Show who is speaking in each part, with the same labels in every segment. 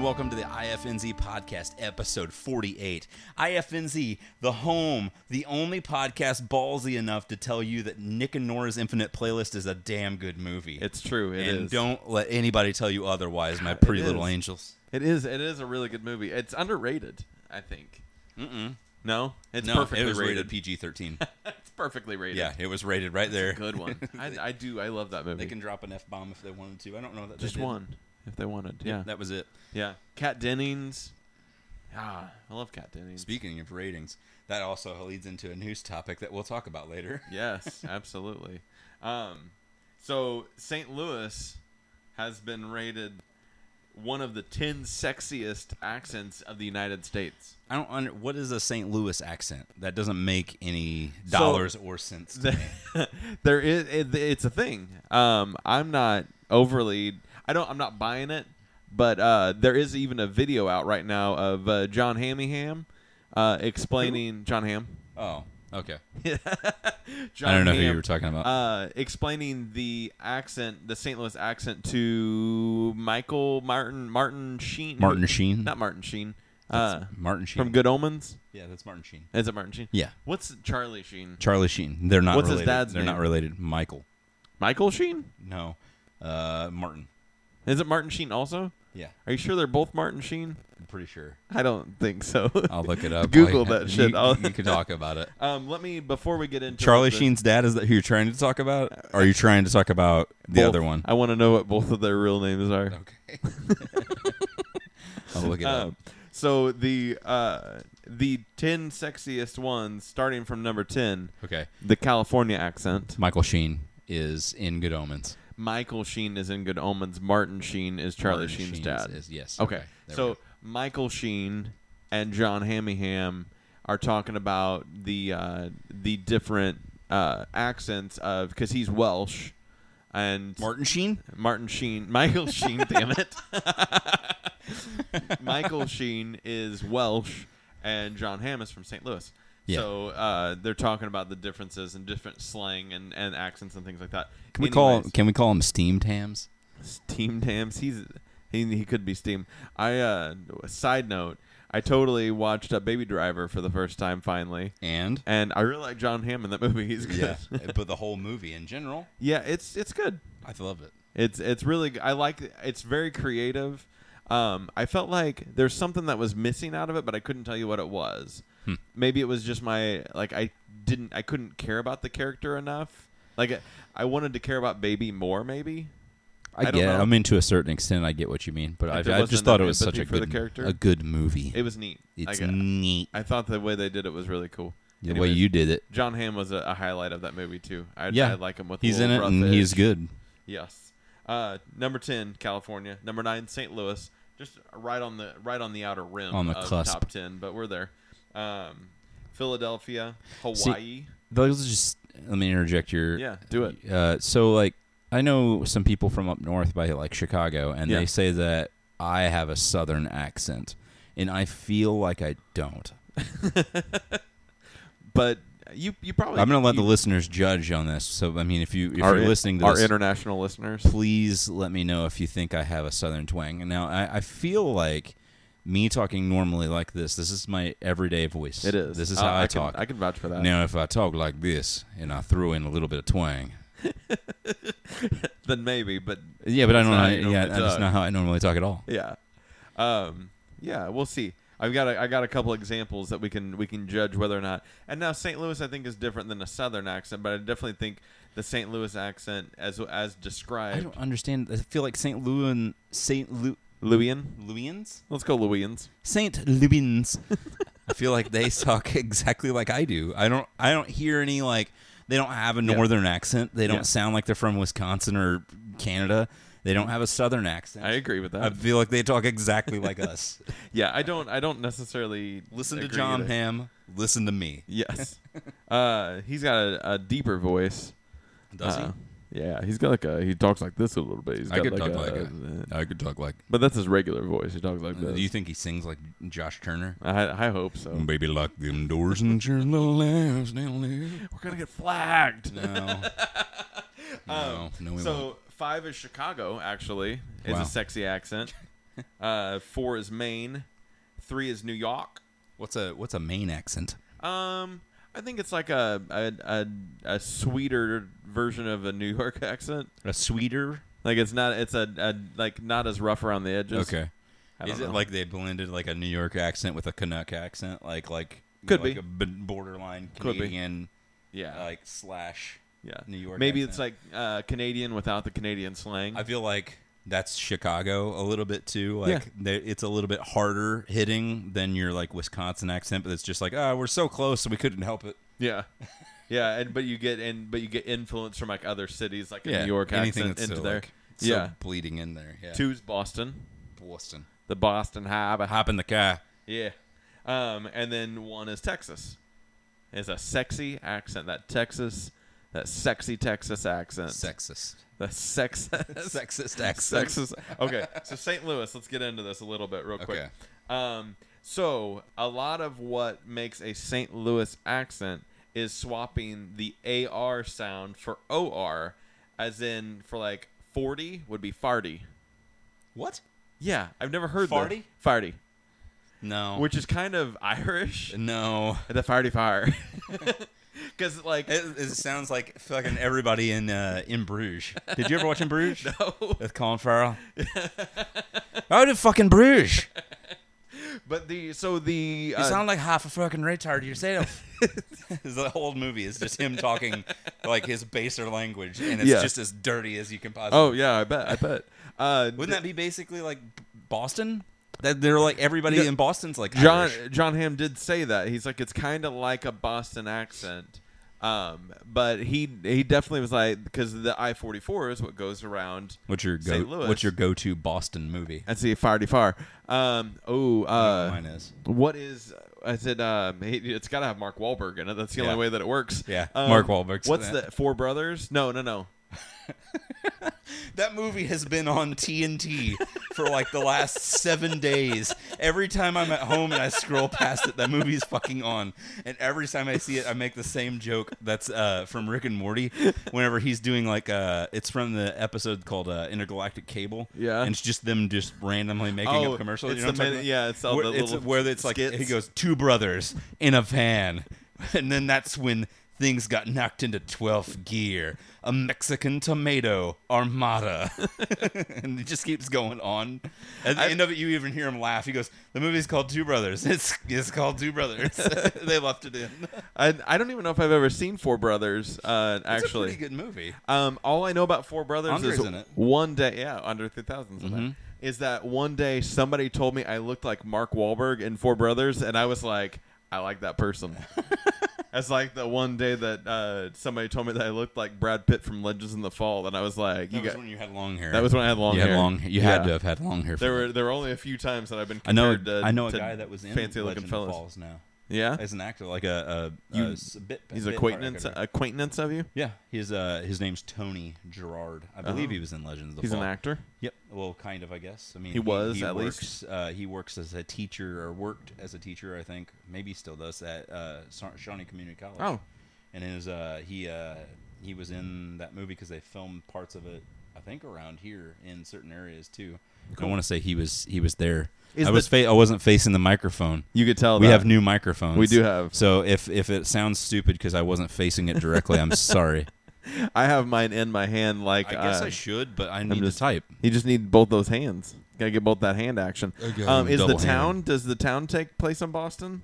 Speaker 1: welcome to the IFNZ podcast, episode 48. IFNZ, the home, the only podcast ballsy enough to tell you that Nick and Nora's Infinite Playlist is a damn good movie.
Speaker 2: It's true. It is.
Speaker 1: and don't let anybody tell you otherwise, my pretty
Speaker 2: It
Speaker 1: little
Speaker 2: is.
Speaker 1: angels.
Speaker 2: It is. It is a really good movie. It's underrated. I think.
Speaker 1: Mm-mm.
Speaker 2: No, it's
Speaker 1: no,
Speaker 2: perfectly
Speaker 1: it was rated,
Speaker 2: rated.
Speaker 1: PG 13.
Speaker 2: it's perfectly rated.
Speaker 1: yeah, it was rated right there.
Speaker 2: good one. I, I do. I love that movie.
Speaker 1: They can drop an F bomb if they wanted to. I don't know that they
Speaker 2: just
Speaker 1: did.
Speaker 2: one if they wanted. Yeah.
Speaker 1: That was it.
Speaker 2: yeah. Cat Dennings. Ah, I love Cat Dennings.
Speaker 1: Speaking of ratings, that also leads into a news topic that we'll talk about later.
Speaker 2: Yes, absolutely. Um, so St. Louis has been rated one of the ten sexiest accents of the United States.
Speaker 1: I don't under what is a St. Louis accent? That doesn't make any dollars or cents. to me.
Speaker 2: there is it, it's a thing. Um, I'm not overly. I don't. I'm not buying it. But uh, there is even a video out right now of uh, John Hammingham uh, explaining John Ham.
Speaker 1: Oh, okay.
Speaker 2: John
Speaker 1: I don't know who
Speaker 2: Hamm,
Speaker 1: you were talking about.
Speaker 2: Uh, explaining the accent, the St. Louis accent to Michael Martin Martin Sheen.
Speaker 1: Martin Sheen.
Speaker 2: Not Martin Sheen. Uh,
Speaker 1: That's Martin Sheen.
Speaker 2: from Good Omens.
Speaker 1: yeah, that's Martin Sheen.
Speaker 2: Is it Martin Sheen?
Speaker 1: Yeah,
Speaker 2: What's Charlie Sheen?
Speaker 1: Charlie Sheen. They're not
Speaker 2: What's his
Speaker 1: related.
Speaker 2: dad's
Speaker 1: They're
Speaker 2: name?
Speaker 1: not related. Michael.
Speaker 2: Michael Sheen?
Speaker 1: No, uh, Martin.
Speaker 2: Is it Martin Sheen also?
Speaker 1: Yeah,
Speaker 2: Are you sure they're both Martin Sheen?
Speaker 1: I'm pretty sure.
Speaker 2: I don't think so.
Speaker 1: I'll look it up.
Speaker 2: Google
Speaker 1: Like,
Speaker 2: that
Speaker 1: you-
Speaker 2: shit. I'll-
Speaker 1: You, can talk about it.
Speaker 2: um, let me before we get into
Speaker 1: Charlie
Speaker 2: the-
Speaker 1: Sheen's dad is that who you're trying to talk about? Or are you trying to talk about the
Speaker 2: both- Uh,
Speaker 1: other one?
Speaker 2: I want to know what both of their real names are.
Speaker 1: Okay. I'll look it up.
Speaker 2: Um, so the uh, the ten sexiest ones, starting from number ten,
Speaker 1: Okay.
Speaker 2: the California accent.
Speaker 1: Michael Sheen is in Good Omens.
Speaker 2: Michael Sheen is in Good Omens. Martin Sheen is Charlie
Speaker 1: Martin
Speaker 2: Sheen's
Speaker 1: Sheen
Speaker 2: dad.
Speaker 1: Is, is- yes.
Speaker 2: okay,
Speaker 1: there we
Speaker 2: so
Speaker 1: go.
Speaker 2: Michael Sheen and John Hammingham are talking about the uh, the different uh, accents of because he's Welsh and
Speaker 1: Martin Sheen.
Speaker 2: Martin Sheen, Michael Sheen, damn it. Michael Sheen is Welsh, and John Hamm is from St. Louis.
Speaker 1: Yeah.
Speaker 2: So uh, they're talking about the differences and different slang and, and accents and things like that.
Speaker 1: Can we call?
Speaker 2: Anyways,
Speaker 1: Can we call him steamed hams?
Speaker 2: Steam Hams? He's he, he could be Steam. I uh, side note, I totally watched uh, Baby Driver for the first time finally,
Speaker 1: And
Speaker 2: and I really like John Hamm in that movie. He's good.
Speaker 1: yeah, but the whole movie in general,
Speaker 2: yeah, it's it's good.
Speaker 1: I love it.
Speaker 2: It's it's really I like it's very creative. Um, I felt like there's something that was missing out of it, but I couldn't tell you what it was.
Speaker 1: Hmm.
Speaker 2: Maybe it was just my like I didn't I couldn't care about the character enough. Like I, I wanted to care about Baby more, maybe.
Speaker 1: I,
Speaker 2: I don't
Speaker 1: get.
Speaker 2: know.
Speaker 1: I mean, to a certain extent, I get what you mean, but
Speaker 2: If
Speaker 1: I,
Speaker 2: there
Speaker 1: I
Speaker 2: wasn't
Speaker 1: just thought it
Speaker 2: enough
Speaker 1: was such a
Speaker 2: empathy for the
Speaker 1: good,
Speaker 2: character.
Speaker 1: a good movie.
Speaker 2: It was neat.
Speaker 1: it's
Speaker 2: I,
Speaker 1: neat.
Speaker 2: I thought the way they did it was really cool.
Speaker 1: the way
Speaker 2: Anyways,
Speaker 1: you did it.
Speaker 2: John Hamm was a, a highlight of that movie too. I,
Speaker 1: Yeah.
Speaker 2: I like him with
Speaker 1: He's
Speaker 2: a
Speaker 1: in it,
Speaker 2: little
Speaker 1: and
Speaker 2: rough
Speaker 1: he's
Speaker 2: edge.
Speaker 1: good.
Speaker 2: Yes. Uh, number ten, California. Number nine, St. Louis. Just right on the right on the outer rim
Speaker 1: On the
Speaker 2: of
Speaker 1: cusp.
Speaker 2: top ten, but we're there. Um, Philadelphia, Hawaii.
Speaker 1: See- Those are just. Let me interject your.
Speaker 2: yeah, do it.
Speaker 1: Uh, so like, I know some people from up north by like Chicago, and
Speaker 2: Yeah.
Speaker 1: they say that I have a southern accent, and I feel like I don't.
Speaker 2: But you you probably
Speaker 1: I'm going to let the
Speaker 2: you-
Speaker 1: listeners judge on this. So, I mean, if you if
Speaker 2: our
Speaker 1: you're
Speaker 2: in-
Speaker 1: listening to
Speaker 2: our
Speaker 1: this,
Speaker 2: international listeners.
Speaker 1: please let me know if you think I have a southern twang. Now, I, I feel like me talking normally like this. This is my everyday voice.
Speaker 2: It is.
Speaker 1: This is
Speaker 2: Uh,
Speaker 1: how I,
Speaker 2: can-
Speaker 1: talk.
Speaker 2: I can vouch for that.
Speaker 1: now, if I talk like this and I throw in a little bit of twang,
Speaker 2: Then maybe, but
Speaker 1: yeah, but I don't.
Speaker 2: not
Speaker 1: know,
Speaker 2: how
Speaker 1: I-
Speaker 2: you
Speaker 1: yeah,
Speaker 2: normally
Speaker 1: that's
Speaker 2: talk.
Speaker 1: not how I normally talk at all.
Speaker 2: yeah, um, yeah. We'll see. I've got a, I got a couple examples that we can we can judge whether or not. And now St. Louis, I think, is different than a Southern accent, but I definitely think the St. Louis accent, as as
Speaker 1: I
Speaker 2: described,
Speaker 1: don't understand. I feel like Saint Louis, Saint Lu-
Speaker 2: Louisian.
Speaker 1: Louians,
Speaker 2: Let's go Louisians.
Speaker 1: Saint Lubins. I feel like they talk exactly like I do. I don't. I don't hear any like. They don't have a
Speaker 2: Yeah.
Speaker 1: northern accent. They don't
Speaker 2: Yeah.
Speaker 1: sound like they're from Wisconsin or Canada. They don't have a southern accent.
Speaker 2: I agree with that.
Speaker 1: I feel like they talk exactly like us.
Speaker 2: yeah, I don't. I don't necessarily
Speaker 1: Listen to
Speaker 2: agree
Speaker 1: John
Speaker 2: either.
Speaker 1: Hamm. Listen to me.
Speaker 2: Yes, uh, he's got a, a deeper voice.
Speaker 1: Does
Speaker 2: Uh, Yeah, he's got like a. He talks like this a little bit. He's
Speaker 1: I
Speaker 2: got
Speaker 1: could
Speaker 2: like
Speaker 1: talk Uh,
Speaker 2: a,
Speaker 1: he? I could talk like.
Speaker 2: But that's his regular voice. He talks like this.
Speaker 1: Do you think he sings like Josh Turner?
Speaker 2: I, I hope so.
Speaker 1: Baby, lock them doors and turn the lamps down there.
Speaker 2: We're gonna get flagged.
Speaker 1: No. no, no, we
Speaker 2: so
Speaker 1: won't.
Speaker 2: five is Chicago. Actually, is
Speaker 1: Wow.
Speaker 2: a sexy accent. Uh, four is Maine. Three is New York.
Speaker 1: What's a what's a Maine accent?
Speaker 2: Um, I think it's like a a, a, a sweeter version of a New York accent.
Speaker 1: A sweeter.
Speaker 2: Like it's not it's a, a like not as rough around the edges.
Speaker 1: Okay.
Speaker 2: I don't
Speaker 1: Is it
Speaker 2: know.
Speaker 1: like they blended like a New York accent with a Canuck accent? Like like
Speaker 2: Could
Speaker 1: like
Speaker 2: be.
Speaker 1: a b- borderline
Speaker 2: Could be.
Speaker 1: Canadian
Speaker 2: yeah
Speaker 1: like slash
Speaker 2: yeah
Speaker 1: New York.
Speaker 2: Maybe
Speaker 1: accent.
Speaker 2: it's like uh, Canadian without the Canadian slang.
Speaker 1: I feel like that's Chicago a little bit too. Like
Speaker 2: Yeah.
Speaker 1: they, it's a little bit harder hitting than your like Wisconsin accent, but it's just like ah, we're so close, so we couldn't help it.
Speaker 2: yeah. Yeah, and but you get and but you get influence from like other cities, like a
Speaker 1: Yeah,
Speaker 2: New York
Speaker 1: anything
Speaker 2: accent
Speaker 1: that's
Speaker 2: into
Speaker 1: so,
Speaker 2: there.
Speaker 1: like, so
Speaker 2: yeah,
Speaker 1: bleeding in there. Yeah,
Speaker 2: two's Boston,
Speaker 1: Boston.
Speaker 2: the Boston Harbor.
Speaker 1: Hop in the car.
Speaker 2: Yeah. Um, and then one is Texas. It's a sexy accent. That Texas, that sexy Texas accent.
Speaker 1: Sexist.
Speaker 2: The sex.
Speaker 1: Sexist accent.
Speaker 2: Sexist. Okay, so St. Louis. Let's get into this a little bit, real quick.
Speaker 1: Okay.
Speaker 2: Um, so a lot of what makes a St. Louis accent is swapping the AR sound for OR, as in for like forty would be farty.
Speaker 1: What?
Speaker 2: Yeah, I've never heard
Speaker 1: Farty?
Speaker 2: that. Farty,
Speaker 1: No.
Speaker 2: which is kind of Irish.
Speaker 1: no.
Speaker 2: The farty fire. Because, like,
Speaker 1: It, it sounds like fucking everybody in uh, in Bruges. Did you ever watch in Bruges?
Speaker 2: no.
Speaker 1: With Colin Farrell. Out of fucking Bruges.
Speaker 2: But the, so the.
Speaker 1: You
Speaker 2: uh,
Speaker 1: sound like half a fucking retard yourself. the whole movie is just him talking like his baser language, and it's
Speaker 2: Yeah.
Speaker 1: just as dirty as you can possibly.
Speaker 2: oh, yeah, I bet. I bet. Uh,
Speaker 1: Wouldn't that be basically like B- Boston? That they're like everybody
Speaker 2: Yeah.
Speaker 1: in Boston's like
Speaker 2: John,
Speaker 1: Irish.
Speaker 2: John Hamm did say that. He's like, it's kind of like a Boston accent. Um, but he he definitely was like, because the I 44 is what goes around.
Speaker 1: What's your go?
Speaker 2: St. Louis.
Speaker 1: What's your go-to Boston movie?
Speaker 2: That's the farty far. Um, oh, uh,
Speaker 1: Mine is.
Speaker 2: what is. I said, um, it- it's got to have Mark Wahlberg in it. That's the
Speaker 1: Yeah.
Speaker 2: only way that it works.
Speaker 1: Yeah,
Speaker 2: Um,
Speaker 1: Mark Wahlberg's in
Speaker 2: What's
Speaker 1: that.
Speaker 2: the Four Brothers? No, no, no.
Speaker 1: That movie has been on TNT for like the last seven days. Every time I'm at home and I scroll past it, that movie's fucking on. And every time I see it, I make the same joke that's uh, from Rick and Morty. Whenever he's doing like, uh, it's from the episode called uh, Intergalactic Cable.
Speaker 2: Yeah.
Speaker 1: And it's just them just randomly making
Speaker 2: Oh,
Speaker 1: up commercials.
Speaker 2: it's
Speaker 1: you know
Speaker 2: the
Speaker 1: what I'm talking
Speaker 2: minute-
Speaker 1: about?
Speaker 2: yeah, it's all
Speaker 1: where,
Speaker 2: the
Speaker 1: it's,
Speaker 2: little
Speaker 1: where it's like,
Speaker 2: skits.
Speaker 1: he goes, two brothers in a van. And then that's when things got knocked into 12th gear. A Mexican tomato armada. and it just keeps going on. At the
Speaker 2: I-
Speaker 1: end of it, you even hear him laugh. He goes, the movie's called Two Brothers. It's, it's called Two Brothers. they left it in.
Speaker 2: I, I don't even know if I've ever seen Four Brothers. Uh,
Speaker 1: It's a
Speaker 2: actually,
Speaker 1: pretty good movie.
Speaker 2: um, all I know about Four Brothers
Speaker 1: Andre's
Speaker 2: is
Speaker 1: in it. Mm-hmm.
Speaker 2: one day. Yeah, under three thousands. Is that one day somebody told me I looked like Mark Wahlberg in Four Brothers, and I was like, I like that person. That's like the one day that uh, somebody told me that I looked like Brad Pitt from Legends in the Fall, and I was like,
Speaker 1: That
Speaker 2: you
Speaker 1: was
Speaker 2: got.
Speaker 1: when you had long hair.
Speaker 2: That was when I had long
Speaker 1: you
Speaker 2: hair.
Speaker 1: had long. You had
Speaker 2: Yeah.
Speaker 1: to have had long hair. for
Speaker 2: There
Speaker 1: that.
Speaker 2: were there were only a few times that I've been
Speaker 1: I know.
Speaker 2: compared to
Speaker 1: I know a
Speaker 2: to
Speaker 1: guy that was in
Speaker 2: fancy looking
Speaker 1: Legend of
Speaker 2: fellas.
Speaker 1: Falls now
Speaker 2: Yeah,
Speaker 1: as an actor, like a, a,
Speaker 2: You-
Speaker 1: a s- bit.
Speaker 2: he's
Speaker 1: bit
Speaker 2: acquaintance
Speaker 1: part actor.
Speaker 2: acquaintance of you.
Speaker 1: yeah, his uh, his name's Tony Gerard. I believe he was in Legends of the
Speaker 2: Uh-huh. He's
Speaker 1: Fall.
Speaker 2: an actor.
Speaker 1: Yep. Well, kind of, I guess. I mean,
Speaker 2: He was,
Speaker 1: he
Speaker 2: at
Speaker 1: works,
Speaker 2: least.
Speaker 1: Uh, he works as a teacher, or worked as a teacher, I think. Maybe still does at uh, Sa- Shawnee Community College.
Speaker 2: Oh.
Speaker 1: And is uh, he uh, he was in that movie because they filmed parts of it, I think, around here in certain areas too. I want to say he was he was there.
Speaker 2: Is
Speaker 1: I was fa- I wasn't facing the microphone.
Speaker 2: You could tell
Speaker 1: We
Speaker 2: that.
Speaker 1: have new microphones.
Speaker 2: We do have.
Speaker 1: So if if it sounds stupid because I wasn't facing it directly, I'm sorry.
Speaker 2: I have mine in my hand. Like
Speaker 1: I guess
Speaker 2: uh,
Speaker 1: I should, but I need
Speaker 2: just-
Speaker 1: to type.
Speaker 2: You just need both those hands. Gotta get both that hand action.
Speaker 1: Okay,
Speaker 2: um, is the
Speaker 1: double-handed.
Speaker 2: town? Does the town take place in Boston?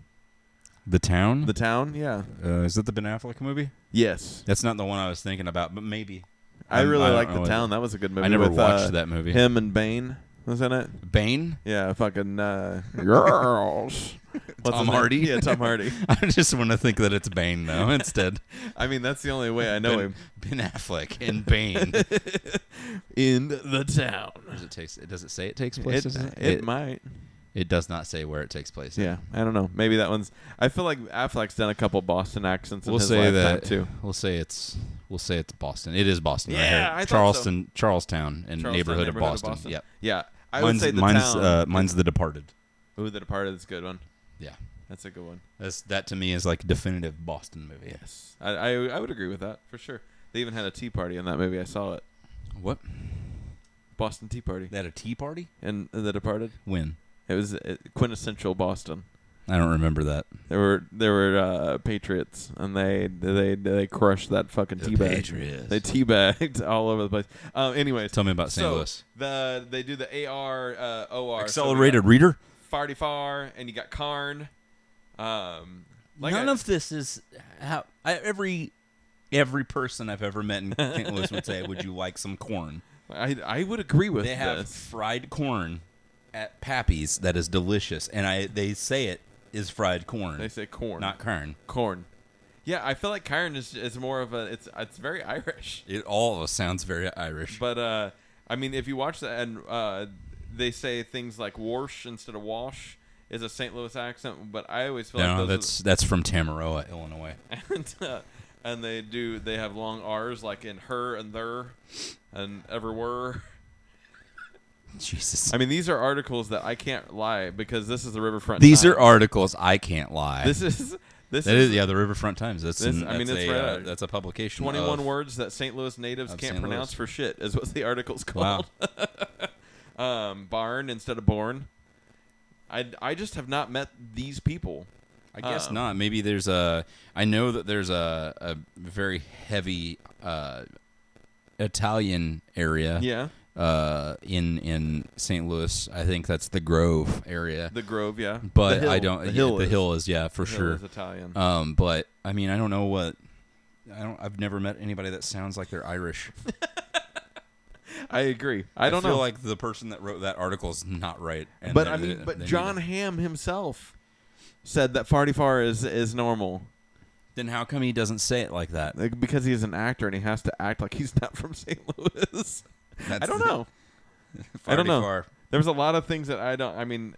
Speaker 1: The town.
Speaker 2: The town? Yeah.
Speaker 1: uh, is that the Ben Affleck movie?
Speaker 2: Yes.
Speaker 1: That's not the one I was thinking about, but maybe.
Speaker 2: I
Speaker 1: I'm-
Speaker 2: really
Speaker 1: don't
Speaker 2: like
Speaker 1: know
Speaker 2: the
Speaker 1: what-
Speaker 2: town. That was a good movie.
Speaker 1: I never
Speaker 2: with,
Speaker 1: watched
Speaker 2: uh,
Speaker 1: that movie.
Speaker 2: Him and Bane was in it.
Speaker 1: Bane.
Speaker 2: Yeah, fucking uh, girls. What's
Speaker 1: Tom
Speaker 2: his name?
Speaker 1: Hardy?
Speaker 2: Yeah, Tom Hardy.
Speaker 1: I just want to think that it's Bane though. Instead,
Speaker 2: I mean, that's the only way I know
Speaker 1: ben,
Speaker 2: him.
Speaker 1: Ben Affleck and Bane.
Speaker 2: In the town.
Speaker 1: does it takes? It does it say it takes place?
Speaker 2: It,
Speaker 1: does
Speaker 2: it, might.
Speaker 1: it does not say where it takes place.
Speaker 2: Yeah, I don't know. Maybe that one's. I feel like Affleck's done a couple Boston accents in
Speaker 1: we'll
Speaker 2: his
Speaker 1: say
Speaker 2: lifetime
Speaker 1: that
Speaker 2: too.
Speaker 1: We'll say it's we'll say it's Boston. It is Boston right
Speaker 2: Yeah,
Speaker 1: here.
Speaker 2: I thought so.
Speaker 1: Charleston, Charlestown, and
Speaker 2: Charleston,
Speaker 1: neighborhood, of,
Speaker 2: neighborhood of
Speaker 1: Boston.
Speaker 2: Boston.
Speaker 1: Yep.
Speaker 2: Yeah, I
Speaker 1: mine's
Speaker 2: would say the
Speaker 1: mine's
Speaker 2: town.
Speaker 1: uh, mine's The Departed.
Speaker 2: Ooh, the Departed is a good one.
Speaker 1: Yeah.
Speaker 2: That's a good one.
Speaker 1: That's that to me is like definitive Boston movie.
Speaker 2: Yes, I, I I would agree with that for sure. They even had a tea party in that movie. I saw it.
Speaker 1: What?
Speaker 2: Boston Tea Party
Speaker 1: They had a tea party?
Speaker 2: and The Departed.
Speaker 1: When?
Speaker 2: It was uh, quintessential Boston.
Speaker 1: I don't remember that.
Speaker 2: There were there were uh, Patriots, and they they they crushed that fucking
Speaker 1: The
Speaker 2: tea bag.
Speaker 1: Patriots.
Speaker 2: They teabagged all over the place. Um, anyways,
Speaker 1: Tell me about St.
Speaker 2: so
Speaker 1: Louis.
Speaker 2: The they do the AR uh, OR so
Speaker 1: Accelerated reader?
Speaker 2: we got Farty Far, and you got Karn. Um, like
Speaker 1: None
Speaker 2: I-
Speaker 1: of this is how I, every every person I've ever met in St. Louis would say, "Would you like some corn?"
Speaker 2: I I would agree with
Speaker 1: They have
Speaker 2: this.
Speaker 1: fried corn at Pappy's that is delicious, and I they say it is fried corn,
Speaker 2: They say corn,
Speaker 1: not corn.
Speaker 2: corn. Yeah, I feel like Karn is is more of a it's it's very Irish.
Speaker 1: It all sounds very Irish.
Speaker 2: But uh, I mean, if you watch that, and uh, they say things like "warsh" instead of "wash" is a St. Louis accent. But I always feel like
Speaker 1: no,
Speaker 2: those
Speaker 1: that's that's from Tamaroa, Illinois.
Speaker 2: Are, and, uh, and they do they have long R's like in her and their and ever were.
Speaker 1: Jesus.
Speaker 2: I mean, these are articles that I can't lie because this is the Riverfront.
Speaker 1: These are
Speaker 2: Times.
Speaker 1: articles I can't lie.
Speaker 2: This is this
Speaker 1: that
Speaker 2: is
Speaker 1: is yeah, the Riverfront Times. That's,
Speaker 2: This-
Speaker 1: an-
Speaker 2: I mean,
Speaker 1: that's
Speaker 2: it's
Speaker 1: a
Speaker 2: right
Speaker 1: uh,
Speaker 2: out.
Speaker 1: that's a publication.
Speaker 2: 21
Speaker 1: of-
Speaker 2: words that St. Louis natives
Speaker 1: of
Speaker 2: can't
Speaker 1: St.
Speaker 2: pronounce
Speaker 1: Louis.
Speaker 2: for shit is what the article's
Speaker 1: Wow.
Speaker 2: called. um, barn instead of born. I, I just have not met these people.
Speaker 1: I guess
Speaker 2: Um,
Speaker 1: not. Maybe there's a. I know that there's a a very heavy uh, Italian area.
Speaker 2: Yeah,
Speaker 1: Uh, in in St. Louis, I think that's the Grove area.
Speaker 2: the Grove. Yeah,
Speaker 1: but
Speaker 2: The hill.
Speaker 1: I don't.
Speaker 2: The hill. is,
Speaker 1: is yeah for
Speaker 2: the hill
Speaker 1: sure.
Speaker 2: is Italian.
Speaker 1: Um, but I mean, I don't know what. I don't. I've never met anybody that sounds like they're Irish.
Speaker 2: I agree. I don't
Speaker 1: feel
Speaker 2: know.
Speaker 1: Like the person that wrote that article is not right. And
Speaker 2: but
Speaker 1: they-
Speaker 2: I mean,
Speaker 1: they-
Speaker 2: but
Speaker 1: they need
Speaker 2: John
Speaker 1: to-
Speaker 2: Hamm himself said that farty far is is normal
Speaker 1: Then how come he doesn't say it like that?
Speaker 2: like, because he's an actor and he has to act like he's not from St. Louis. I
Speaker 1: That's-
Speaker 2: don't know. I don't know.
Speaker 1: Farty-far.
Speaker 2: There's a lot of things that I don't. I mean,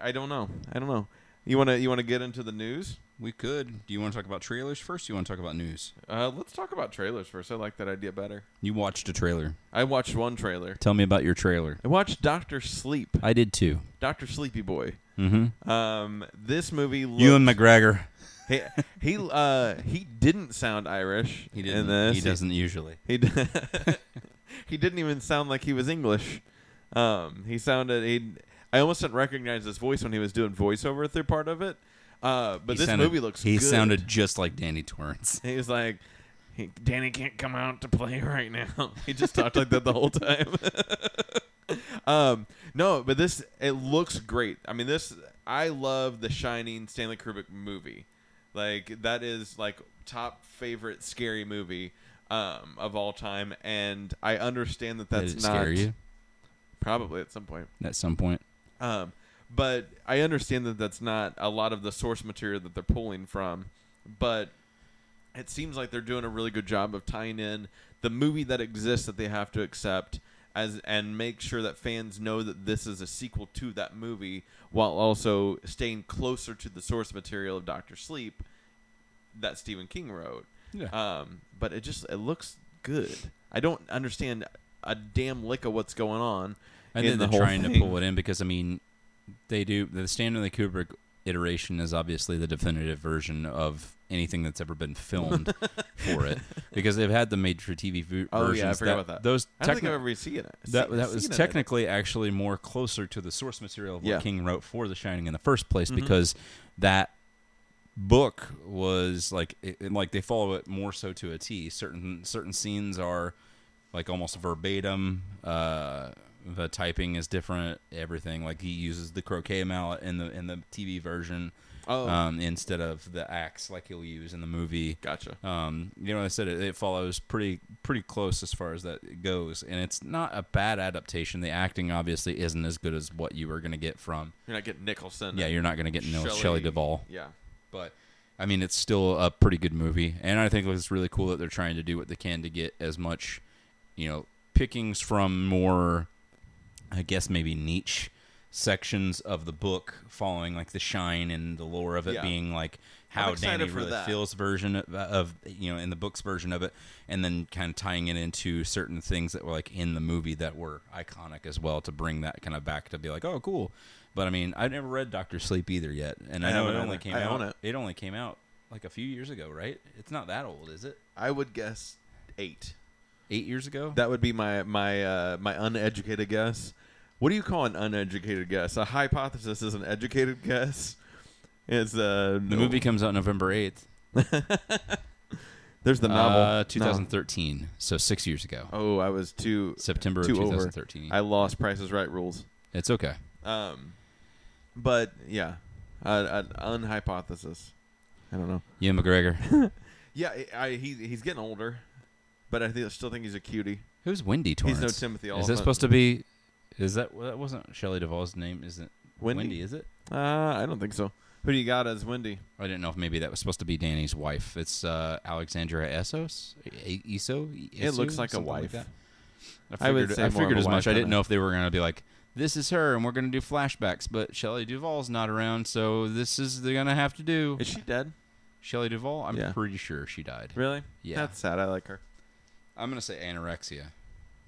Speaker 2: I don't know. I don't know. You wanna you wanna get into the news?
Speaker 1: We could. Do you want to talk about trailers first? Or you want to talk about news?
Speaker 2: Uh, let's talk about trailers first. I like that idea better.
Speaker 1: You watched a trailer.
Speaker 2: I watched one trailer.
Speaker 1: Tell me about your trailer.
Speaker 2: I watched Doctor Sleep.
Speaker 1: I did too.
Speaker 2: Doctor Sleepy Boy.
Speaker 1: Mm-hmm.
Speaker 2: Um, this movie. Looked,
Speaker 1: Ewan McGregor.
Speaker 2: he he, uh, he didn't sound Irish.
Speaker 1: He
Speaker 2: In
Speaker 1: didn't.
Speaker 2: this.
Speaker 1: he doesn't usually.
Speaker 2: He d- he didn't even sound like he was English. Um, he sounded he. I almost didn't recognize his voice when he was doing voiceover through part of it. Uh, but
Speaker 1: He
Speaker 2: this
Speaker 1: sounded-
Speaker 2: movie looks.
Speaker 1: He
Speaker 2: good.
Speaker 1: sounded just like Danny Torrance.
Speaker 2: He was like, he, Danny can't come out to play right now. He just talked like that the whole time. um, no, but this it looks great. I mean, this I love the Shining Stanley Kubrick movie. Like that is like top favorite scary movie um, of all time, and I understand that that's
Speaker 1: Did it
Speaker 2: not
Speaker 1: scare you
Speaker 2: probably at some point.
Speaker 1: at some point?
Speaker 2: Um, but I understand that that's not a lot of the source material that they're pulling from. But it seems like they're doing a really good job of tying in the movie that exists that they have to accept as and make sure that fans know that this is a sequel to that movie while also staying closer to the source material of Doctor Sleep that Stephen King wrote.
Speaker 1: Yeah.
Speaker 2: Um, but it just it looks good. I don't understand a damn lick of what's going on.
Speaker 1: And
Speaker 2: in
Speaker 1: then
Speaker 2: the
Speaker 1: they're
Speaker 2: whole
Speaker 1: trying to
Speaker 2: thing.
Speaker 1: pull it in because I mean, they do the Stanley Kubrick iteration is obviously the definitive version of anything that's ever been filmed for it because they've had the made for TV vo-
Speaker 2: Oh, yeah, I
Speaker 1: versions.
Speaker 2: forgot about that.
Speaker 1: Those
Speaker 2: I don't think
Speaker 1: techni-
Speaker 2: I've ever seen it.
Speaker 1: that,
Speaker 2: seen-
Speaker 1: that was
Speaker 2: seen it.
Speaker 1: technically actually more closer to the source material of what
Speaker 2: Yeah.
Speaker 1: King wrote for The Shining in the first place
Speaker 2: Mhm.
Speaker 1: because that book was like it, it- like they follow it more so to a T. Certain certain scenes are like almost verbatim. Uh, the typing is different. Everything like he uses the croquet mallet in the in the TV version
Speaker 2: Oh,
Speaker 1: um, instead of the axe like he'll use in the movie
Speaker 2: gotcha.
Speaker 1: um, you know, I said it, it follows pretty pretty close as far as that goes, and it's not a bad adaptation. The acting obviously isn't as good as what you were going to get from.
Speaker 2: You're not getting Nicholson.
Speaker 1: Yeah, you're not going to get no
Speaker 2: Shelley-
Speaker 1: Shelley Duvall,
Speaker 2: Yeah.
Speaker 1: but I mean, it's still a pretty good movie, and I think it's really cool that they're trying to do what they can to get as much, you know, pickings from more, I guess maybe niche sections of the book following like the shine and the lore of it
Speaker 2: Yeah.
Speaker 1: being like
Speaker 2: I'm
Speaker 1: how
Speaker 2: excited
Speaker 1: Danny
Speaker 2: for
Speaker 1: really
Speaker 2: that.
Speaker 1: feels version of, of you know in the book's version of it and then kind of tying it into certain things that were like in the movie that were iconic as well to bring that kind of back to be like oh cool but I mean I've never read Doctor Sleep either yet and I,
Speaker 2: I
Speaker 1: know it
Speaker 2: haven't
Speaker 1: only
Speaker 2: either.
Speaker 1: came
Speaker 2: I
Speaker 1: out
Speaker 2: own it.
Speaker 1: it only came out like a few years ago right it's not that old is it
Speaker 2: I would guess eight.
Speaker 1: eight years ago.
Speaker 2: That would be my my uh, my uneducated guess. What do you call an uneducated guess? A hypothesis is an educated guess. Is uh,
Speaker 1: the
Speaker 2: no-
Speaker 1: movie comes out November eighth,
Speaker 2: There's the novel.
Speaker 1: uh,
Speaker 2: No.
Speaker 1: 2013. So six years ago,
Speaker 2: Oh, I was too
Speaker 1: September of
Speaker 2: too over.
Speaker 1: 2013.
Speaker 2: I lost Prices Right rules.
Speaker 1: it's okay.
Speaker 2: Um, but yeah, uh, an unhypothesis. I don't know.
Speaker 1: Yeah, McGregor.
Speaker 2: Yeah, I, I, he he's getting older, but I think, I still think he's a cutie.
Speaker 1: Who's Wendy Torrance?
Speaker 2: He's no Timothy.
Speaker 1: Is that
Speaker 2: Oliphant.
Speaker 1: supposed to be? Is that well, that wasn't Shelley Duvall's name? Isn't
Speaker 2: Wendy?
Speaker 1: Wendy? Is it?
Speaker 2: Uh, I don't think so. Who do you got as Wendy?
Speaker 1: I didn't know if maybe that was supposed to be Danny's wife. It's uh, Alexandra Essos. E- Eso.
Speaker 2: It looks like a
Speaker 1: Something
Speaker 2: wife.
Speaker 1: that. I
Speaker 2: I would
Speaker 1: figured, I
Speaker 2: say more of
Speaker 1: figured
Speaker 2: a
Speaker 1: as much.
Speaker 2: wife
Speaker 1: I
Speaker 2: than
Speaker 1: didn't
Speaker 2: a-
Speaker 1: know if they were going to be like, this is her, and we're going to do flashbacks, but Shelley Duvall's not around, so this is they're going to have to do.
Speaker 2: Is she dead?
Speaker 1: Shelley Duvall? I'm
Speaker 2: Yeah.
Speaker 1: pretty sure she died.
Speaker 2: Really?
Speaker 1: Yeah.
Speaker 2: That's sad. I like her.
Speaker 1: I'm going to say anorexia.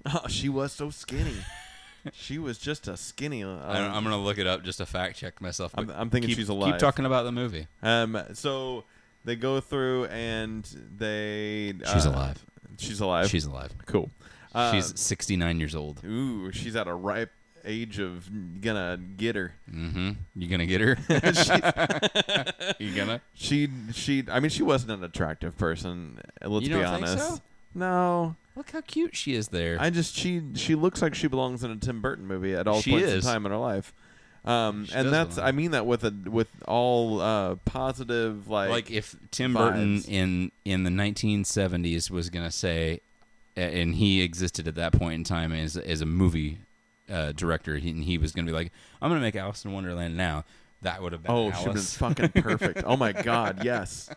Speaker 2: Oh, she was so skinny. she was just a skinny. Uh,
Speaker 1: I don't, I'm going to look it up just to fact check myself.
Speaker 2: I'm-
Speaker 1: but
Speaker 2: I'm thinking
Speaker 1: keep-
Speaker 2: she's alive.
Speaker 1: Keep talking about the movie.
Speaker 2: um. So they go through and they.
Speaker 1: She's
Speaker 2: uh,
Speaker 1: alive.
Speaker 2: She's alive.
Speaker 1: She's alive.
Speaker 2: cool. Um,
Speaker 1: she's 69 years old.
Speaker 2: Ooh, she's at a ripe age of gonna get her.
Speaker 1: Mm-hmm. You gonna get her? you gonna?
Speaker 2: She she. I mean, she wasn't an attractive person. uh, Let's
Speaker 1: You don't
Speaker 2: be
Speaker 1: think
Speaker 2: honest.
Speaker 1: so?
Speaker 2: No,
Speaker 1: Look how cute she is there.
Speaker 2: I just she she looks like she belongs in a Tim Burton movie at all
Speaker 1: She
Speaker 2: points
Speaker 1: is.
Speaker 2: in time in her life. Um,
Speaker 1: She
Speaker 2: and
Speaker 1: does
Speaker 2: that's
Speaker 1: belong.
Speaker 2: I mean that with a with all uh, positive like,
Speaker 1: like if Tim
Speaker 2: vibes.
Speaker 1: Burton in in the 1970s was gonna say, a- and he existed at that point in time as as a movie uh, director, he, and he was gonna be like, I'm gonna make Alice in Wonderland now. That would have been
Speaker 2: oh she'd been
Speaker 1: Alice.
Speaker 2: fucking perfect. oh my god, yes,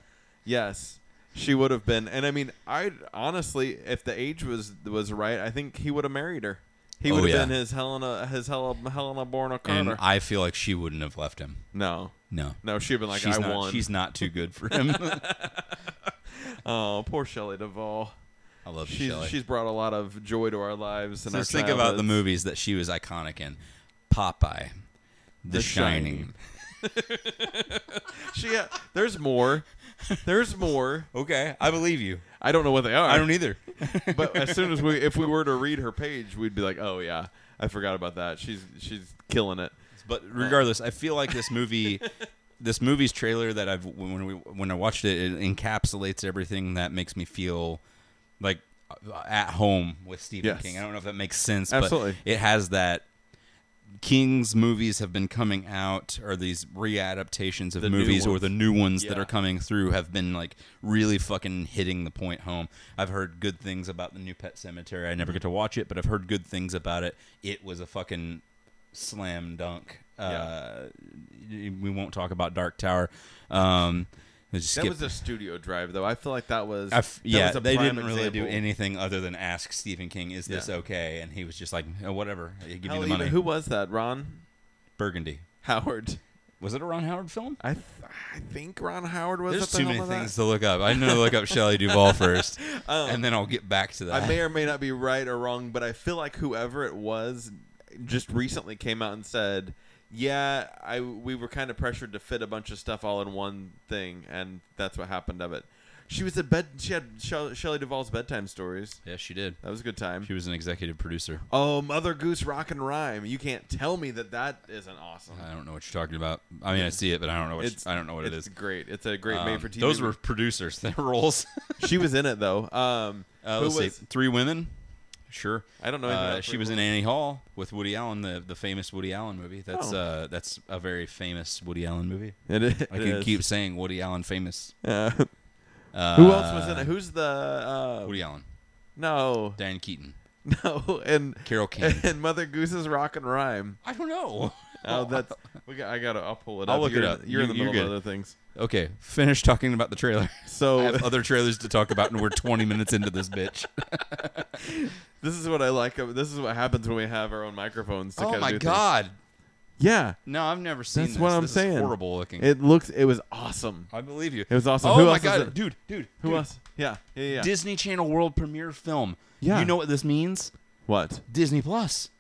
Speaker 2: yes, she would have been. And I mean, I honestly, if the age was was right, I think he would have married her. He
Speaker 1: Oh,
Speaker 2: would have
Speaker 1: yeah.
Speaker 2: been his Helena his Helena Helena Bonham
Speaker 1: and
Speaker 2: Carter.
Speaker 1: I feel like she wouldn't have left him.
Speaker 2: no,
Speaker 1: No,
Speaker 2: no, she'd have been like
Speaker 1: she's
Speaker 2: I
Speaker 1: not.
Speaker 2: won.
Speaker 1: She's not too good for him.
Speaker 2: oh, poor Shelley Duvall.
Speaker 1: I love you,
Speaker 2: She's
Speaker 1: Shelley.
Speaker 2: she's brought a lot of joy to our lives and our
Speaker 1: Just think about the
Speaker 2: childhoods.
Speaker 1: movies that she was iconic in: Popeye, The,
Speaker 2: The
Speaker 1: Shining.
Speaker 2: Shining. She, uh, there's more. There's more.
Speaker 1: Okay, I believe you.
Speaker 2: I don't know what they are.
Speaker 1: I don't e-, either.
Speaker 2: but as soon as we, if we were to read her page, we'd be like, oh yeah, I forgot about that. She's she's killing it.
Speaker 1: But regardless, I feel like this movie, this movie's trailer that I've when we when I watched it, it encapsulates everything that makes me feel like uh, at home with Stephen
Speaker 2: Yes.
Speaker 1: King. I don't know if that makes sense,
Speaker 2: Absolutely.
Speaker 1: but it has that. King's movies have been coming out, or these readaptations of
Speaker 2: The new
Speaker 1: movies, or
Speaker 2: ones.
Speaker 1: the new ones that
Speaker 2: Yeah.
Speaker 1: are coming through have been like really fucking hitting the point home. I've heard good things about the new Pet Cemetery. I never get to watch it, but I've heard good things about it. It was a fucking slam dunk. Uh, We won't talk about Dark Tower. Um, let's just
Speaker 2: That
Speaker 1: skip-
Speaker 2: was a studio drive though. I feel like that was.
Speaker 1: I f-
Speaker 2: that
Speaker 1: yeah,
Speaker 2: was a
Speaker 1: they
Speaker 2: prime
Speaker 1: didn't really do
Speaker 2: example.
Speaker 1: anything other than ask Stephen King, "Is this
Speaker 2: Yeah.
Speaker 1: okay?" And he was just like, oh, "Whatever, give
Speaker 2: Hell,
Speaker 1: me the
Speaker 2: even-
Speaker 1: money."
Speaker 2: who was that? Ron
Speaker 1: Burgundy.
Speaker 2: Howard.
Speaker 1: Was it a Ron Howard film?
Speaker 2: I th- I think Ron Howard was.
Speaker 1: There's
Speaker 2: at the
Speaker 1: too
Speaker 2: helm
Speaker 1: many
Speaker 2: of that. Um,
Speaker 1: things to look up. I need to look up Shelley Duvall first, and then I'll get back to that.
Speaker 2: I may or may not be right or wrong, but I feel like whoever it was just recently came out and said, "Yeah, I we were kind of pressured to fit a bunch of stuff all in one thing, and that's what happened of it." She was a bed. She had Shel- Shelley Duvall's bedtime stories.
Speaker 1: yeah, she did.
Speaker 2: That was a good time.
Speaker 1: She was an executive producer.
Speaker 2: Oh, Mother Goose, rock and rhyme. You can't tell me that that isn't awesome.
Speaker 1: I don't know what you're talking about. I mean, I see it, but I don't know what I don't know what it
Speaker 2: it's
Speaker 1: is.
Speaker 2: Great. It's a great
Speaker 1: Um,
Speaker 2: made for TV.
Speaker 1: those were producers. Their roles.
Speaker 2: she was in it though. Um,
Speaker 1: Uh,
Speaker 2: who
Speaker 1: let's see.
Speaker 2: was-
Speaker 1: Three women. Sure.
Speaker 2: I don't know. anything
Speaker 1: Uh,
Speaker 2: about
Speaker 1: she
Speaker 2: Free
Speaker 1: was in
Speaker 2: Will.
Speaker 1: Annie Hall with Woody Allen, the the famous Woody Allen movie. That's
Speaker 2: Oh.
Speaker 1: uh that's a very famous Woody Allen movie.
Speaker 2: It, is-
Speaker 1: I
Speaker 2: it
Speaker 1: can
Speaker 2: is.
Speaker 1: keep saying Woody Allen famous.
Speaker 2: Yeah.
Speaker 1: Uh,
Speaker 2: Who else was in it? Who's the uh,
Speaker 1: Woody Allen,
Speaker 2: no,
Speaker 1: Dan Keaton,
Speaker 2: no, and
Speaker 1: Carol Kane.
Speaker 2: and Mother Goose's rock and rhyme.
Speaker 1: I don't know.
Speaker 2: Oh, that's we got. I gotta. I'll pull it
Speaker 1: I'll
Speaker 2: up.
Speaker 1: look it
Speaker 2: you're,
Speaker 1: up.
Speaker 2: You're in the
Speaker 1: You- you're
Speaker 2: middle of other things.
Speaker 1: Okay, finish talking about the trailer. I
Speaker 2: So
Speaker 1: have other trailers to talk about, and we're 20 minutes into this bitch.
Speaker 2: this is what I like. of- This is what happens when we have our own microphones. To
Speaker 1: Oh
Speaker 2: kinda
Speaker 1: my
Speaker 2: do things.
Speaker 1: god!
Speaker 2: Yeah,
Speaker 1: No, I've never seen.
Speaker 2: That's
Speaker 1: this.
Speaker 2: what I'm
Speaker 1: This is
Speaker 2: saying.
Speaker 1: horrible looking.
Speaker 2: it looks. It was awesome.
Speaker 1: I believe you.
Speaker 2: It was awesome.
Speaker 1: Oh
Speaker 2: Who
Speaker 1: my
Speaker 2: else is
Speaker 1: god,
Speaker 2: in it?
Speaker 1: dude, dude.
Speaker 2: Who
Speaker 1: dude.
Speaker 2: else? Yeah, yeah, yeah.
Speaker 1: Disney Channel World Premiere film.
Speaker 2: Yeah.
Speaker 1: You know what this means?
Speaker 2: what?
Speaker 1: Disney Plus.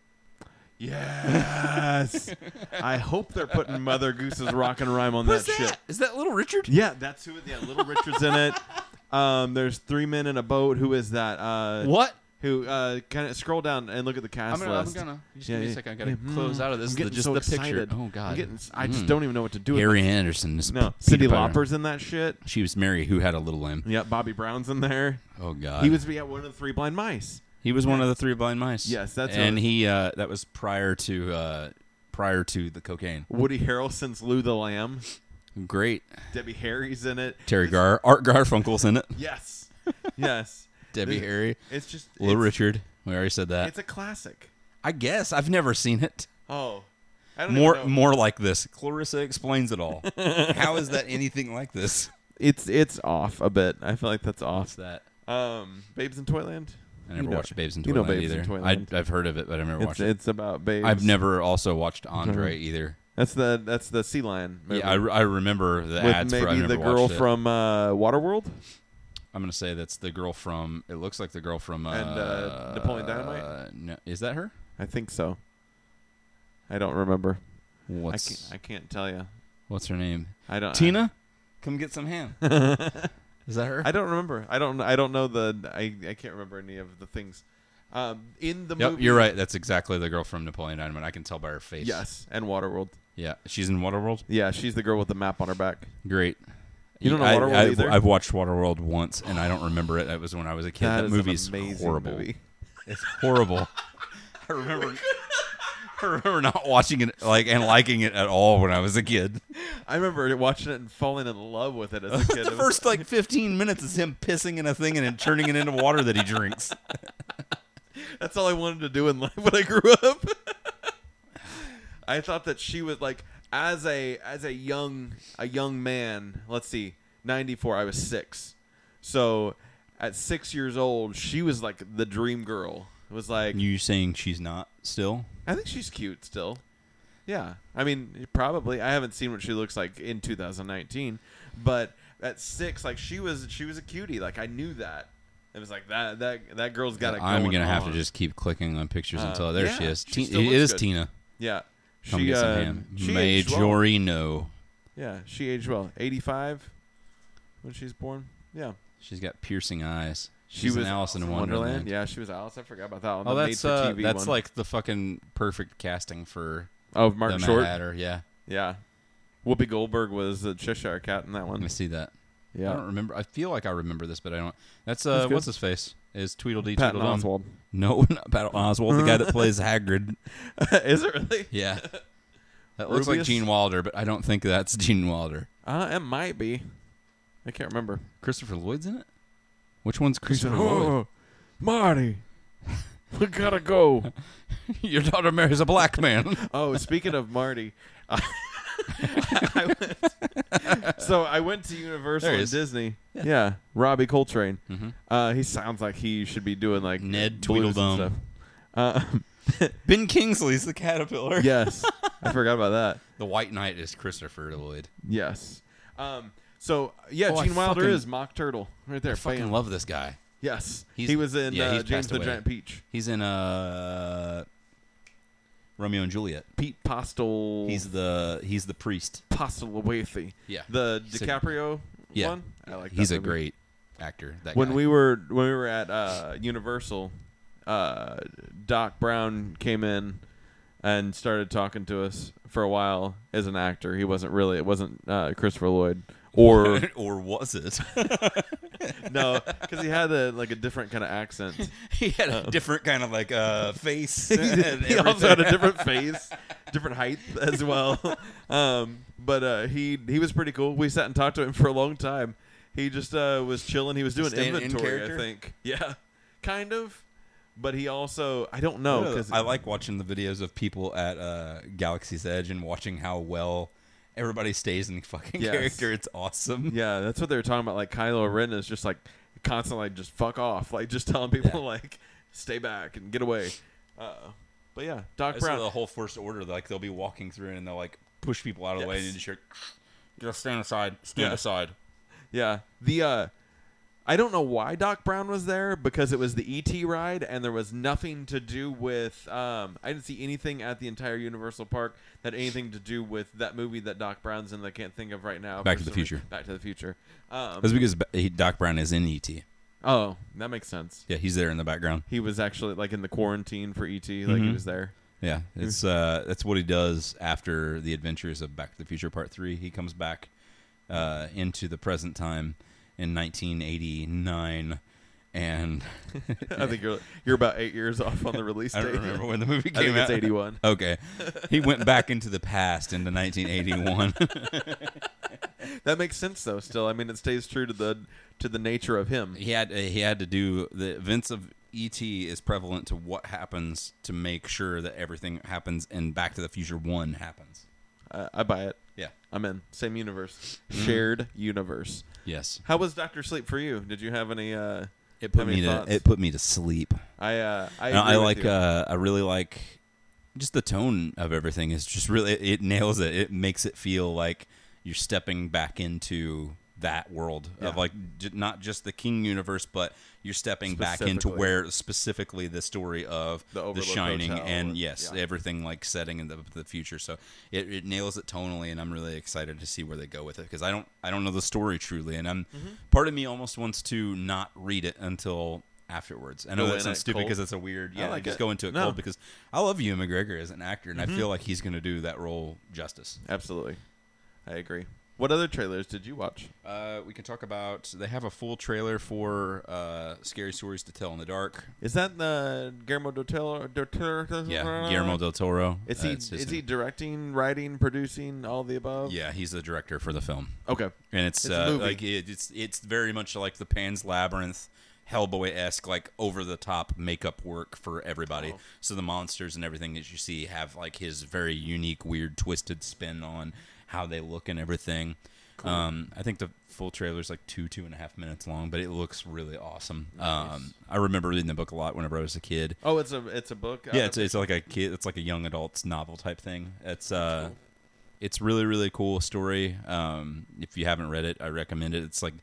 Speaker 2: Yes. I hope they're putting Mother Goose's rock and rhyme on
Speaker 1: Who's
Speaker 2: that
Speaker 1: that?
Speaker 2: shit.
Speaker 1: Is that Little Richard?
Speaker 2: Yeah, that's who. Yeah, Little Richard's in it. Um, there's three men in a boat. Who is that? Uh,
Speaker 1: What?
Speaker 2: who uh, kind of scroll down and look at the
Speaker 3: I'm
Speaker 2: cast
Speaker 3: gonna, I'm
Speaker 2: list.
Speaker 3: gonna. Just
Speaker 2: Yeah,
Speaker 3: give me
Speaker 2: yeah.
Speaker 3: a second. I gotta
Speaker 2: Mm,
Speaker 3: close out of this.
Speaker 2: I'm getting
Speaker 3: just
Speaker 2: so
Speaker 3: the picture.
Speaker 2: excited.
Speaker 3: Oh
Speaker 2: I'm
Speaker 3: God.
Speaker 2: getting s- I
Speaker 1: Mm.
Speaker 2: just don't even know what to do. with
Speaker 1: Harry Anderson is
Speaker 2: it. No,
Speaker 1: P-
Speaker 2: Cindy
Speaker 1: Peter Piper.
Speaker 2: Loppers in that shit.
Speaker 1: She was Mary who had a little lamb.
Speaker 2: Yeah, Bobby Brown's in there.
Speaker 1: Oh God,
Speaker 2: He was yeah, one of the three blind mice.
Speaker 1: he was one of the three blind mice.
Speaker 2: Yes, that's
Speaker 1: and
Speaker 2: a-
Speaker 1: he uh, that was prior to uh, prior to the cocaine.
Speaker 2: Woody Harrelson's Lou the Lamb.
Speaker 1: Great,
Speaker 2: Debbie Harry's in it.
Speaker 1: Terry Gar, Art Garfunkel's in it.
Speaker 2: Yes, yes.
Speaker 1: Debbie
Speaker 2: This-
Speaker 1: Harry,
Speaker 2: It's just
Speaker 1: Little
Speaker 2: it's-
Speaker 1: Richard. We already said that.
Speaker 2: It's a classic.
Speaker 1: I guess I've never seen it.
Speaker 2: Oh, I don't even
Speaker 1: More
Speaker 2: know.
Speaker 1: more like this. Clarissa explains it all. How is that anything like this?
Speaker 2: It's it's off a bit. I feel like that's off.
Speaker 1: That
Speaker 2: Um, Babes in Toyland.
Speaker 1: I never
Speaker 2: You know-
Speaker 1: watched Babes in
Speaker 2: you know
Speaker 1: Toyland
Speaker 2: Babes in
Speaker 1: either.
Speaker 2: Toyland.
Speaker 1: I, I've heard of it, but I've never
Speaker 2: It's, Mm-hmm.
Speaker 1: watched it.
Speaker 2: it's about babes.
Speaker 1: I've never also watched Andre either.
Speaker 2: That's the that's the sea lion. Movie.
Speaker 1: Yeah, I, I remember the
Speaker 2: with
Speaker 1: ads. for, I've
Speaker 2: maybe
Speaker 1: never
Speaker 2: the girl
Speaker 1: watched it.
Speaker 2: from uh, Waterworld
Speaker 1: I'm gonna say that's the girl from. It looks like the girl from uh,
Speaker 2: And, uh, Napoleon Dynamite?
Speaker 1: uh, no, is that her?
Speaker 2: I think so. I don't remember. I can't,
Speaker 1: What's
Speaker 2: I Uh, can't tell you.
Speaker 1: What's her name?
Speaker 2: I don't.
Speaker 1: Tina. Come get some ham. is that her?
Speaker 2: I, don't remember. I don't. I don't know the. I, I can't remember any of the things. Um, in the
Speaker 1: Yep,
Speaker 2: movie,
Speaker 1: you're right. That's exactly the girl from Napoleon Dynamite. I can tell by her face.
Speaker 2: Yes, and Waterworld.
Speaker 1: Yeah, she's in Waterworld.
Speaker 2: Yeah, she's the girl with the map on her back.
Speaker 1: Great.
Speaker 2: You don't know
Speaker 1: I,
Speaker 2: Waterworld
Speaker 1: I've,
Speaker 2: either?
Speaker 1: I've watched Waterworld once, and I don't remember it. That was when I was a kid.
Speaker 2: That
Speaker 1: that
Speaker 2: is
Speaker 1: movie's
Speaker 2: an amazing
Speaker 1: horrible.
Speaker 2: movie.
Speaker 1: It's horrible. I remember. I remember not watching it like and liking it at all when I was a kid.
Speaker 2: I remember watching it and falling in love with it as a kid.
Speaker 1: the
Speaker 2: It was-
Speaker 1: first like 15 minutes is him pissing in a thing and then turning it into water that he drinks.
Speaker 2: That's all I wanted to do in life when I grew up. I thought that she was like as a as a young a young man, let's see, 94 I was 6. So at 6 years old, she was like the dream girl. It was like
Speaker 1: You saying she's not still?
Speaker 2: I think she's cute still. Yeah. I mean, probably. I haven't seen what she looks like in 2019, but at 6 like she was she was a cutie. Like I knew that. It was like that that that girl's got it
Speaker 1: I'm
Speaker 2: going
Speaker 1: gonna have to
Speaker 2: on. Uh,
Speaker 1: just keep clicking on pictures until there she
Speaker 2: yeah,
Speaker 1: is.
Speaker 2: she
Speaker 1: Ti-
Speaker 2: still
Speaker 1: it
Speaker 2: looks
Speaker 1: is
Speaker 2: good.
Speaker 1: Tina.
Speaker 2: Yeah.
Speaker 1: Come
Speaker 2: she,
Speaker 1: get some
Speaker 2: uh,
Speaker 1: ham.
Speaker 2: she aged well.
Speaker 1: Majorino.
Speaker 2: Yeah, she aged well. 85 when she's born. Yeah.
Speaker 1: She's got piercing eyes. She's
Speaker 2: she was
Speaker 1: an Alice in Wonderland.
Speaker 2: Yeah, she was Alice. I forgot about that one.
Speaker 1: Oh,
Speaker 2: the
Speaker 1: that's uh,
Speaker 2: made-for-TV
Speaker 1: that's
Speaker 2: one.
Speaker 1: like the fucking perfect casting for
Speaker 2: oh
Speaker 1: the
Speaker 2: Martin
Speaker 1: Mad
Speaker 2: Short.
Speaker 1: Hatter. Yeah,
Speaker 2: Yeah. Whoopi Goldberg was the Cheshire Cat in that
Speaker 1: let me
Speaker 2: one.
Speaker 1: see that. I don't
Speaker 2: Yeah.
Speaker 1: remember. I feel like I remember this, but I don't. That's
Speaker 2: That's
Speaker 1: uh,
Speaker 2: good.
Speaker 1: what's his face? Is Tweedledee
Speaker 2: Patton
Speaker 1: Tweedledum?
Speaker 2: Oswald.
Speaker 1: No, not Patton Oswald. The guy that plays Hagrid.
Speaker 2: Is it really?
Speaker 1: Yeah. That looks like
Speaker 2: Rubius?
Speaker 1: Gene Wilder, but I don't think that's Gene Wilder.
Speaker 2: Uh, it might be. I can't remember.
Speaker 1: Christopher Lloyd's in it? Which one's Christopher Lloyd?
Speaker 2: "Oh, Marty, we gotta go.
Speaker 1: Your daughter marries a black man.
Speaker 2: Oh, speaking of Marty, I, I went, so I went to Universal
Speaker 1: There he
Speaker 2: and
Speaker 1: is.
Speaker 2: Disney. Yeah. Robbie Coltrane.
Speaker 1: Mm-hmm.
Speaker 2: Uh, he sounds like he should be doing like
Speaker 1: Ned
Speaker 2: blues and
Speaker 1: Tweedledum.
Speaker 2: stuff. Uh,
Speaker 1: ben Kingsley's the caterpillar.
Speaker 2: yes, I forgot about that.
Speaker 1: The White Knight is Christopher Lloyd.
Speaker 2: Yes. Um, so yeah,
Speaker 1: Oh, I
Speaker 2: Gene Wilder
Speaker 1: fucking-
Speaker 2: is Mock Turtle right there.
Speaker 1: I fucking
Speaker 2: Bam.
Speaker 1: love this guy.
Speaker 2: Yes,
Speaker 1: He's-
Speaker 2: he was in
Speaker 1: yeah,
Speaker 2: uh,
Speaker 1: he's
Speaker 2: James
Speaker 1: passed
Speaker 2: the
Speaker 1: away.
Speaker 2: Giant Peach.
Speaker 1: He's in uh Romeo and Juliet.
Speaker 2: Pete Postel.
Speaker 1: He's the he's the priest.
Speaker 2: Postlewaithy.
Speaker 1: Yeah.
Speaker 2: The
Speaker 1: He's a-
Speaker 2: DiCaprio
Speaker 1: Yeah.
Speaker 2: one. I like.
Speaker 1: He's
Speaker 2: that
Speaker 1: a
Speaker 2: movie.
Speaker 1: great actor. That
Speaker 2: when
Speaker 1: guy.
Speaker 2: we were when we were at uh, Universal, uh, Doc Brown came in and started talking to us for a while as an actor. He wasn't really it wasn't uh, Christopher Lloyd or
Speaker 1: or was it?
Speaker 2: no because he had a, like a different kind of accent.
Speaker 1: he had a different kind of like uh face. and
Speaker 2: he also had
Speaker 1: everything.
Speaker 2: a different face, different height as well. Um, but uh, he he was pretty cool. We sat and talked to him for a long time. He just uh, was chilling. He was doing
Speaker 1: Staying in
Speaker 2: inventory, I
Speaker 1: character?
Speaker 2: think. Yeah, kind of. But he also I don't know
Speaker 1: Yeah,
Speaker 2: because
Speaker 1: I like watching the videos of people at uh, Galaxy's Edge and watching how well everybody stays in fucking
Speaker 2: Yes.
Speaker 1: character. It's awesome.
Speaker 2: yeah, that's what they were talking about. Like Kylo Ren is just like constantly like, just fuck off, like just telling people
Speaker 1: Yeah.
Speaker 2: like stay back and get away. Uh, but yeah, Doc
Speaker 1: That's
Speaker 2: Brown.
Speaker 1: the whole first order. Like they'll be walking through and they'll like push people out of the way and then
Speaker 2: Yes.
Speaker 1: just hear, just stand aside, stand
Speaker 2: Yeah.
Speaker 1: aside.
Speaker 2: Yeah. The uh I don't know why Doc Brown was there because it was the ET ride and there was nothing to do with um I didn't see anything at the entire Universal Park that had anything to do with that movie that Doc Brown's in that I can't think of right now.
Speaker 1: Back to
Speaker 2: for
Speaker 1: the
Speaker 2: some reason.
Speaker 1: Future.
Speaker 2: Back to the Future. Um
Speaker 1: That's because Doc Brown is in ET.
Speaker 2: Oh, that makes sense.
Speaker 1: Yeah, he's there in the background.
Speaker 2: He was actually like in the quarantine for ET. Like
Speaker 1: Mm-hmm.
Speaker 2: he was there.
Speaker 1: Yeah, it's uh, that's what he does after the adventures of Back to the Future Part Three. He comes back uh, into the present time in 1989, and
Speaker 2: I think you're you're about eight years off on the release
Speaker 1: I
Speaker 2: date.
Speaker 1: don't remember when the movie came
Speaker 2: I think
Speaker 1: out.
Speaker 2: it's 81.
Speaker 1: Okay, he went back into the past into 1981.
Speaker 2: That makes sense though. Still, I mean, it stays true to the to the nature of him.
Speaker 1: he had uh, he had to do the events of ET is prevalent to what happens to make sure that everything happens in Back to the Future One happens.
Speaker 2: I, I buy it.
Speaker 1: Yeah.
Speaker 2: I'm in. Same universe,
Speaker 1: Mm.
Speaker 2: shared universe.
Speaker 1: Yes.
Speaker 2: How was Doctor Sleep for you? Did you have any? Uh,
Speaker 1: It put
Speaker 2: have
Speaker 1: me
Speaker 2: any
Speaker 1: to
Speaker 2: thoughts?
Speaker 1: it put me to sleep.
Speaker 2: I uh, I,
Speaker 1: And I,
Speaker 2: agree with
Speaker 1: like
Speaker 2: you.
Speaker 1: uh, I really like just the tone of everything is just really it, it nails it. It makes it feel like you're stepping back into that world
Speaker 2: Yeah.
Speaker 1: of like j- not just the King universe, but you're stepping back into
Speaker 2: Specifically.
Speaker 1: where specifically the story of
Speaker 2: The
Speaker 1: the,
Speaker 2: Overlook
Speaker 1: Shining
Speaker 2: Hotel
Speaker 1: and
Speaker 2: and-
Speaker 1: yes,
Speaker 2: yeah.
Speaker 1: everything like setting in the, the future. So it, it nails it tonally, and I'm really excited to see where they go with it because I don't I don't know the story truly, and I'm
Speaker 2: Mm-hmm.
Speaker 1: part of me almost wants to not read it until afterwards. I know
Speaker 2: Go in
Speaker 1: that sounds
Speaker 2: it
Speaker 1: stupid
Speaker 2: cold?
Speaker 1: because it's a weird yeah,
Speaker 2: like
Speaker 1: just
Speaker 2: it.
Speaker 1: go into it
Speaker 2: No. Mm-hmm.
Speaker 1: cold because I love Ewan McGregor as an actor, and I feel like he's going to do that role justice.
Speaker 2: Absolutely, I agree. What other trailers did you watch?
Speaker 1: Uh, we can talk about they have a full trailer for uh, "Scary Stories to Tell in the Dark."
Speaker 2: Is that the Guillermo del Toro? Del Toro-
Speaker 1: Yeah, Guillermo del Toro.
Speaker 2: Uh-huh. Is
Speaker 1: Uh,
Speaker 2: he
Speaker 1: it's his
Speaker 2: is he
Speaker 1: name.
Speaker 2: directing, writing, producing, all the above?
Speaker 1: Yeah, he's the director for the film,
Speaker 2: Okay.
Speaker 1: and it's,
Speaker 2: It's a
Speaker 1: uh,
Speaker 2: movie.
Speaker 1: like it, it's it's very much like the Pan's Labyrinth. Hellboy esque, like over the top makeup work for everybody.
Speaker 2: Oh.
Speaker 1: So the monsters and everything that you see have like his very unique, weird, twisted spin on how they look and everything. Um, I think the full trailer's like two, two and a half minutes long, but it looks really awesome. Um, I remember reading the book a lot whenever I was a kid.
Speaker 2: Oh, it's a it's a book. Uh,
Speaker 1: Yeah, it's, it's like a kid, it's like a young adult's novel type thing. It's uh, it's really really cool story. Um, if you haven't read it, I recommend it. It's like,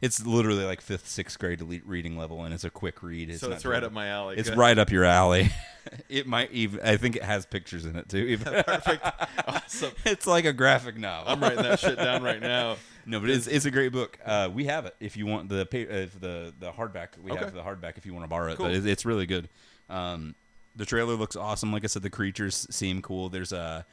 Speaker 1: it's literally like fifth, sixth grade elite reading level, and it's a quick read.
Speaker 2: so
Speaker 1: not
Speaker 2: it's right
Speaker 1: too-
Speaker 2: up my alley.
Speaker 1: It's
Speaker 2: Good.
Speaker 1: right up your alley. it might even. I think it has pictures in it too. Even.
Speaker 2: Perfect. awesome.
Speaker 1: it's like a graphic novel.
Speaker 2: I'm writing that shit down right now.
Speaker 1: No, but it's, it's a great book. Uh, we have it if you want the pa- uh, if the the hardback. We
Speaker 2: Okay.
Speaker 1: have the hardback if you want to borrow it.
Speaker 2: Cool.
Speaker 1: But it, it's really good. Um, the trailer looks awesome. Like I said, the creatures seem cool. There's a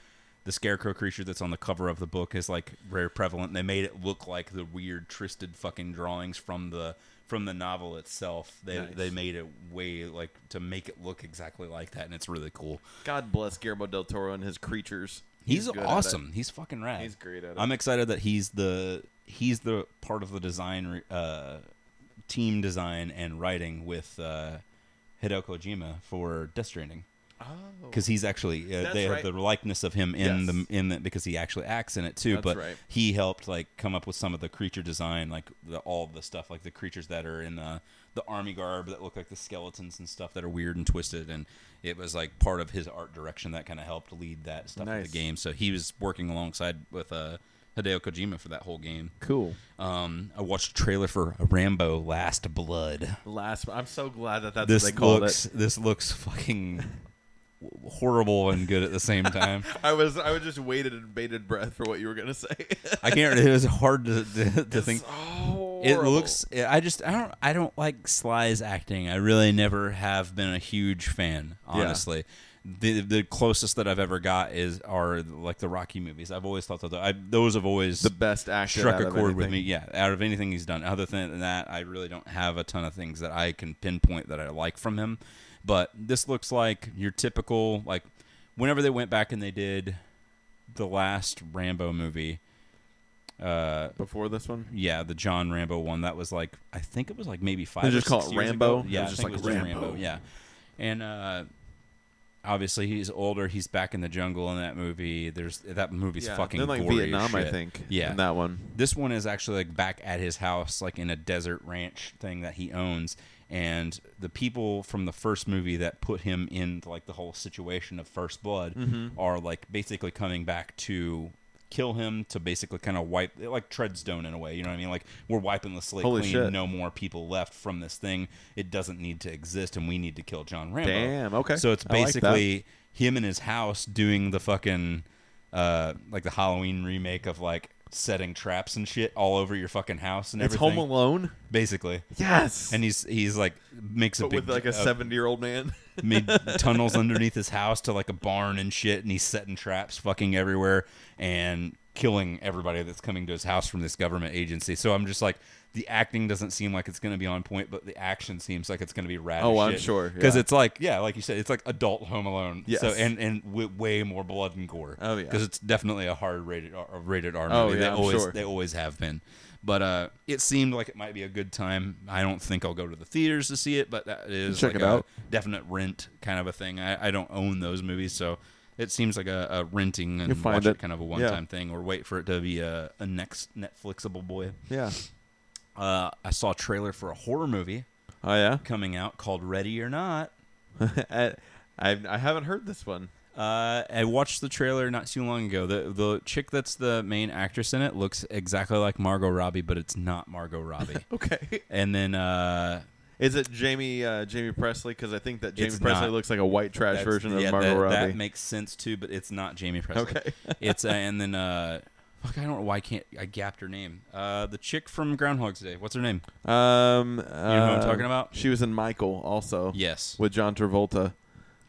Speaker 1: the scarecrow creature that's on the cover of the book is like very prevalent. They made it look like the weird twisted fucking drawings from the from the novel itself. They
Speaker 2: Nice.
Speaker 1: they made it way like to make it look exactly like that, and it's really cool.
Speaker 2: God bless Guillermo del Toro and his creatures.
Speaker 1: He's,
Speaker 2: good at it.
Speaker 1: awesome. He's fucking rad.
Speaker 2: He's great at it.
Speaker 1: I'm excited that he's the he's the part of the design re- uh, team design and writing with uh, Hideo Kojima for Death Stranding
Speaker 2: Oh.
Speaker 1: because he's actually uh,
Speaker 2: That's
Speaker 1: they
Speaker 2: right.
Speaker 1: have the likeness of him in
Speaker 2: Yes.
Speaker 1: the in the, because he actually acts in it too.
Speaker 2: That's
Speaker 1: but
Speaker 2: right.
Speaker 1: he helped like come up with some of the creature design, like the, all the stuff, like the creatures that are in the the army garb that look like the skeletons and stuff that are weird and twisted. And it was like part of his art direction that kind of helped lead that stuff in
Speaker 2: Nice.
Speaker 1: the game. So he was working alongside with uh, Hideo Kojima for that whole game.
Speaker 2: Cool.
Speaker 1: Um, I watched a trailer for Rambo: Last Blood
Speaker 2: Last, I'm so glad that that's
Speaker 1: this
Speaker 2: what they called
Speaker 1: looks
Speaker 2: it.
Speaker 1: this looks fucking horrible and good at the same time.
Speaker 2: I was I was just waited in bated breath for what you were gonna say.
Speaker 1: I can't. It was hard to to, to think.
Speaker 2: oh,
Speaker 1: It looks. I just. I don't. I don't like Sly's acting. I really never have been a huge fan. Honestly. The, the closest that I've ever got is are like the Rocky movies. I've always thought that the, I, those have always
Speaker 2: the best actor.
Speaker 1: struck
Speaker 2: out
Speaker 1: a
Speaker 2: of
Speaker 1: chord with
Speaker 2: anything.
Speaker 1: me. Yeah, out of anything he's done, other than that, I really don't have a ton of things that I can pinpoint that I like from him. But this looks like your typical like whenever they went back and they did the last Rambo movie. Uh,
Speaker 2: Before this one,
Speaker 1: yeah, the John Rambo one. That was like I think it was like maybe five.
Speaker 2: They
Speaker 1: or
Speaker 2: just call
Speaker 1: six
Speaker 2: it
Speaker 1: years
Speaker 2: Rambo?
Speaker 1: ago.
Speaker 2: It
Speaker 1: Yeah,
Speaker 2: was
Speaker 1: I
Speaker 2: just
Speaker 1: think
Speaker 2: like
Speaker 1: it was
Speaker 2: Rambo.
Speaker 1: Rambo. Yeah, and uh, obviously he's older. He's back in the jungle in that movie. There's that movie's
Speaker 2: yeah,
Speaker 1: fucking
Speaker 2: then like
Speaker 1: gory as
Speaker 2: Vietnam, I
Speaker 1: shit.
Speaker 2: think.
Speaker 1: Yeah.
Speaker 2: in that one.
Speaker 1: This one is actually like back at his house, like in a desert ranch thing that he owns. And the people from the first movie that put him in like the whole situation of First Blood
Speaker 2: Mm-hmm.
Speaker 1: are like basically coming back to kill him to basically kind of wipe like treadstone in a way you know what i mean like we're wiping the slate
Speaker 2: Holy
Speaker 1: clean
Speaker 2: shit.
Speaker 1: no more people left from this thing it doesn't need to exist and we need to kill john rambo
Speaker 2: Damn, okay.
Speaker 1: so it's
Speaker 2: I like that.
Speaker 1: basically him in his house doing the fucking uh like the Halloween remake of like setting traps and shit all over your fucking house and
Speaker 2: It's
Speaker 1: everything.
Speaker 2: Home Alone.
Speaker 1: basically.
Speaker 2: Yes.
Speaker 1: And he's he's like makes a
Speaker 2: but
Speaker 1: big
Speaker 2: with like a
Speaker 1: uh,
Speaker 2: seventy-year-old man.
Speaker 1: made tunnels underneath his house to like a barn and shit, and he's setting traps fucking everywhere and killing everybody that's coming to his house from this government agency. So I'm just like, the acting doesn't seem like it's going to be on point, but the action seems like it's going to be rad.
Speaker 2: Oh, I'm sure,
Speaker 1: because
Speaker 2: yeah.
Speaker 1: it's like, yeah, like you said, it's like adult Home Alone.
Speaker 2: Yes.
Speaker 1: So and and wi- way more blood and gore.
Speaker 2: Oh, yeah.
Speaker 1: because it's definitely a hard rated R, a rated R movie.
Speaker 2: Oh,
Speaker 1: they
Speaker 2: yeah, I'm
Speaker 1: always
Speaker 2: sure.
Speaker 1: they always have been. But uh, it seemed like it might be a good time. I don't think I'll go to the theaters to see it, but that is
Speaker 2: Check
Speaker 1: like
Speaker 2: it
Speaker 1: a
Speaker 2: out.
Speaker 1: definite rent kind of a thing. I, I don't own those movies, so it seems like a, a renting and
Speaker 2: You'll find
Speaker 1: watch it.
Speaker 2: it.
Speaker 1: kind of a
Speaker 2: Yeah.
Speaker 1: one time thing, or wait for it to be a, a next Netflixable boy.
Speaker 2: yeah.
Speaker 1: Uh, I saw a trailer for a horror movie
Speaker 2: Oh yeah.
Speaker 1: coming out called Ready or Not.
Speaker 2: I, I I haven't heard this one.
Speaker 1: Uh, I watched the trailer not too long ago. The the chick that's the main actress in it looks exactly like Margot Robbie, but it's not Margot Robbie.
Speaker 2: Okay.
Speaker 1: and then uh,
Speaker 2: Is it Jamie uh, Jamie Presley? Because I think that Jamie
Speaker 1: It's
Speaker 2: Presley
Speaker 1: not.
Speaker 2: looks like a white trash
Speaker 1: That's-
Speaker 2: version of
Speaker 1: yeah,
Speaker 2: Margot
Speaker 1: that,
Speaker 2: Robbie.
Speaker 1: That makes sense too, but it's not Jamie Presley.
Speaker 2: Okay.
Speaker 1: it's uh, and then uh, fuck, I don't know why I can't I gapped her name. Uh, the chick from Groundhog's Day. What's her name?
Speaker 2: um, you know
Speaker 1: I'm talking about?
Speaker 2: She was in Michael also.
Speaker 1: Yes,
Speaker 2: With John Travolta,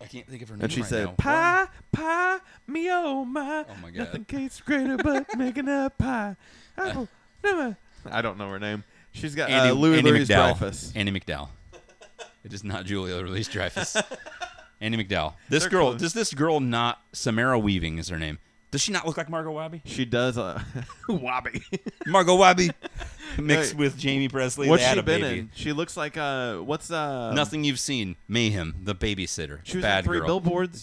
Speaker 1: I can't think of her name.
Speaker 2: Oh. and she
Speaker 1: right now.
Speaker 2: said,
Speaker 1: What?
Speaker 2: "Pie, pie, me oh my,
Speaker 1: Oh my God. Uh.
Speaker 2: nothing tastes greater but making a pie." Apple, never. I don't know her name. She's got
Speaker 1: Andy,
Speaker 2: uh, Louis
Speaker 1: Andy
Speaker 2: Louis
Speaker 1: McDowell.
Speaker 2: Dreyfus.
Speaker 1: Andy McDowell. It is not Julia Louis Dreyfus. Andy McDowell. This
Speaker 2: They're
Speaker 1: girl.
Speaker 2: close.
Speaker 1: Does this girl not Samara Weaving is her name? Does she not look like Margot Robbie?
Speaker 2: She does uh, wobby.
Speaker 1: Margot Robbie mixed
Speaker 2: Hey,
Speaker 1: with Jamie Presley.
Speaker 2: What's
Speaker 1: they had
Speaker 2: she
Speaker 1: a
Speaker 2: been
Speaker 1: baby.
Speaker 2: in? She looks like uh, what's uh,
Speaker 1: Nothing you've seen. Mayhem, the babysitter.
Speaker 2: She was
Speaker 1: Bad
Speaker 2: in three
Speaker 1: girl.
Speaker 2: billboards.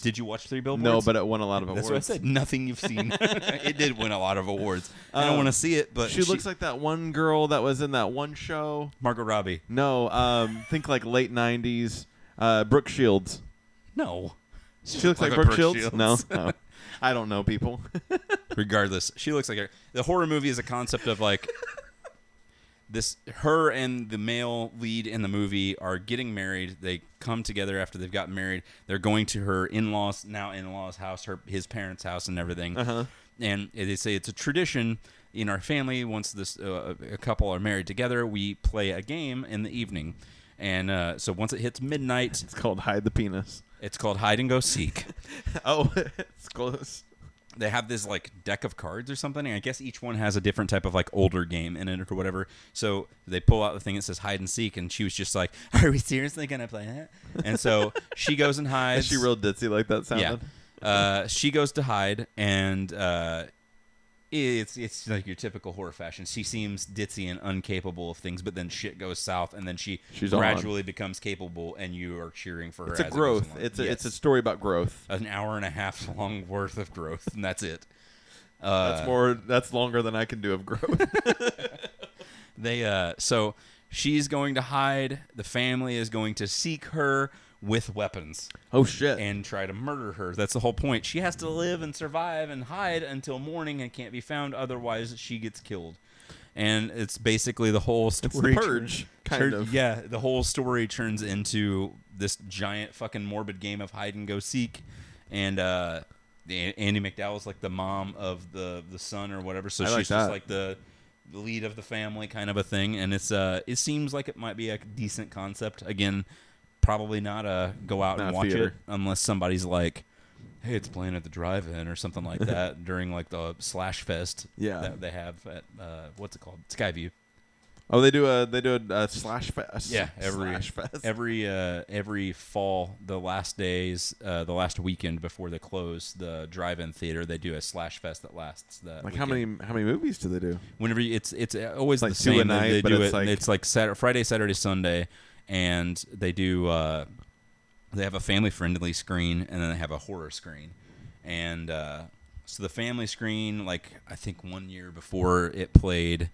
Speaker 1: Did you watch Three Billboards?
Speaker 2: no, but it won a lot of awards.
Speaker 1: That's what I said. Nothing you've seen. it did win a lot of awards. I don't
Speaker 2: Um,
Speaker 1: want to see it, but
Speaker 2: She, looks like that one girl that was in that one show.
Speaker 1: Margot Robbie.
Speaker 2: No, um, think like late '90s. Uh, Brooke Shields.
Speaker 1: No.
Speaker 2: She looks like, Brooke, Shields. No, no, I don't know people.
Speaker 1: Regardless, she looks like her. The horror movie is a concept of like this. Her and the male lead in the movie are getting married. They come together after they've gotten married. They're going to her in-laws now in-laws house, her his parents' house, and everything.
Speaker 2: Uh-huh.
Speaker 1: and they say it's a tradition in our family once this uh, a couple are married together we play a game in the evening and uh, so once it hits midnight
Speaker 2: it's called Hide the Penis.
Speaker 1: it's called hide and go seek
Speaker 2: Oh, it's close.
Speaker 1: they have this like deck of cards or something and i guess each one has a different type of like older game in it or whatever so they pull out the thing that says hide and seek and she was just like are we seriously gonna play that and so she goes and
Speaker 2: Is
Speaker 1: hides
Speaker 2: she real ditzy like that sounded?
Speaker 1: yeah. Uh, she goes to hide, and uh, it's it's like your typical horror fashion. She seems ditzy and incapable of things, but then shit goes south, and then she
Speaker 2: She's on.
Speaker 1: gradually becomes capable, and you are cheering for her.
Speaker 2: It's a
Speaker 1: as it goes
Speaker 2: growth.
Speaker 1: along.
Speaker 2: It's a it's a
Speaker 1: Yes.
Speaker 2: story about growth.
Speaker 1: an hour and a half long worth of growth, and that's it.
Speaker 2: That's more. That's longer than I can do of growth.
Speaker 1: They uh so she's going to hide. The family is going to seek her with weapons.
Speaker 2: oh shit!
Speaker 1: and try to murder her. That's the whole point. She has to live and survive and hide until morning and can't be found. Otherwise, she gets killed. And it's basically the whole
Speaker 2: the
Speaker 1: story.
Speaker 2: Purge, kind
Speaker 1: turn-
Speaker 2: of.
Speaker 1: Yeah, the whole story turns into this giant fucking morbid game of hide and go seek. And uh, the- Andy McDowell's like the mom of the the son or whatever. So
Speaker 2: I
Speaker 1: she's
Speaker 2: like
Speaker 1: just
Speaker 2: that.
Speaker 1: like the the lead of the family kind of a thing and it's uh it seems like it might be a decent concept again probably not a go out
Speaker 2: Not
Speaker 1: and watch it
Speaker 2: theater.
Speaker 1: unless somebody's like hey it's playing at the drive-in or something like that during like the slash fest
Speaker 2: Yeah.
Speaker 1: that they have at uh what's it called skyview
Speaker 2: Oh, they do a they do a, a slash fest.
Speaker 1: yeah every
Speaker 2: slash fest.
Speaker 1: every uh every fall the last days uh the last weekend before they close the drive-in theater they do a slash fest that lasts that
Speaker 2: like how
Speaker 1: weekend.
Speaker 2: many how many movies do they do?
Speaker 1: whenever you, it's it's always
Speaker 2: like
Speaker 1: the
Speaker 2: two
Speaker 1: same. They-
Speaker 2: a night,
Speaker 1: they
Speaker 2: but
Speaker 1: do it.
Speaker 2: it's like-
Speaker 1: it's like Saturday, Friday, Saturday, Sunday, and they do. Uh, they have a family friendly screen, and then they have a horror screen, and uh, so the family screen, like I think one year before it played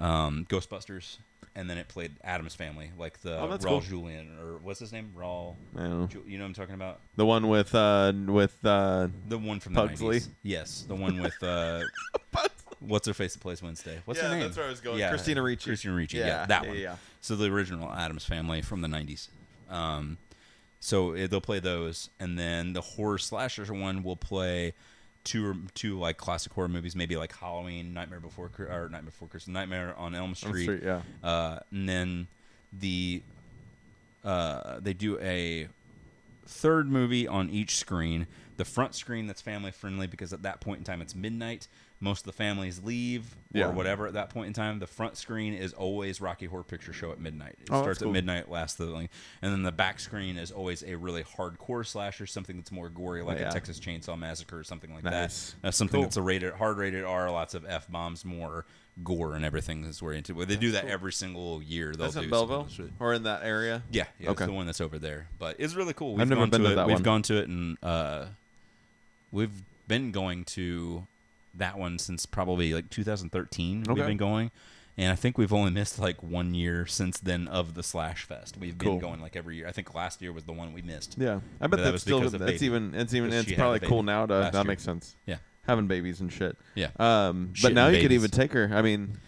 Speaker 1: um, Ghostbusters. And then it played Adam's Family, like the
Speaker 2: Oh, that's
Speaker 1: Raul
Speaker 2: cool.
Speaker 1: Julian or what's his name, Raul.
Speaker 2: I don't know.
Speaker 1: Ju- you know what I'm talking about?
Speaker 2: The one with uh with uh
Speaker 1: The one from the
Speaker 2: Pugsley?
Speaker 1: 90s. Yes, the one with uh, what's her face that plays Wednesday. What's her
Speaker 2: Yeah,
Speaker 1: name?
Speaker 2: that's where I was going. Christina Ricci.
Speaker 1: Christina Ricci. Yeah,
Speaker 2: Yeah,
Speaker 1: that
Speaker 2: yeah,
Speaker 1: one.
Speaker 2: yeah.
Speaker 1: So the original Adams Family from the '90s. Um, so eh, they'll play those, and then the horror slasher one will play two or two like classic horror movies, maybe like Halloween, Nightmare Before Chri- or Nightmare Before Christmas, Nightmare on Elm Street,
Speaker 2: Street, yeah.
Speaker 1: uh, and then the uh, they do a third movie on each screen. The front screen that's family friendly because at that point in time it's midnight. Most of the families leave
Speaker 2: Yeah.
Speaker 1: or whatever at that point in time. The front screen is always Rocky Horror Picture Show at midnight. It
Speaker 2: Oh, that's
Speaker 1: starts
Speaker 2: cool.
Speaker 1: at midnight, lasts the like, and then the back screen is always a really hardcore slasher, something that's more gory, like
Speaker 2: Yeah.
Speaker 1: a Texas Chainsaw Massacre or something like
Speaker 2: Nice.
Speaker 1: that. Uh, something
Speaker 2: Cool.
Speaker 1: that's a rated hard rated R, lots of f bombs, more gore and everything that's we're into. Well, they do that every single year. They'll
Speaker 2: That's
Speaker 1: do something
Speaker 2: in Belleville
Speaker 1: like that.
Speaker 2: or in that area.
Speaker 1: Yeah, yeah
Speaker 2: Okay.
Speaker 1: it's the one that's over there. But it's really cool. We've
Speaker 2: I've never
Speaker 1: gone
Speaker 2: been
Speaker 1: to
Speaker 2: to
Speaker 1: it.
Speaker 2: that
Speaker 1: We've
Speaker 2: one.
Speaker 1: gone to it, and uh, we've been going to that one since probably like 2013.
Speaker 2: Okay.
Speaker 1: We've been going, and I think we've only missed like one year since then of the Slash Fest. We've
Speaker 2: Cool.
Speaker 1: been going like every year. I think last year was the one we missed.
Speaker 2: Yeah, I
Speaker 1: But
Speaker 2: bet
Speaker 1: that
Speaker 2: that's
Speaker 1: was
Speaker 2: still
Speaker 1: because of
Speaker 2: that's
Speaker 1: baby.
Speaker 2: even it's even
Speaker 1: Because
Speaker 2: it's
Speaker 1: she had a
Speaker 2: probably
Speaker 1: baby
Speaker 2: cool now. To,
Speaker 1: last
Speaker 2: that
Speaker 1: year.
Speaker 2: makes sense.
Speaker 1: Yeah.
Speaker 2: having babies and shit.
Speaker 1: Yeah.
Speaker 2: Um, but
Speaker 1: Shitting
Speaker 2: now you could
Speaker 1: babies.
Speaker 2: even take her. I mean,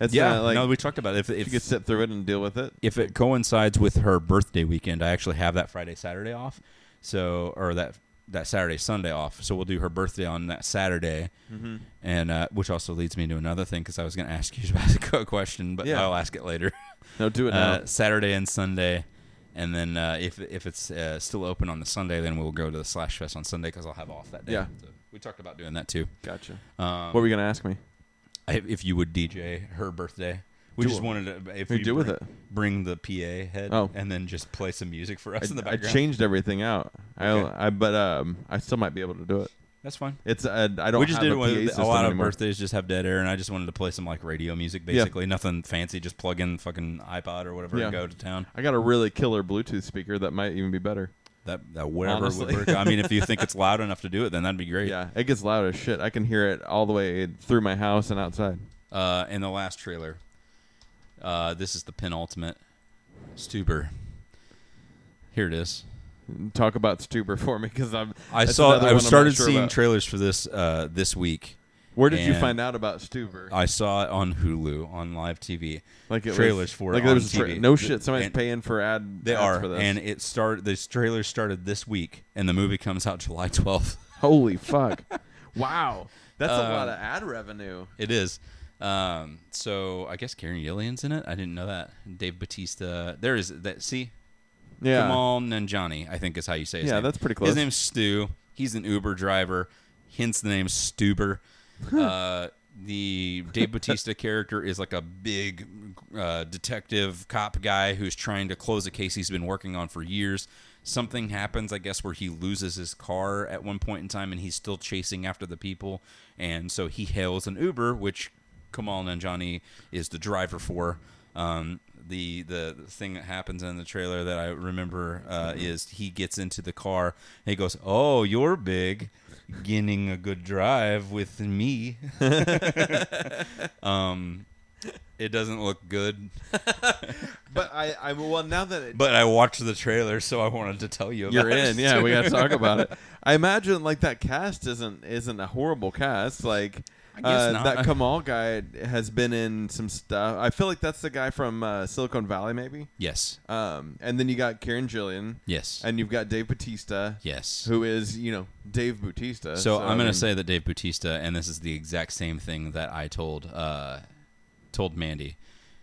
Speaker 2: it's
Speaker 1: yeah,
Speaker 2: not like
Speaker 1: no, we talked about it. if
Speaker 2: she could
Speaker 1: if,
Speaker 2: sit through it and deal with it.
Speaker 1: if it coincides with her birthday weekend. I actually have that Friday Saturday off, so or that that Saturday Sunday off. So we'll do her birthday on that Saturday.
Speaker 2: Mm-hmm.
Speaker 1: and uh, which also leads me to another thing because I was going to ask you about a question, but
Speaker 2: Yeah.
Speaker 1: I'll ask it later.
Speaker 2: No, do it now.
Speaker 1: Uh, Saturday and Sunday, and then uh, if if it's uh, still open on the Sunday, then we'll go to the Slash Fest on Sunday because I'll have off that day.
Speaker 2: Yeah.
Speaker 1: So we talked about doing that too.
Speaker 2: Gotcha.
Speaker 1: Um,
Speaker 2: What were you gonna ask me?
Speaker 1: I- if you would DJ her birthday, we
Speaker 2: Do
Speaker 1: just
Speaker 2: it.
Speaker 1: wanted to if
Speaker 2: What do you do
Speaker 1: bring,
Speaker 2: with it?
Speaker 1: bring the PA head
Speaker 2: Oh.
Speaker 1: and then just play some music for us in the
Speaker 2: I, I
Speaker 1: background.
Speaker 2: changed everything out.
Speaker 1: Okay.
Speaker 2: I, I but um I still might be able to do it.
Speaker 1: That's fine.
Speaker 2: It's uh, I don't.
Speaker 1: we just
Speaker 2: have
Speaker 1: did
Speaker 2: a,
Speaker 1: one-
Speaker 2: PA
Speaker 1: a
Speaker 2: system
Speaker 1: lot of
Speaker 2: anymore.
Speaker 1: birthdays just have dead air, and I just wanted to play some like radio music,
Speaker 2: Yeah.
Speaker 1: basically nothing fancy. Just plug in fucking iPod or whatever
Speaker 2: Yeah.
Speaker 1: and go to town.
Speaker 2: I got a really killer Bluetooth speaker that might even be better.
Speaker 1: That that whatever
Speaker 2: Honestly.
Speaker 1: would work. I mean, if you think it's loud enough to do it, then that'd be great.
Speaker 2: Yeah, it gets loud as shit. I can hear it all the way through my house and outside.
Speaker 1: Uh, and the last trailer, uh, this is the penultimate Stuber. Here it is.
Speaker 2: Talk about Stuber for me because I'm.
Speaker 1: I
Speaker 2: that's
Speaker 1: saw.
Speaker 2: another one
Speaker 1: I
Speaker 2: I'm not
Speaker 1: started
Speaker 2: sure
Speaker 1: seeing
Speaker 2: about.
Speaker 1: trailers for this uh, this week.
Speaker 2: Where did you
Speaker 1: and-
Speaker 2: find out about Stuber?
Speaker 1: I saw it on Hulu on live TV.
Speaker 2: like it
Speaker 1: trailers
Speaker 2: was,
Speaker 1: for it
Speaker 2: like
Speaker 1: on
Speaker 2: there was a tra-
Speaker 1: TV.
Speaker 2: no shit. Somebody's
Speaker 1: And-
Speaker 2: paying for ad.
Speaker 1: They
Speaker 2: ads
Speaker 1: are,
Speaker 2: for this.
Speaker 1: and it started. This trailer started this week, and the movie comes out July twelfth.
Speaker 2: holy fuck, wow, that's a
Speaker 1: Uh,
Speaker 2: lot of ad revenue.
Speaker 1: It is. Um, so I guess Karen Gillian's in it. I didn't know that. Dave Batista. There is that. See,
Speaker 2: Yeah,
Speaker 1: Kamal Nanjani, I think is how you say his
Speaker 2: Yeah,
Speaker 1: name.
Speaker 2: that's pretty close.
Speaker 1: His name's Stu. He's an Uber driver, hence the name Stuber. uh, the Dave Batista character is like a big uh, detective cop guy who's trying to close a case he's been working on for years. Something happens, I guess, where he loses his car at one point in time, and he's still chasing after the people. And so he hails an Uber, which Kamal Nanjani is the driver for. Um, the, the the thing that happens in the trailer that I remember uh,
Speaker 2: Mm-hmm.
Speaker 1: is he gets into the car and he goes, "Oh, you're big, getting a good drive with me." um, it doesn't look good,
Speaker 2: but I, I well now that it,
Speaker 1: but I watched the trailer, so I wanted to tell you. About
Speaker 2: you're in,
Speaker 1: it.
Speaker 2: yeah, we gotta talk about it. I imagine like that cast isn't isn't a horrible cast. Like
Speaker 1: I guess
Speaker 2: uh,
Speaker 1: not.
Speaker 2: that Kamal guy has been in some stuff. I feel like that's the guy from uh, Silicon Valley, maybe.
Speaker 1: yes,
Speaker 2: Um, and then you got Karen Gillian,
Speaker 1: yes,
Speaker 2: and you've got Dave Batista,
Speaker 1: yes.
Speaker 2: who is you know Dave Bautista.
Speaker 1: So,
Speaker 2: I
Speaker 1: I'm gonna
Speaker 2: mean-
Speaker 1: say that Dave Bautista, and this is the exact same thing that I told uh, told Mandy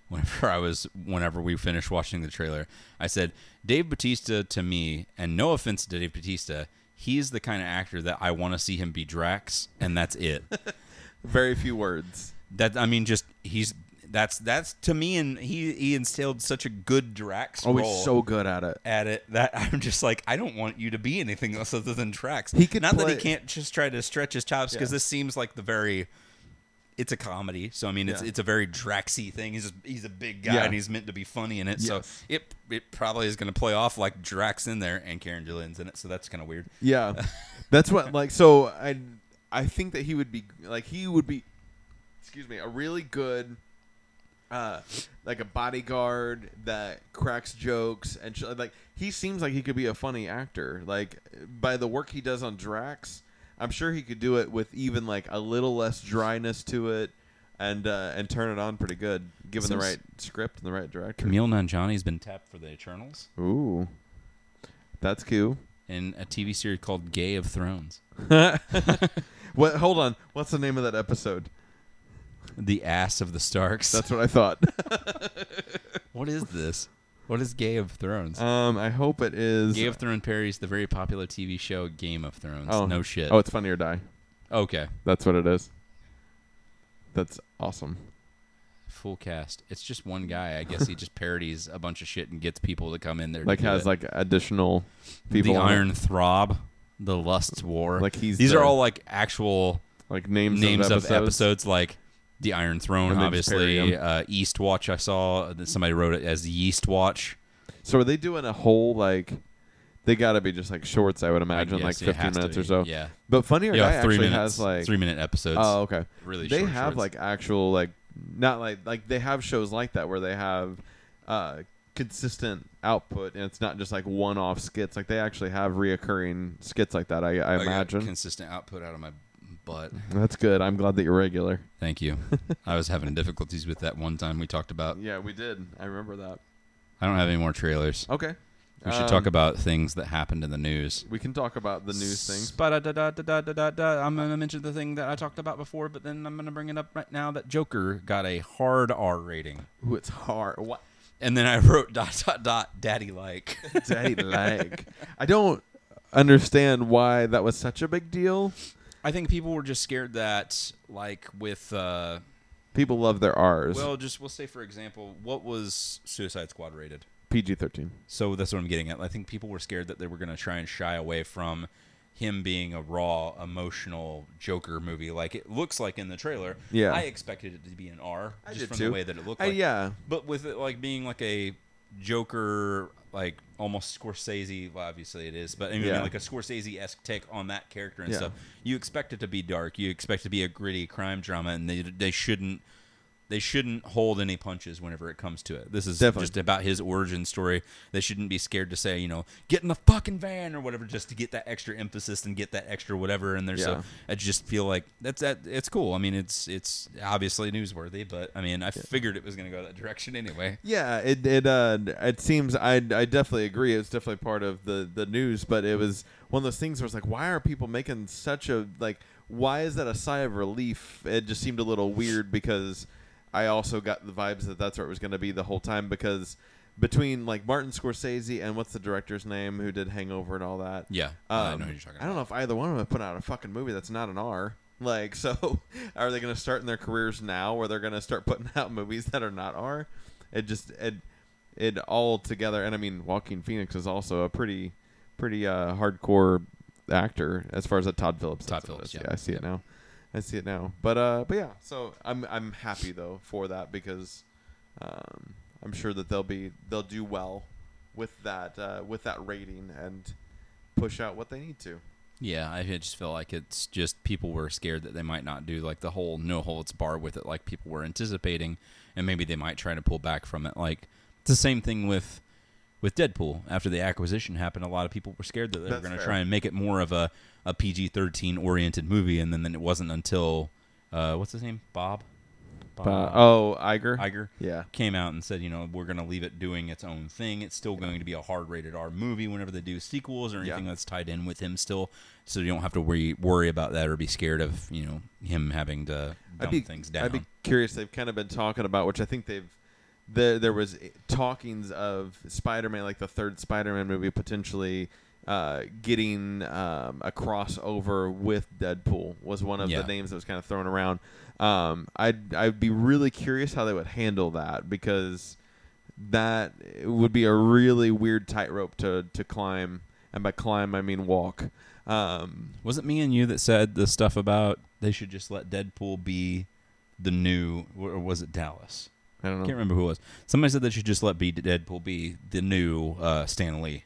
Speaker 1: whenever I was whenever we finished watching the trailer. I said Dave Bautista to me, and no offense to Dave Bautista, he's the kind of actor that I want to see him be Drax, and that's it.
Speaker 2: very few words.
Speaker 1: that I mean, just he's that's that's to me, and he he instilled such a good Drax
Speaker 2: Oh,
Speaker 1: role
Speaker 2: he's so good at it.
Speaker 1: at it that I'm just like, I don't want you to be anything else other than tracks.
Speaker 2: He could
Speaker 1: not that he
Speaker 2: play-
Speaker 1: can't just try to stretch his chops because
Speaker 2: Yeah.
Speaker 1: this seems like the very. It's a comedy, so I mean, it's
Speaker 2: Yeah.
Speaker 1: it's a very Draxy thing. He's just, he's a big guy
Speaker 2: Yeah.
Speaker 1: and he's meant to be funny in it, so
Speaker 2: Yes.
Speaker 1: it it probably is going to play off like Drax in there and Karen Gillan's in it, so that's kind of weird.
Speaker 2: Yeah, that's what like. So I, I think that he would be like he would be, excuse me, a really good, uh, like a bodyguard that cracks jokes and sh- like he seems like he could be a funny actor. Like by the work he does on Drax, I'm sure he could do it with even like a little less dryness to it. And uh, and turn it on pretty good, given the
Speaker 1: Seems-
Speaker 2: right script and the right director.
Speaker 1: Camille Nanjiani's been tapped for the Eternals.
Speaker 2: Ooh, that's cool.
Speaker 1: in a TV series called Gay of Thrones.
Speaker 2: What? Hold on. What's the name of that episode?
Speaker 1: The ass of the Starks.
Speaker 2: That's what I thought.
Speaker 1: what is this? What is Gay of Thrones?
Speaker 2: um, I hope it is.
Speaker 1: Gay of Thrones parries the very popular TV show Game of Thrones.
Speaker 2: oh
Speaker 1: No shit.
Speaker 2: Oh, it's Funny or Die.
Speaker 1: okay.
Speaker 2: That's what it is. That's awesome.
Speaker 1: Full cast. It's just one guy. I guess he just parodies a bunch of shit and gets people to come in there. to
Speaker 2: Like
Speaker 1: do
Speaker 2: has
Speaker 1: it.
Speaker 2: like additional people.
Speaker 1: the
Speaker 2: on it.
Speaker 1: Iron Throb, the Lust's War.
Speaker 2: Like he's
Speaker 1: these
Speaker 2: the-
Speaker 1: are all like actual
Speaker 2: like names,
Speaker 1: names
Speaker 2: of episodes.
Speaker 1: of episodes like the Iron Throne,
Speaker 2: And they just parody
Speaker 1: obviously.
Speaker 2: 'em.
Speaker 1: Uh, East Watch, I saw that somebody wrote it as Yeast Watch.
Speaker 2: So are they doing a whole like? They got to be just like shorts, I would imagine,
Speaker 1: guess
Speaker 2: like
Speaker 1: it
Speaker 2: fifteen
Speaker 1: has to
Speaker 2: minutes or
Speaker 1: be,
Speaker 2: so.
Speaker 1: Yeah,
Speaker 2: But Funny or Die
Speaker 1: yeah, three
Speaker 2: actually
Speaker 1: minutes,
Speaker 2: has like
Speaker 1: three minute episodes.
Speaker 2: Oh, okay.
Speaker 1: really,
Speaker 2: they
Speaker 1: short
Speaker 2: have
Speaker 1: shorts.
Speaker 2: like actual like not like like they have shows like that where they have uh consistent output and it's not just like one off skits. Like they actually have reoccurring skits like that. I, I,
Speaker 1: I got
Speaker 2: imagine
Speaker 1: consistent output out of my butt.
Speaker 2: that's good. I'm glad that you're regular.
Speaker 1: Thank you. I was having difficulties with that one time we talked about.
Speaker 2: Yeah, we did. I remember that.
Speaker 1: I don't have any more trailers.
Speaker 2: Okay.
Speaker 1: We should
Speaker 2: Um,
Speaker 1: talk about things that happened in the news.
Speaker 2: We can talk about the news things.
Speaker 1: Spa-da-da-da-da-da-da-da. I'm going to mention the thing that I talked about before, but then I'm going to bring it up right now that Joker got a hard R rating.
Speaker 2: Ooh, it's hard. What?
Speaker 1: And then I wrote dot dot dot daddy like.
Speaker 2: Daddy lag. I don't understand why that was such a big deal.
Speaker 1: I think people were just scared that like with uh
Speaker 2: People love their R's.
Speaker 1: well just we'll say for example what was Suicide Squad rated?
Speaker 2: PG thirteen.
Speaker 1: So that's what I'm getting at. I think people were scared that they were going to try and shy away from him being a raw, emotional Joker movie, like it looks like in the trailer.
Speaker 2: Yeah.
Speaker 1: I expected it to be an R,
Speaker 2: I
Speaker 1: just
Speaker 2: did
Speaker 1: from
Speaker 2: too.
Speaker 1: the way that it looked.
Speaker 2: Uh,
Speaker 1: like.
Speaker 2: yeah.
Speaker 1: But with it like being like a Joker, like almost Scorsese, well, obviously it is, but I mean,
Speaker 2: Yeah.
Speaker 1: like a Scorsese esque take on that character and
Speaker 2: Yeah.
Speaker 1: stuff. You expect it to be dark. You expect it to be a gritty crime drama, and they they shouldn't they shouldn't hold any punches whenever it comes to it. This is
Speaker 2: Definitely.
Speaker 1: just about his origin story. They shouldn't be scared to say, you know, get in the fucking van or whatever, just to get that extra emphasis and get that extra whatever in there.
Speaker 2: Yeah.
Speaker 1: So I just feel like that's that. It's cool. I mean, it's it's obviously newsworthy, but I mean, I figured it was going to go that direction anyway.
Speaker 2: Yeah, it it uh, it seems I I definitely agree. It was definitely part of the the news, but it was one of those things where it's like, why are people making such a like? Why is that a sigh of relief? It just seemed a little weird because I also got the vibes that that's where it was going to be the whole time because between like Martin Scorsese and what's the director's name who did Hangover and all that.
Speaker 1: Yeah, I know
Speaker 2: Um,
Speaker 1: who you're talking
Speaker 2: I don't
Speaker 1: about.
Speaker 2: know if either one of them have put out a fucking movie that's not an R. Like, so are they going to start in their careers now, where they're going to start putting out movies that are not R? It just it it all together, and I mean, Joaquin Phoenix is also a pretty pretty uh, hardcore actor as far as a Todd Phillips.
Speaker 1: Todd
Speaker 2: that's what it
Speaker 1: Phillips,
Speaker 2: is.
Speaker 1: yeah.
Speaker 2: I see it now. I see it now. But uh, but yeah, so I'm I'm happy though for that because um, I'm sure that they'll be they'll do well with that uh, with that rating and push out what they need to.
Speaker 1: Yeah, I just feel like it's just people were scared that they might not do like the whole no holds bar with it, like people were anticipating, and maybe they might try to pull back from it. Like it's the same thing with with Deadpool after the acquisition happened. A lot of people were scared that they
Speaker 2: That's
Speaker 1: were going to
Speaker 2: fair.
Speaker 1: try and make it more of a a PG thirteen oriented movie, and then, then it wasn't until uh, what's his name, Bob,
Speaker 2: Uh, oh, Iger.
Speaker 1: Iger,
Speaker 2: Yeah.
Speaker 1: came out and said, you know, we're going to leave it doing its own thing. It's still going to be a hard rated R movie whenever they do sequels or
Speaker 2: Yeah.
Speaker 1: anything that's tied in with him still. So you don't have to worry, worry about that or be scared of, you know, him having to dumb things down.
Speaker 2: I'd be curious. They've kind of been talking about, which I think they've. There, there was eh, talkings of Spider-Man, like the third Spider-Man movie, potentially uh, getting um, a crossover with Deadpool. Was one of
Speaker 1: Yeah.
Speaker 2: the names that was kind of thrown around. Um, I'd I'd be really curious how they would handle that because that would be a really weird tightrope to to climb, and by climb I mean walk. Um,
Speaker 1: Was it me and you that said the stuff about they should just let Deadpool be the new, or was it Dallas?
Speaker 2: I don't know.
Speaker 1: I can't remember who it was. Somebody said they should just let be Deadpool be the new uh, Stan Lee.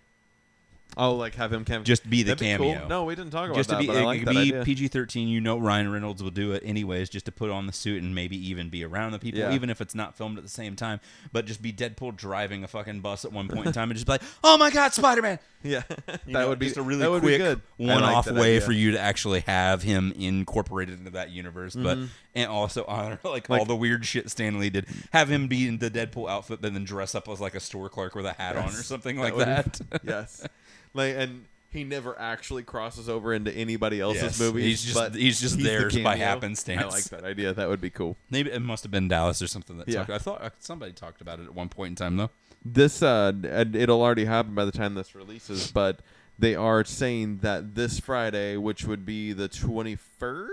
Speaker 2: Oh, like have him kind of
Speaker 1: Just be the
Speaker 2: That'd
Speaker 1: cameo.
Speaker 2: Cool. No, we didn't talk about
Speaker 1: just
Speaker 2: that.
Speaker 1: to be,
Speaker 2: but I
Speaker 1: it
Speaker 2: like
Speaker 1: could
Speaker 2: that
Speaker 1: be
Speaker 2: idea.
Speaker 1: PG thirteen. You know, Ryan Reynolds will do it anyways, just to put on the suit and maybe even be around the people,
Speaker 2: Yeah.
Speaker 1: even if it's not filmed at the same time. But just be Deadpool driving a fucking bus at one point in time and just be like, "Oh my God, Spider Man!"
Speaker 2: yeah, that would be
Speaker 1: just a really
Speaker 2: that would be
Speaker 1: quick
Speaker 2: good. I like
Speaker 1: one off
Speaker 2: that
Speaker 1: way
Speaker 2: idea.
Speaker 1: for you to actually have him incorporated into that universe, but and also honor like, all
Speaker 2: Mm-hmm. Like-
Speaker 1: the weird shit Stanley did. Have him be in the Deadpool outfit, but then dress up as like a store clerk with a hat on or
Speaker 2: Yes.
Speaker 1: something like
Speaker 2: would
Speaker 1: that.
Speaker 2: be- yes, like and He never actually crosses over into anybody else's
Speaker 1: Yes,
Speaker 2: movies.
Speaker 1: he's just-
Speaker 2: but
Speaker 1: he's just
Speaker 2: the
Speaker 1: theirs by
Speaker 2: cameo.
Speaker 1: happenstance.
Speaker 2: I like that idea. That would be cool.
Speaker 1: Maybe it must have been Dallas or something that
Speaker 2: Yeah.
Speaker 1: talked. I thought uh, somebody talked about it at one point in time though.
Speaker 2: this uh and it'll already happen by the time this releases but they are saying that this friday which would be the 21st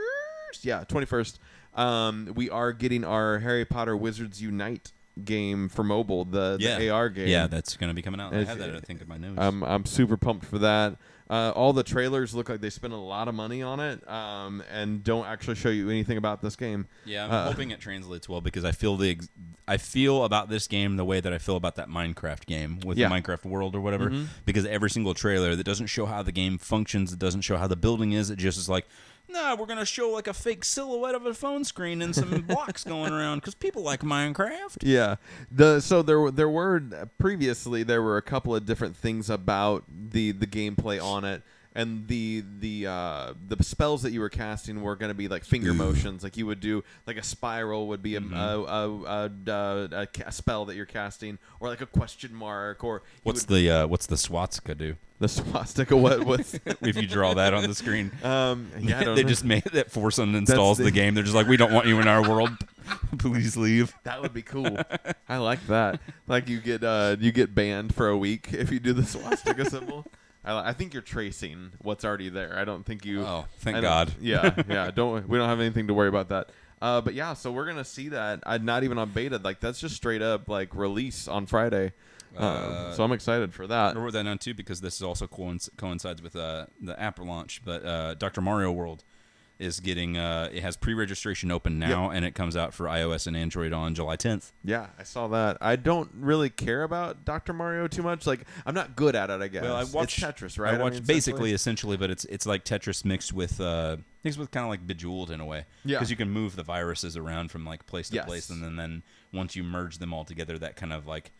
Speaker 2: yeah 21st um we are getting our harry potter wizards unite game for mobile the, the ar game
Speaker 1: Yeah, that's going to be coming out. I
Speaker 2: It's- uh, um,
Speaker 1: have that. I think in my notes.
Speaker 2: I'm, I'm super pumped for that uh, all the trailers look like they spent a lot of money on it um, and don't actually show you anything about this game
Speaker 1: yeah, I'm
Speaker 2: uh,
Speaker 1: hoping it translates well because I feel the ex- I feel about this game the way that I feel about that Minecraft game with
Speaker 2: Yeah. Mm-hmm.
Speaker 1: the Minecraft world or whatever. Because every single trailer that doesn't show how the game functions, it doesn't show how the building is. It just is like, nah, we're going to show like a fake silhouette of a phone screen and some blocks going around because people like Minecraft.
Speaker 2: Yeah. The so there were- there were previously there were a couple of different things about the the gameplay on it and the the uh, the spells that you were casting were going to be like finger motions like you would do like a spiral would be a, a, a, a, a, ca- spell that you're casting or like a question mark or you
Speaker 1: What's
Speaker 2: would,
Speaker 1: the uh, what's the swastika do?
Speaker 2: the swastika what what's
Speaker 1: If you draw that on the screen,
Speaker 2: um yeah I don't
Speaker 1: they
Speaker 2: know.
Speaker 1: just made that force uninstalls
Speaker 2: the-
Speaker 1: the game. They're just like, we don't want you in our world. Please leave.
Speaker 2: that would be cool I like that like you get uh you get banned for a week if you do the swastika symbol. I, li- I think you're tracing what's already there. I don't think you.
Speaker 1: Oh, thank
Speaker 2: I don't-
Speaker 1: God.
Speaker 2: Yeah, yeah. Don't we don't have anything to worry about that. Uh, but yeah, so we're gonna see that. I, not even on beta. Like that's just straight up like release on Friday. Um,
Speaker 1: Uh,
Speaker 2: so I'm excited for that.
Speaker 1: I wrote that down too because this is also coinc- coincides with uh, the app launch. But uh, Dr. Mario World is getting uh, it has pre-registration open now, and it comes out for iOS and Android on July 10th.
Speaker 2: Yeah, I saw that. I don't really care about Doctor Mario too much. Like I'm not good at it. I guess.
Speaker 1: Well, I
Speaker 2: It's
Speaker 1: watched
Speaker 2: Tetris, right?
Speaker 1: I watched
Speaker 2: mean,
Speaker 1: basically
Speaker 2: essentially.
Speaker 1: essentially, but it's it's like Tetris mixed with uh, mixed with kind of like Bejeweled in a way.
Speaker 2: Yeah.
Speaker 1: because you can move the viruses around from like place to
Speaker 2: Yes.
Speaker 1: place, and then then once you merge them all together, that kind of like.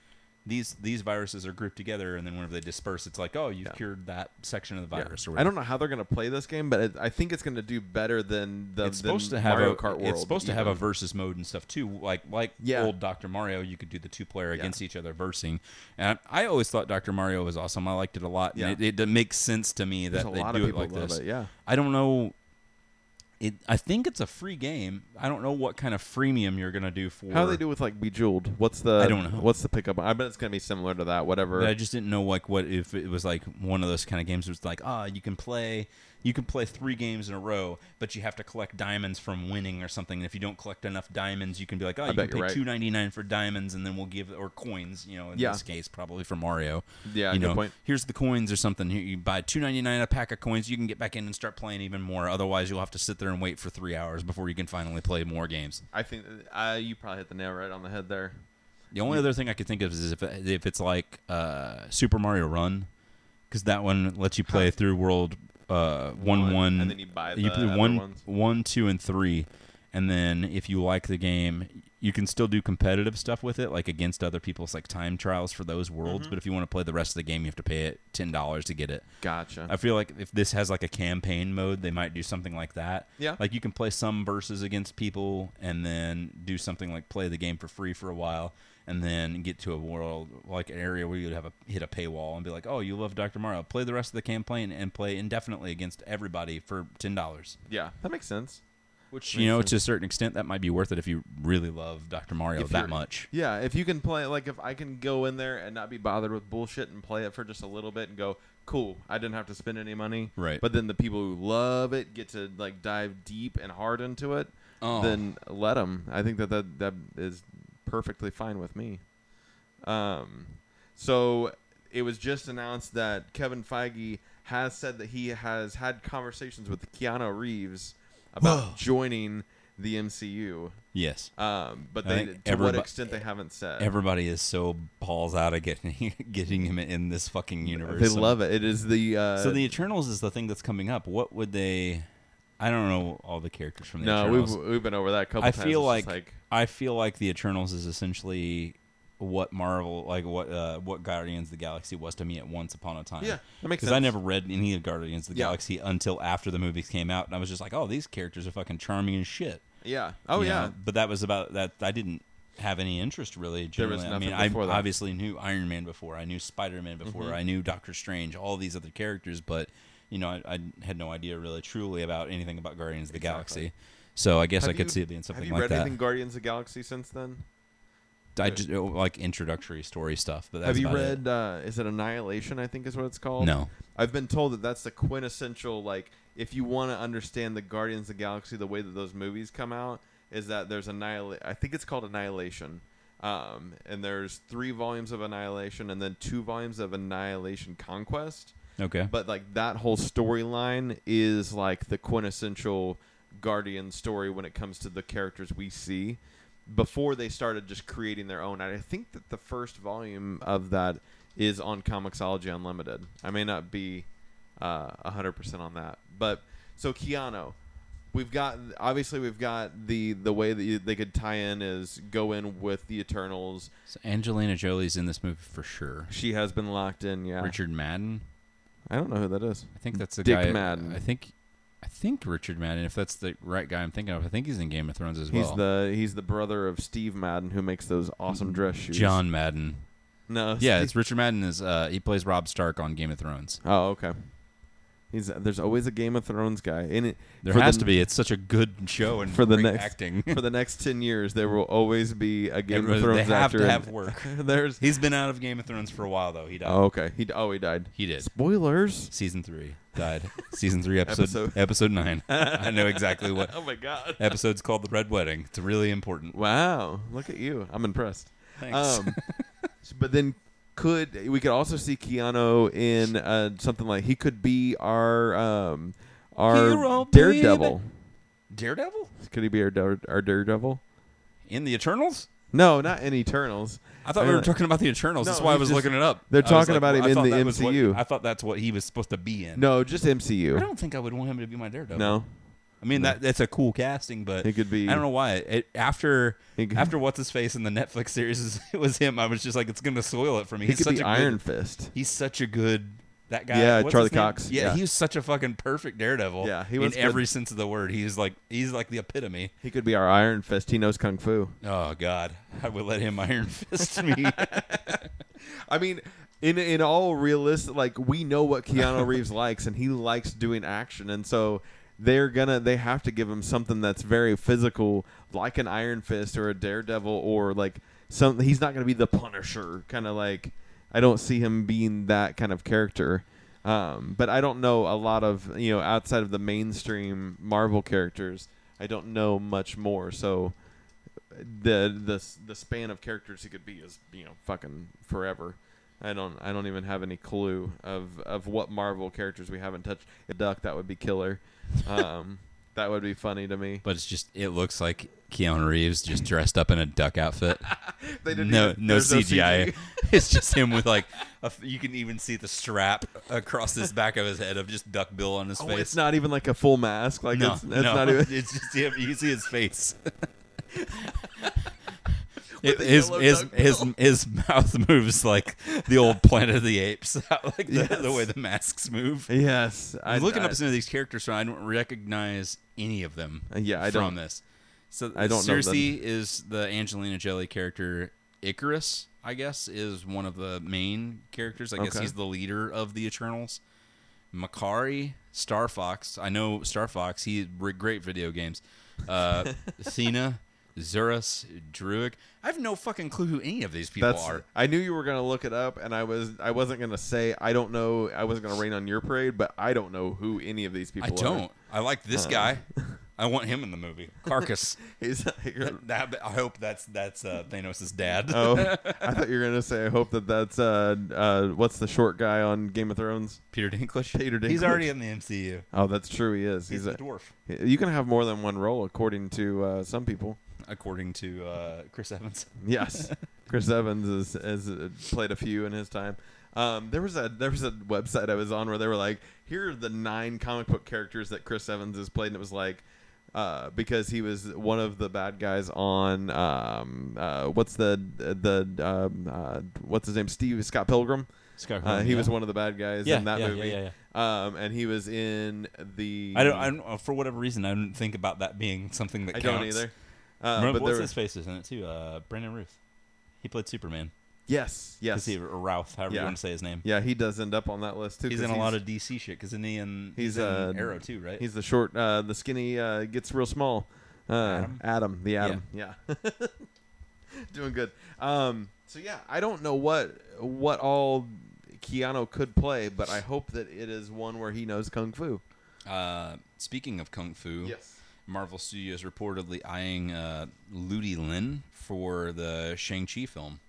Speaker 1: These these viruses are grouped together, and then whenever they disperse, it's like, oh, you've cured that section of the
Speaker 2: Yeah.
Speaker 1: virus. Or
Speaker 2: I
Speaker 1: whatever.
Speaker 2: don't know how they're gonna play this game, but it, I think it's gonna do better than the
Speaker 1: it's supposed to
Speaker 2: than
Speaker 1: have
Speaker 2: Mario
Speaker 1: a,
Speaker 2: Kart World.
Speaker 1: It's supposed to have a
Speaker 2: even.
Speaker 1: versus mode and stuff too. Like like
Speaker 2: Yeah.
Speaker 1: old Dr. Mario, you could do the two player against each other versing. And I always thought Dr. Mario was awesome. I liked it a lot.
Speaker 2: Yeah.
Speaker 1: And it, it makes sense to me that
Speaker 2: There's a
Speaker 1: they
Speaker 2: lot
Speaker 1: do
Speaker 2: of
Speaker 1: it
Speaker 2: people
Speaker 1: like
Speaker 2: love
Speaker 1: this.
Speaker 2: it, yeah.
Speaker 1: I don't know. It, I think it's a free game. I don't know what kind of freemium you're gonna do for.
Speaker 2: How do they do with like Bejeweled? What's the
Speaker 1: I don't know.
Speaker 2: What's the pickup? I bet it's gonna be similar to that. Whatever.
Speaker 1: But I just didn't know like what if it was like one of those kind of games. Where it's like ah, you can play, you can play three games in a row, but you have to collect diamonds from winning or something. And if you don't collect enough diamonds, you can be like, oh, you
Speaker 2: bet
Speaker 1: can pay
Speaker 2: you're right.
Speaker 1: two ninety nine for diamonds, and then we'll give or coins. You know, in
Speaker 2: Yeah.
Speaker 1: this case, probably for Mario.
Speaker 2: Yeah,
Speaker 1: you
Speaker 2: good
Speaker 1: know,
Speaker 2: point.
Speaker 1: here's the coins or something. Here, you buy two ninety nine a pack of coins, you can get back in and start playing even more. Otherwise, you'll have to sit there and wait for three hours before you can finally play more games.
Speaker 2: I think uh, you probably hit the nail right on the head there.
Speaker 1: The only other thing I could think of is if if it's like uh, Super Mario Run, because that one lets you play through world uh, one
Speaker 2: One,
Speaker 1: one,
Speaker 2: and then you buy the
Speaker 1: play
Speaker 2: other
Speaker 1: one
Speaker 2: ones.
Speaker 1: one, two, and three, and then if you like the game, you can still do competitive stuff with it, like against other people's like time trials for those worlds.
Speaker 2: Mm-hmm.
Speaker 1: But if you want to play the rest of the game, you have to pay it ten dollars to get it.
Speaker 2: Gotcha.
Speaker 1: I feel like if this has like a campaign mode, they might do something like that.
Speaker 2: Yeah.
Speaker 1: Like you can play some verses against people and then do something like play the game for free for a while and then get to a world like an area where you'd have a hit a paywall and be like, "Oh, you love Dr. Mario. Play the rest of the campaign and play indefinitely against everybody for $10."
Speaker 2: yeah, that makes sense.
Speaker 1: Which, you know, to a certain extent that might be worth it if you really love Dr. Mario
Speaker 2: If
Speaker 1: that
Speaker 2: you're-
Speaker 1: much.
Speaker 2: Yeah, if you can play, like, if I can go in there and not be bothered with bullshit and play it for just a little bit and go, cool, I didn't have to spend any money.
Speaker 1: Right.
Speaker 2: But then the people who love it get to like dive deep and hard into it.
Speaker 1: Oh.
Speaker 2: Then let them. I think that that that is perfectly fine with me. Um, so it was just announced that Kevin Feige has said that he has had conversations with Keanu Reeves about
Speaker 1: Whoa.
Speaker 2: joining the MCU.
Speaker 1: Yes.
Speaker 2: Um, but
Speaker 1: I
Speaker 2: they, to
Speaker 1: think
Speaker 2: what
Speaker 1: everybo-
Speaker 2: extent they haven't said.
Speaker 1: Everybody is so balls out of getting getting him in this fucking universe.
Speaker 2: they
Speaker 1: somehow.
Speaker 2: love it. It is the uh,
Speaker 1: So the Eternals is the thing that's coming up. What would they? I don't know all the characters from the
Speaker 2: no. We've
Speaker 1: Eternals.
Speaker 2: we've been over that a couple
Speaker 1: I
Speaker 2: times.
Speaker 1: feel
Speaker 2: It's
Speaker 1: like,
Speaker 2: just
Speaker 1: I feel like the Eternals is essentially what Marvel, like what uh, what Guardians of the Galaxy was to me at once upon a time.
Speaker 2: Yeah, that makes
Speaker 1: Because I
Speaker 2: sense.
Speaker 1: never read any of Guardians of the
Speaker 2: Yeah.
Speaker 1: Galaxy until after the movies came out, and I was just like, oh, these characters are fucking charming as shit.
Speaker 2: yeah. Oh
Speaker 1: you
Speaker 2: yeah.
Speaker 1: know? But that was about that. I didn't have any interest really.
Speaker 2: There was
Speaker 1: generally.
Speaker 2: nothing
Speaker 1: I mean,
Speaker 2: before
Speaker 1: I
Speaker 2: that. Mm-hmm.
Speaker 1: obviously knew Iron Man before. I knew Spider Man before. I knew Doctor Strange, all these other characters, but you know, I, I had no idea really truly about anything about Guardians of the
Speaker 2: Exactly.
Speaker 1: Galaxy. So I guess
Speaker 2: Have
Speaker 1: I could
Speaker 2: you-
Speaker 1: see it being
Speaker 2: Have
Speaker 1: something
Speaker 2: you
Speaker 1: like
Speaker 2: read
Speaker 1: that.
Speaker 2: anything Guardians of the Galaxy since then?
Speaker 1: I just like introductory story stuff, but that's
Speaker 2: have you
Speaker 1: about it.
Speaker 2: read? Uh, is it Annihilation? I think is what it's called.
Speaker 1: No.
Speaker 2: I've been told that that's the quintessential. Like, if you want to understand the Guardians of the Galaxy, the way that those movies come out is that there's annihilation. I think it's called Annihilation. Um, and there's three volumes of Annihilation, and then two volumes of Annihilation Conquest.
Speaker 1: Okay.
Speaker 2: But like that whole storyline is like the quintessential Guardian story when it comes to the characters we see before they started just creating their own. And I think that the first volume of that is on Comixology Unlimited. I may not be uh, 100% on that. But so Keanu, we've got obviously we've got the the way that you, they could tie in is go in with the Eternals.
Speaker 1: So Angelina Jolie's in this movie for sure.
Speaker 2: She has been locked in, yeah.
Speaker 1: Richard Madden.
Speaker 2: I don't know who that is.
Speaker 1: I think that's the
Speaker 2: Dick
Speaker 1: guy.
Speaker 2: Madden.
Speaker 1: I think, I think Richard Madden. If that's the right guy I'm thinking of, I think he's in Game of Thrones as
Speaker 2: He's
Speaker 1: well. Mm,
Speaker 2: the he's the brother of Steve Madden who makes those awesome dress shoes.
Speaker 1: John Madden.
Speaker 2: No.
Speaker 1: Yeah, it's
Speaker 2: Steve-
Speaker 1: Richard Madden. Is uh, he plays Rob Stark on Game of Thrones?
Speaker 2: oh, okay. He's there's always a Game of Thrones guy in it.
Speaker 1: There
Speaker 2: for
Speaker 1: has
Speaker 2: the-
Speaker 1: to be. It's such a good show and
Speaker 2: for the
Speaker 1: great
Speaker 2: next-
Speaker 1: acting.
Speaker 2: For the next ten years, there will always be a Game
Speaker 1: Everyone-
Speaker 2: of Thrones
Speaker 1: they have
Speaker 2: actor.
Speaker 1: to
Speaker 2: in-
Speaker 1: have work.
Speaker 2: there's.
Speaker 1: He's been out of Game of Thrones for a while though. He died.
Speaker 2: Oh, okay. He d- oh he died.
Speaker 1: He did.
Speaker 2: Spoilers.
Speaker 1: Season three died. Season three episode
Speaker 2: Episode-
Speaker 1: episode, nine. I know exactly what
Speaker 2: Oh my god.
Speaker 1: episode's called. The Red Wedding. It's really important.
Speaker 2: Wow. Look at you. I'm impressed.
Speaker 1: Thanks.
Speaker 2: Um, s- but then could we could also see Keanu in uh, something like he could be our um, our
Speaker 1: Hero, baby.
Speaker 2: Daredevil.
Speaker 1: Daredevil
Speaker 2: Could he be our dare- our Daredevil?
Speaker 1: in the Eternals.
Speaker 2: No, not in Eternals.
Speaker 1: I thought
Speaker 2: Uh,
Speaker 1: we were talking about the Eternals.
Speaker 2: no,
Speaker 1: that's why I
Speaker 2: he's
Speaker 1: was
Speaker 2: just-
Speaker 1: looking it up. I
Speaker 2: they're
Speaker 1: was
Speaker 2: talking about him
Speaker 1: I
Speaker 2: in
Speaker 1: thought
Speaker 2: the
Speaker 1: that was what-
Speaker 2: MCU.
Speaker 1: I thought that's what he was supposed to be in.
Speaker 2: No, just
Speaker 1: I
Speaker 2: MCU.
Speaker 1: don't think I would want him to be my Daredevil.
Speaker 2: No,
Speaker 1: I mean that that's a cool casting, but
Speaker 2: It could be-
Speaker 1: I don't know why. It, after
Speaker 2: It could-
Speaker 1: after what's his face in the Netflix series, it was him. I was just like, it's gonna soil it for me.
Speaker 2: he
Speaker 1: he's
Speaker 2: could
Speaker 1: such
Speaker 2: be
Speaker 1: a
Speaker 2: Iron
Speaker 1: Good,
Speaker 2: Fist.
Speaker 1: he's such a good that guy.
Speaker 2: Yeah,
Speaker 1: what's his
Speaker 2: Charlie
Speaker 1: name?
Speaker 2: Cox,
Speaker 1: Yeah,
Speaker 2: yeah.
Speaker 1: he was such a fucking perfect Daredevil.
Speaker 2: Yeah, he
Speaker 1: he
Speaker 2: was
Speaker 1: was in
Speaker 2: good.
Speaker 1: every sense of the word. He's like he's like the epitome.
Speaker 2: He could be our Iron Fist. He knows kung fu.
Speaker 1: Oh God, I would let him Iron Fist me.
Speaker 2: I mean, in in all realistic, like we know what Keanu Reeves likes, and he likes doing action, and so they're gonna they have to give him something that's very physical, like an Iron Fist or a Daredevil or like some. He's not gonna be the Punisher, kind of like I don't see him being that kind of character. Um, but I don't know a lot of you know outside of the mainstream Marvel characters. I don't know much more, so the the the span of characters he could be is you know fucking forever. I don't I don't even have any clue of of what Marvel characters we haven't touched. A duck that would be killer. Um, that would be funny to me.
Speaker 1: but it's just it looks like Keanu Reeves just dressed up in a duck outfit.
Speaker 2: They
Speaker 1: no,
Speaker 2: even-
Speaker 1: no
Speaker 2: there's
Speaker 1: CGI. it's just him with like, a f you can even see the strap across his back of his head of just duck bill on his
Speaker 2: Oh,
Speaker 1: face.
Speaker 2: it's not even like a full mask. Like
Speaker 1: no,
Speaker 2: it's, it's
Speaker 1: no,
Speaker 2: not even.
Speaker 1: it's just him. You see his face. It-
Speaker 2: With a
Speaker 1: his
Speaker 2: yellow
Speaker 1: his
Speaker 2: duck
Speaker 1: his
Speaker 2: bill.
Speaker 1: his mouth moves like the old Planet of the Apes, like the,
Speaker 2: Yes.
Speaker 1: the way the masks move.
Speaker 2: Yes,
Speaker 1: I
Speaker 2: I
Speaker 1: am looking
Speaker 2: I,
Speaker 1: up some of these characters, so I don't recognize any of them.
Speaker 2: Uh, yeah, I
Speaker 1: from
Speaker 2: don't-
Speaker 1: this. So
Speaker 2: I don't know them.
Speaker 1: Circe is the Angelina Jolie character. Icarus, I guess, is one of the main characters. I guess
Speaker 2: Okay.
Speaker 1: he's the leader of the Eternals. Makari, Star Fox. I know Star Fox. He re- great video games. Uh, Athena, Zerus, Druid. I have no fucking clue who any of these people
Speaker 2: That's.
Speaker 1: are.
Speaker 2: I knew you were gonna look it up, and I was. I wasn't gonna say. I don't know. I wasn't gonna rain on your parade, but I don't know who any of these people.
Speaker 1: I
Speaker 2: are.
Speaker 1: don't. I like this
Speaker 2: Uh.
Speaker 1: guy. I want him in the movie. Carcass.
Speaker 2: He's like,
Speaker 1: That, I hope that's that's uh, Thanos' dad.
Speaker 2: Oh, I thought you were gonna say. I hope that that's uh, uh, what's the short guy on Game of Thrones?
Speaker 1: Peter Dinklage.
Speaker 2: Peter
Speaker 1: He's
Speaker 2: Dinklage.
Speaker 1: already in the MCU.
Speaker 2: Oh, that's true. He is.
Speaker 1: He's,
Speaker 2: He's,
Speaker 1: a,
Speaker 2: a,
Speaker 1: dwarf,
Speaker 2: you can have more than one role, according to uh, some people.
Speaker 1: according to uh, Chris Evans.
Speaker 2: Yes, Chris Evans has, has uh, played a few in his time. Um, there was a there was a website I was on where they were like, here are the nine comic book characters that Chris Evans has played, and it was like. Uh, because he was one of the bad guys on um, uh, what's the the um, uh, what's his name Steve Scott Pilgrim.
Speaker 1: Scott
Speaker 2: Uh, he was one of the bad guys
Speaker 1: Yeah,
Speaker 2: in that
Speaker 1: yeah,
Speaker 2: movie.
Speaker 1: yeah, yeah,
Speaker 2: Um, and he was in the.
Speaker 1: uh, I don't, I don't. For whatever reason, I didn't think about that being something that
Speaker 2: I
Speaker 1: counts.
Speaker 2: don't either. Uh,
Speaker 1: Remember-
Speaker 2: but
Speaker 1: what's
Speaker 2: there,
Speaker 1: his face is in it too? Uh, Brandon Ruth. He played Superman.
Speaker 2: yes, yes,
Speaker 1: Is he or Ralph? However
Speaker 2: Yeah.
Speaker 1: you want to say his name.
Speaker 2: yeah, he does end up on that list too.
Speaker 1: He's
Speaker 2: 'cause
Speaker 1: in a lot of DC shit. Because in the in, he's,
Speaker 2: he's,
Speaker 1: in
Speaker 2: uh,
Speaker 1: Arrow too, right?
Speaker 2: He's the short, uh, the skinny uh, gets real small. Uh, Adam.
Speaker 1: Adam?
Speaker 2: the Adam. Yeah. Doing good. Um, so yeah, I don't know what what all Keanu could play, but I hope that it is one where he knows kung fu.
Speaker 1: Uh, speaking of kung fu, Marvel Studios reportedly eyeing uh, Ludi Lin for the Shang Chi film.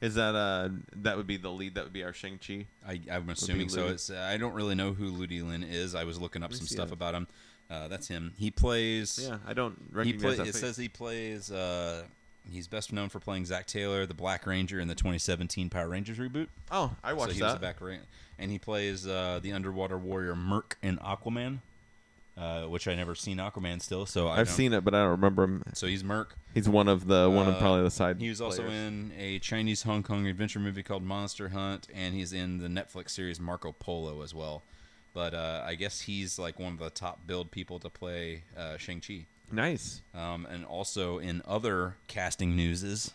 Speaker 2: Is that uh that would be the lead? That would be our Shang Chi.
Speaker 1: I, I'm assuming so.
Speaker 2: Ludi.
Speaker 1: It's uh, I don't really know who Ludi Lin is. I was looking up
Speaker 2: me
Speaker 1: some
Speaker 2: see
Speaker 1: stuff
Speaker 2: that.
Speaker 1: about him. Uh, that's him. He plays.
Speaker 2: Yeah, I don't
Speaker 1: He
Speaker 2: recognize
Speaker 1: play,
Speaker 2: that.
Speaker 1: it
Speaker 2: face.
Speaker 1: says he plays. Uh, he's best known for playing Zack Taylor, the Black Ranger, in the 2017 Power Rangers reboot.
Speaker 2: oh, I watched
Speaker 1: so he was
Speaker 2: that.
Speaker 1: a back ran- and he plays uh, the underwater warrior Merc in Aquaman, uh, which I never seen Aquaman still. So I
Speaker 2: I've
Speaker 1: don't-
Speaker 2: seen it, but I don't remember him.
Speaker 1: So he's Merc.
Speaker 2: He's one of the one of
Speaker 1: Uh,
Speaker 2: probably the side.
Speaker 1: He was also
Speaker 2: players.
Speaker 1: in a Chinese Hong Kong adventure movie called Monster Hunt, and he's in the Netflix series Marco Polo as well. But uh, I guess he's like one of the top build people to play uh, Shang Chi.
Speaker 2: nice.
Speaker 1: Um, and also in other casting newses,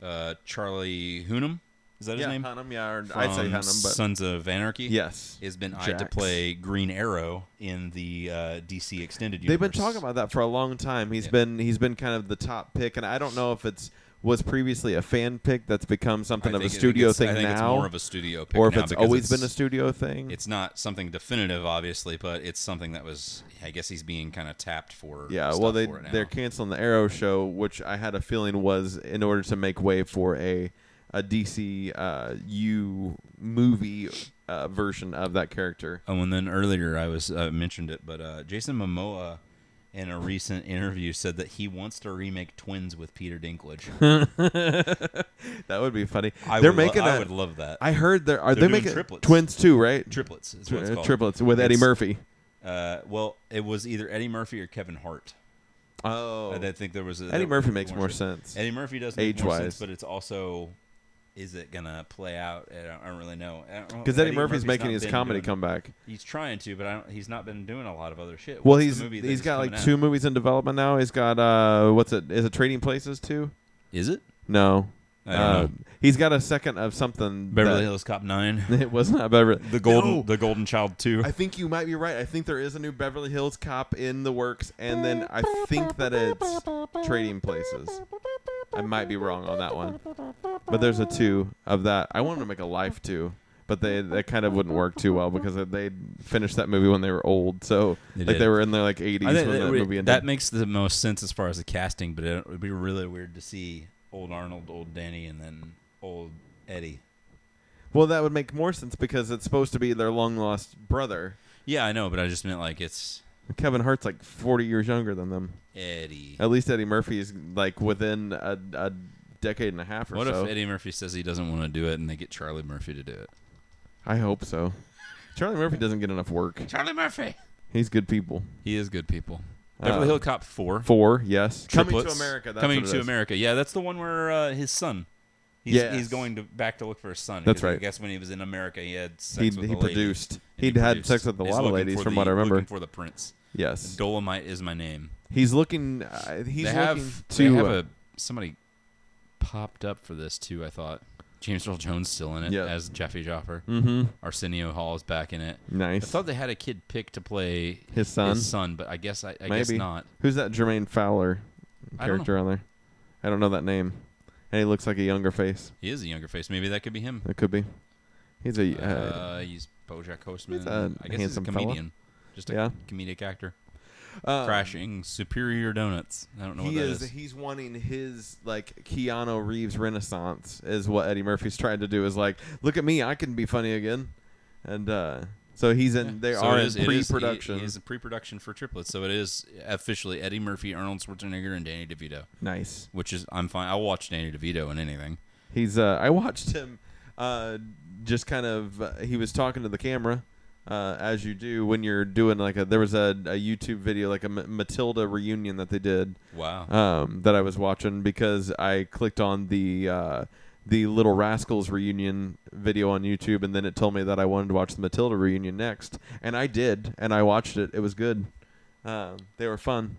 Speaker 1: uh, Charlie Hunnam is that his
Speaker 2: Mm-hmm. yeah,
Speaker 1: name?
Speaker 2: Hunnam, yeah, or I'd say
Speaker 1: From
Speaker 2: Hunnam, but
Speaker 1: Sons of Anarchy.
Speaker 2: yes,
Speaker 1: has been eyed to
Speaker 2: Jax.
Speaker 1: play Green Arrow in the uh, DC extended universe.
Speaker 2: They've been talking about that for a long time. He's
Speaker 1: Yeah.
Speaker 2: been he's been kind of the top pick, and I don't know if it's was previously a fan pick that's become
Speaker 1: I
Speaker 2: something of
Speaker 1: think-
Speaker 2: a
Speaker 1: I think
Speaker 2: studio
Speaker 1: it's-
Speaker 2: thing
Speaker 1: I think
Speaker 2: now,
Speaker 1: it's more of a studio pick
Speaker 2: or if
Speaker 1: now
Speaker 2: it's
Speaker 1: because
Speaker 2: always
Speaker 1: it's-
Speaker 2: been a studio thing.
Speaker 1: it's not something definitive, obviously, but it's something that was. I guess he's being kind of tapped for.
Speaker 2: yeah,
Speaker 1: stuff
Speaker 2: well they
Speaker 1: for it now.
Speaker 2: they're canceling the Arrow show, which I had a feeling was in order to make way for a a DC uh, U movie uh, version of that character.
Speaker 1: Oh, and then earlier I was uh, mentioned it, but uh, Jason Momoa in a recent interview said that he wants to remake Twins with Peter Dinklage.
Speaker 2: That would be funny.
Speaker 1: I
Speaker 2: they're
Speaker 1: would lo-
Speaker 2: making
Speaker 1: I
Speaker 2: a-
Speaker 1: would love that.
Speaker 2: I heard they're are
Speaker 1: They're
Speaker 2: they
Speaker 1: doing
Speaker 2: making
Speaker 1: triplets.
Speaker 2: twins too, right?
Speaker 1: triplets is what it's
Speaker 2: Uh,
Speaker 1: called.
Speaker 2: triplets with Eddie
Speaker 1: It's-
Speaker 2: Murphy.
Speaker 1: Uh, well, it was either Eddie Murphy or Kevin Hart.
Speaker 2: Oh,
Speaker 1: I think there was a,
Speaker 2: Eddie
Speaker 1: there-
Speaker 2: Murphy
Speaker 1: there
Speaker 2: makes
Speaker 1: were
Speaker 2: more
Speaker 1: some-
Speaker 2: sense.
Speaker 1: Eddie Murphy does make more
Speaker 2: Age-wise.
Speaker 1: sense, but it's also is it gonna play out? I don't, I don't really know.
Speaker 2: Because
Speaker 1: Because
Speaker 2: Eddie, Murphy's making his comedy
Speaker 1: come.
Speaker 2: comeback.
Speaker 1: He's trying to, but I don't, he's not been doing a lot of other shit.
Speaker 2: Well,
Speaker 1: What's the
Speaker 2: he's
Speaker 1: movie that
Speaker 2: he's got
Speaker 1: coming
Speaker 2: like
Speaker 1: out?
Speaker 2: two movies in development now. He's got uh, what's it? Is it Trading Places too?
Speaker 1: Is it
Speaker 2: No.
Speaker 1: I don't
Speaker 2: uh,
Speaker 1: know.
Speaker 2: He's got a second of something.
Speaker 1: Beverly
Speaker 2: that-
Speaker 1: Hills Cop Nine?
Speaker 2: It was not Beverly.
Speaker 1: The golden,
Speaker 2: No!
Speaker 1: the Golden Child Two.
Speaker 2: I think you might be right. I think there is a new Beverly Hills Cop in the works, and then I think that it's Trading Places. I might be wrong on that one, but there's a two of that. I wanted to make a life two, but they that kind of wouldn't work too well because they finished that movie when they were old, so
Speaker 1: They
Speaker 2: like
Speaker 1: did.
Speaker 2: they were in their like 80s
Speaker 1: I
Speaker 2: when
Speaker 1: think
Speaker 2: that,
Speaker 1: that,
Speaker 2: movie
Speaker 1: we-
Speaker 2: ended.
Speaker 1: that makes the most sense as far as the casting, but it would be really weird to see old Arnold, old Danny, and then old Eddie.
Speaker 2: well, that would make more sense because it's supposed to be their long lost brother.
Speaker 1: Yeah, I know, but I just meant like it's
Speaker 2: Kevin Hart's like 40 years younger than them.
Speaker 1: Eddie.
Speaker 2: At least Eddie Murphy is like within a, a decade and a half or
Speaker 1: What
Speaker 2: so.
Speaker 1: if Eddie Murphy says he doesn't want to do it, and they get Charlie Murphy to do it?
Speaker 2: I hope so. Charlie Murphy doesn't get enough work.
Speaker 1: Charlie Murphy.
Speaker 2: He's good people.
Speaker 1: He is good people. Beverly
Speaker 2: Uh,
Speaker 1: Hill Cop Four.
Speaker 2: Four, yes. Coming
Speaker 1: triplets.
Speaker 2: to America. That's
Speaker 1: coming
Speaker 2: what it
Speaker 1: to
Speaker 2: is.
Speaker 1: America. Yeah, that's the one where uh, his son. He's,
Speaker 2: Yes.
Speaker 1: he's going to back to look for his son.
Speaker 2: That's
Speaker 1: 'cause I
Speaker 2: right.
Speaker 1: guess when he was in America, he had sex
Speaker 2: He,
Speaker 1: with a
Speaker 2: he
Speaker 1: lady,
Speaker 2: produced.
Speaker 1: and
Speaker 2: He'd had
Speaker 1: produced.
Speaker 2: sex with a
Speaker 1: He's
Speaker 2: lot of
Speaker 1: looking
Speaker 2: ladies,
Speaker 1: for
Speaker 2: from
Speaker 1: the-
Speaker 2: what I remember.
Speaker 1: Looking for the prince.
Speaker 2: Yes,
Speaker 1: Dolomite is my name.
Speaker 2: he's looking. Uh, he's
Speaker 1: they
Speaker 2: looking
Speaker 1: have
Speaker 2: to.
Speaker 1: they have
Speaker 2: uh,
Speaker 1: a somebody popped up for this too. I thought James Earl Jones still in it
Speaker 2: Yeah.
Speaker 1: as Jeffy Joffer.
Speaker 2: mhm.
Speaker 1: Arsenio Hall is back in it. I
Speaker 2: Nice.
Speaker 1: thought they had a kid picked to play
Speaker 2: His son.
Speaker 1: his son, but I guess I, I guess
Speaker 2: Maybe.
Speaker 1: not.
Speaker 2: Who's that Jermaine Fowler
Speaker 1: I don't know.
Speaker 2: character on there? I don't know that name. And he looks like a younger face.
Speaker 1: He is a younger face. Maybe that could be him.
Speaker 2: It could be. He's a. Uh,
Speaker 1: Uh, he's BoJack Horseman.
Speaker 2: he's a
Speaker 1: I guess he's a
Speaker 2: handsome fella.
Speaker 1: comedian, just a
Speaker 2: Yeah.
Speaker 1: comedic actor.
Speaker 2: uh,
Speaker 1: Crashing Superior Donuts. I don't know what
Speaker 2: He
Speaker 1: that
Speaker 2: is,
Speaker 1: is.
Speaker 2: He's wanting his like Keanu Reeves renaissance is what Eddie Murphy's trying to do. Is like, look at me, I can be funny again, and uh, so he's in. They
Speaker 1: So
Speaker 2: are
Speaker 1: it
Speaker 2: in
Speaker 1: is- it is-
Speaker 2: pre-production.
Speaker 1: It is a pre-production for triplets, so it is officially Eddie Murphy, Arnold Schwarzenegger, and Danny DeVito.
Speaker 2: nice.
Speaker 1: Which is I'm fine. I'll watch Danny DeVito in anything.
Speaker 2: He's. Uh, I watched him. Uh, just kind of. Uh, he was talking to the camera. Uh, as you do when you're doing like a there was a, a YouTube video like a M- Matilda reunion that they did
Speaker 1: Wow.
Speaker 2: um, that I was watching because I clicked on the uh, the Little Rascals reunion video on YouTube, and then it told me that I wanted to watch the Matilda reunion next, and I did, and I watched it. It was good. Um, they were fun.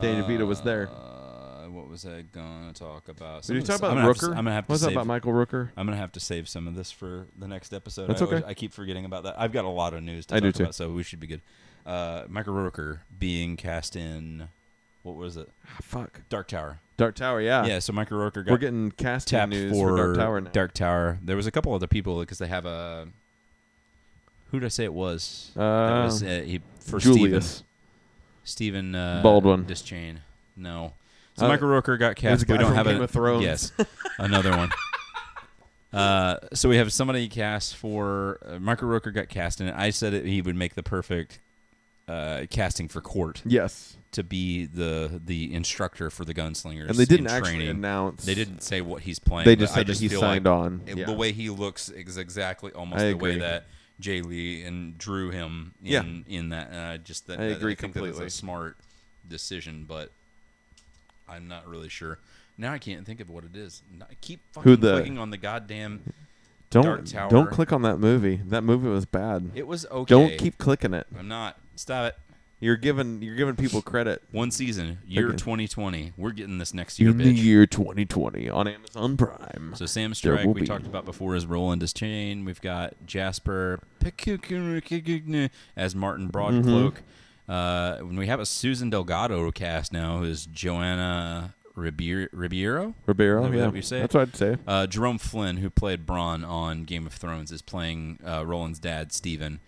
Speaker 2: Danny Uh, DeVito was there.
Speaker 1: Uh, what was I gonna talk about?
Speaker 2: Did
Speaker 1: Some
Speaker 2: you
Speaker 1: of this-
Speaker 2: talk about
Speaker 1: I'm gonna have to-
Speaker 2: Rooker?
Speaker 1: I'm gonna have to
Speaker 2: What's
Speaker 1: save.
Speaker 2: up about Michael Rooker?
Speaker 1: I'm gonna have to save some of this for the next episode.
Speaker 2: That's
Speaker 1: I, always-
Speaker 2: okay.
Speaker 1: I keep forgetting about that. I've got a lot of news to
Speaker 2: I
Speaker 1: talk
Speaker 2: do too.
Speaker 1: about, so we should be good. Uh, Michael Rooker being cast in what was it?
Speaker 2: Ah, fuck.
Speaker 1: Dark Tower.
Speaker 2: Dark Tower. Yeah.
Speaker 1: yeah, so Michael Rooker got
Speaker 2: Ah. We're getting casting
Speaker 1: tapped
Speaker 2: news
Speaker 1: for,
Speaker 2: Dark Tower now.
Speaker 1: Dark Tower. There was a couple other people because they have a. Who did I say it was? That
Speaker 2: Uh,
Speaker 1: was, uh, he, for
Speaker 2: Julius.
Speaker 1: Stephen Stephen uh,
Speaker 2: Baldwin.
Speaker 1: Dischain. No. So
Speaker 2: Uh,
Speaker 1: Michael Rooker got
Speaker 2: there's
Speaker 1: cast.
Speaker 2: a
Speaker 1: but
Speaker 2: guy
Speaker 1: we don't
Speaker 2: from
Speaker 1: have
Speaker 2: Game
Speaker 1: a,
Speaker 2: of Thrones.
Speaker 1: Yes, another one. Uh, so we have somebody cast for uh, Michael Rooker got cast, and I said it, he would make the perfect uh, casting for Court
Speaker 2: Yes.
Speaker 1: to be the the instructor for the gunslingers.
Speaker 2: And they didn't
Speaker 1: in
Speaker 2: actually
Speaker 1: training.
Speaker 2: announce.
Speaker 1: They didn't say what he's playing.
Speaker 2: They
Speaker 1: but
Speaker 2: just
Speaker 1: I
Speaker 2: said that he
Speaker 1: feel
Speaker 2: signed
Speaker 1: like
Speaker 2: on.
Speaker 1: it-
Speaker 2: yeah.
Speaker 1: The way he looks is exactly almost
Speaker 2: I
Speaker 1: the way
Speaker 2: agree.
Speaker 1: that Jay Lee and drew him in
Speaker 2: Yeah.
Speaker 1: in that. And I just that
Speaker 2: I
Speaker 1: that-
Speaker 2: agree
Speaker 1: think that was
Speaker 2: completely.
Speaker 1: a smart decision, but I'm not really sure. Now I can't think of what it is. N- I keep fucking
Speaker 2: Who the-
Speaker 1: clicking on the goddamn.
Speaker 2: don't
Speaker 1: Dark Tower.
Speaker 2: don't click on that movie. That movie was bad.
Speaker 1: It was okay.
Speaker 2: Don't keep clicking it.
Speaker 1: I'm not. Stop it.
Speaker 2: You're giving you're giving people credit.
Speaker 1: One season, year
Speaker 2: Okay.
Speaker 1: 2020. We're getting this next year,
Speaker 2: In the
Speaker 1: bitch.
Speaker 2: year 2020 on Amazon Prime.
Speaker 1: So Sam
Speaker 2: There
Speaker 1: Strike,
Speaker 2: will
Speaker 1: we
Speaker 2: be.
Speaker 1: talked about before, is Roland as Chain. We've got Jasper Pekukunukugugnu as Martin Broadcloak.
Speaker 2: Mm-hmm.
Speaker 1: Uh, when we have a Susan Delgado cast now, who is Joanna Ribeiro. Ribeiro?
Speaker 2: Ribeiro,
Speaker 1: Is that
Speaker 2: yeah,
Speaker 1: what you say?
Speaker 2: that's what I'd say.
Speaker 1: Uh, Jerome Flynn, who played Braun on Game of Thrones, is playing uh, Roland's dad, Stephen.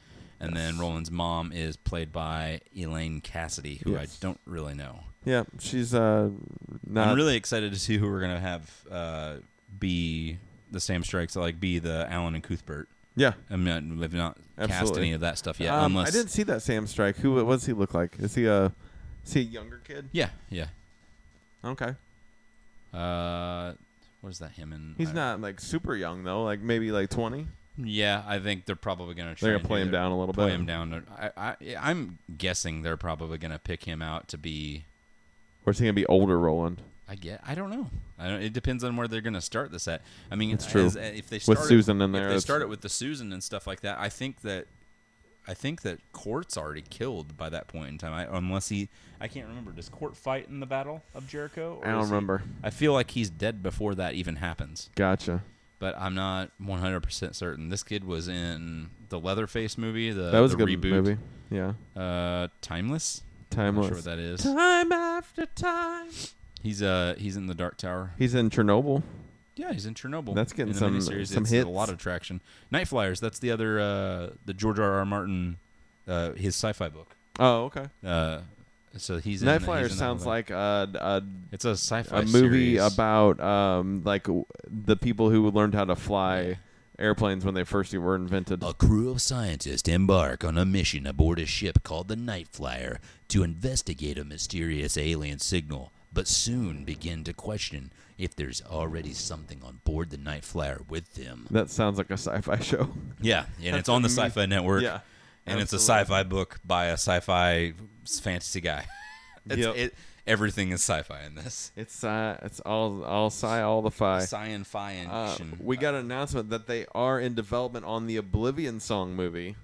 Speaker 1: And then Roland's mom is played by Elaine Cassidy, who
Speaker 2: Yes.
Speaker 1: I don't really know.
Speaker 2: Yeah, she's uh, not
Speaker 1: I'm really excited to see who we're gonna have uh, be the Sam Strikes, like be the Allen and Cuthbert.
Speaker 2: Yeah,
Speaker 1: I mean, they've not cast
Speaker 2: Absolutely.
Speaker 1: any of that stuff yet,
Speaker 2: Um,
Speaker 1: unless
Speaker 2: I didn't see that Sam Strike. Who what does he look like? Is he a is he a younger kid?
Speaker 1: yeah, yeah.
Speaker 2: Okay,
Speaker 1: Uh, what is that? Him and
Speaker 2: he's
Speaker 1: I-
Speaker 2: not like super young though. Like maybe like 20.
Speaker 1: Yeah, I think they're probably gonna try
Speaker 2: They're
Speaker 1: and
Speaker 2: gonna play
Speaker 1: do
Speaker 2: him
Speaker 1: their-
Speaker 2: down a little
Speaker 1: Play
Speaker 2: bit.
Speaker 1: him down. I, I, I'm guessing they're probably gonna pick him out to be.
Speaker 2: Or is he gonna be older, Roland?
Speaker 1: I get. I don't know. I don't, it depends on where they're going to start this at. I mean,
Speaker 2: That's true.
Speaker 1: as- if they start it-
Speaker 2: Susan in there,
Speaker 1: if they
Speaker 2: that's-
Speaker 1: start it with the Susan and stuff like that. I think that, I think that Court's already killed by that point in time. I, unless he, I can't remember. Does Court fight in the Battle of Jericho? Or
Speaker 2: I don't
Speaker 1: is he-
Speaker 2: remember.
Speaker 1: I feel like he's dead before that even happens,
Speaker 2: Gotcha.
Speaker 1: but I'm not 100 percent certain. This kid was in the Leatherface movie. The
Speaker 2: That was
Speaker 1: the
Speaker 2: a good
Speaker 1: reboot.
Speaker 2: movie. Yeah,
Speaker 1: Uh, Timeless. I'm not
Speaker 2: timeless.
Speaker 1: sure what that is.
Speaker 2: Time after time.
Speaker 1: He's uh he's in the Dark Tower.
Speaker 2: He's in Chernobyl.
Speaker 1: Yeah, he's in Chernobyl.
Speaker 2: That's
Speaker 1: in
Speaker 2: getting
Speaker 1: the
Speaker 2: some-
Speaker 1: miniseries.
Speaker 2: some
Speaker 1: it's
Speaker 2: hits.
Speaker 1: A lot of traction. Night Flyers. That's the other uh, the George R. R. Martin, uh, his sci-fi book.
Speaker 2: Oh, okay.
Speaker 1: Uh, so he's in,
Speaker 2: Night
Speaker 1: he's
Speaker 2: Flyer
Speaker 1: in that
Speaker 2: sounds
Speaker 1: one.
Speaker 2: like a, a,
Speaker 1: it's a sci-fi
Speaker 2: a movie
Speaker 1: series.
Speaker 2: about um, like w- the people who learned how to fly airplanes when they first were invented.
Speaker 1: Oh.
Speaker 3: A crew of scientists embark on a mission aboard a ship called the Night Flyer to investigate a mysterious alien signal, but soon begin to question if there's already something on board the Night Flyer with them.
Speaker 2: That sounds like a sci-fi show.
Speaker 1: yeah, and it's on the
Speaker 2: amazing.
Speaker 1: Sci-Fi Network.
Speaker 2: yeah,
Speaker 1: and it's a
Speaker 2: absolutely.
Speaker 1: sci-fi book by a sci-fi fantasy guy. it's,
Speaker 2: Yep.
Speaker 1: it, everything is sci-fi in this.
Speaker 2: It's uh, it's all all sci all the fi.
Speaker 1: Sci-fi and
Speaker 2: Uh,
Speaker 1: action.
Speaker 2: we got an announcement that they are in development on the Oblivion Song movie,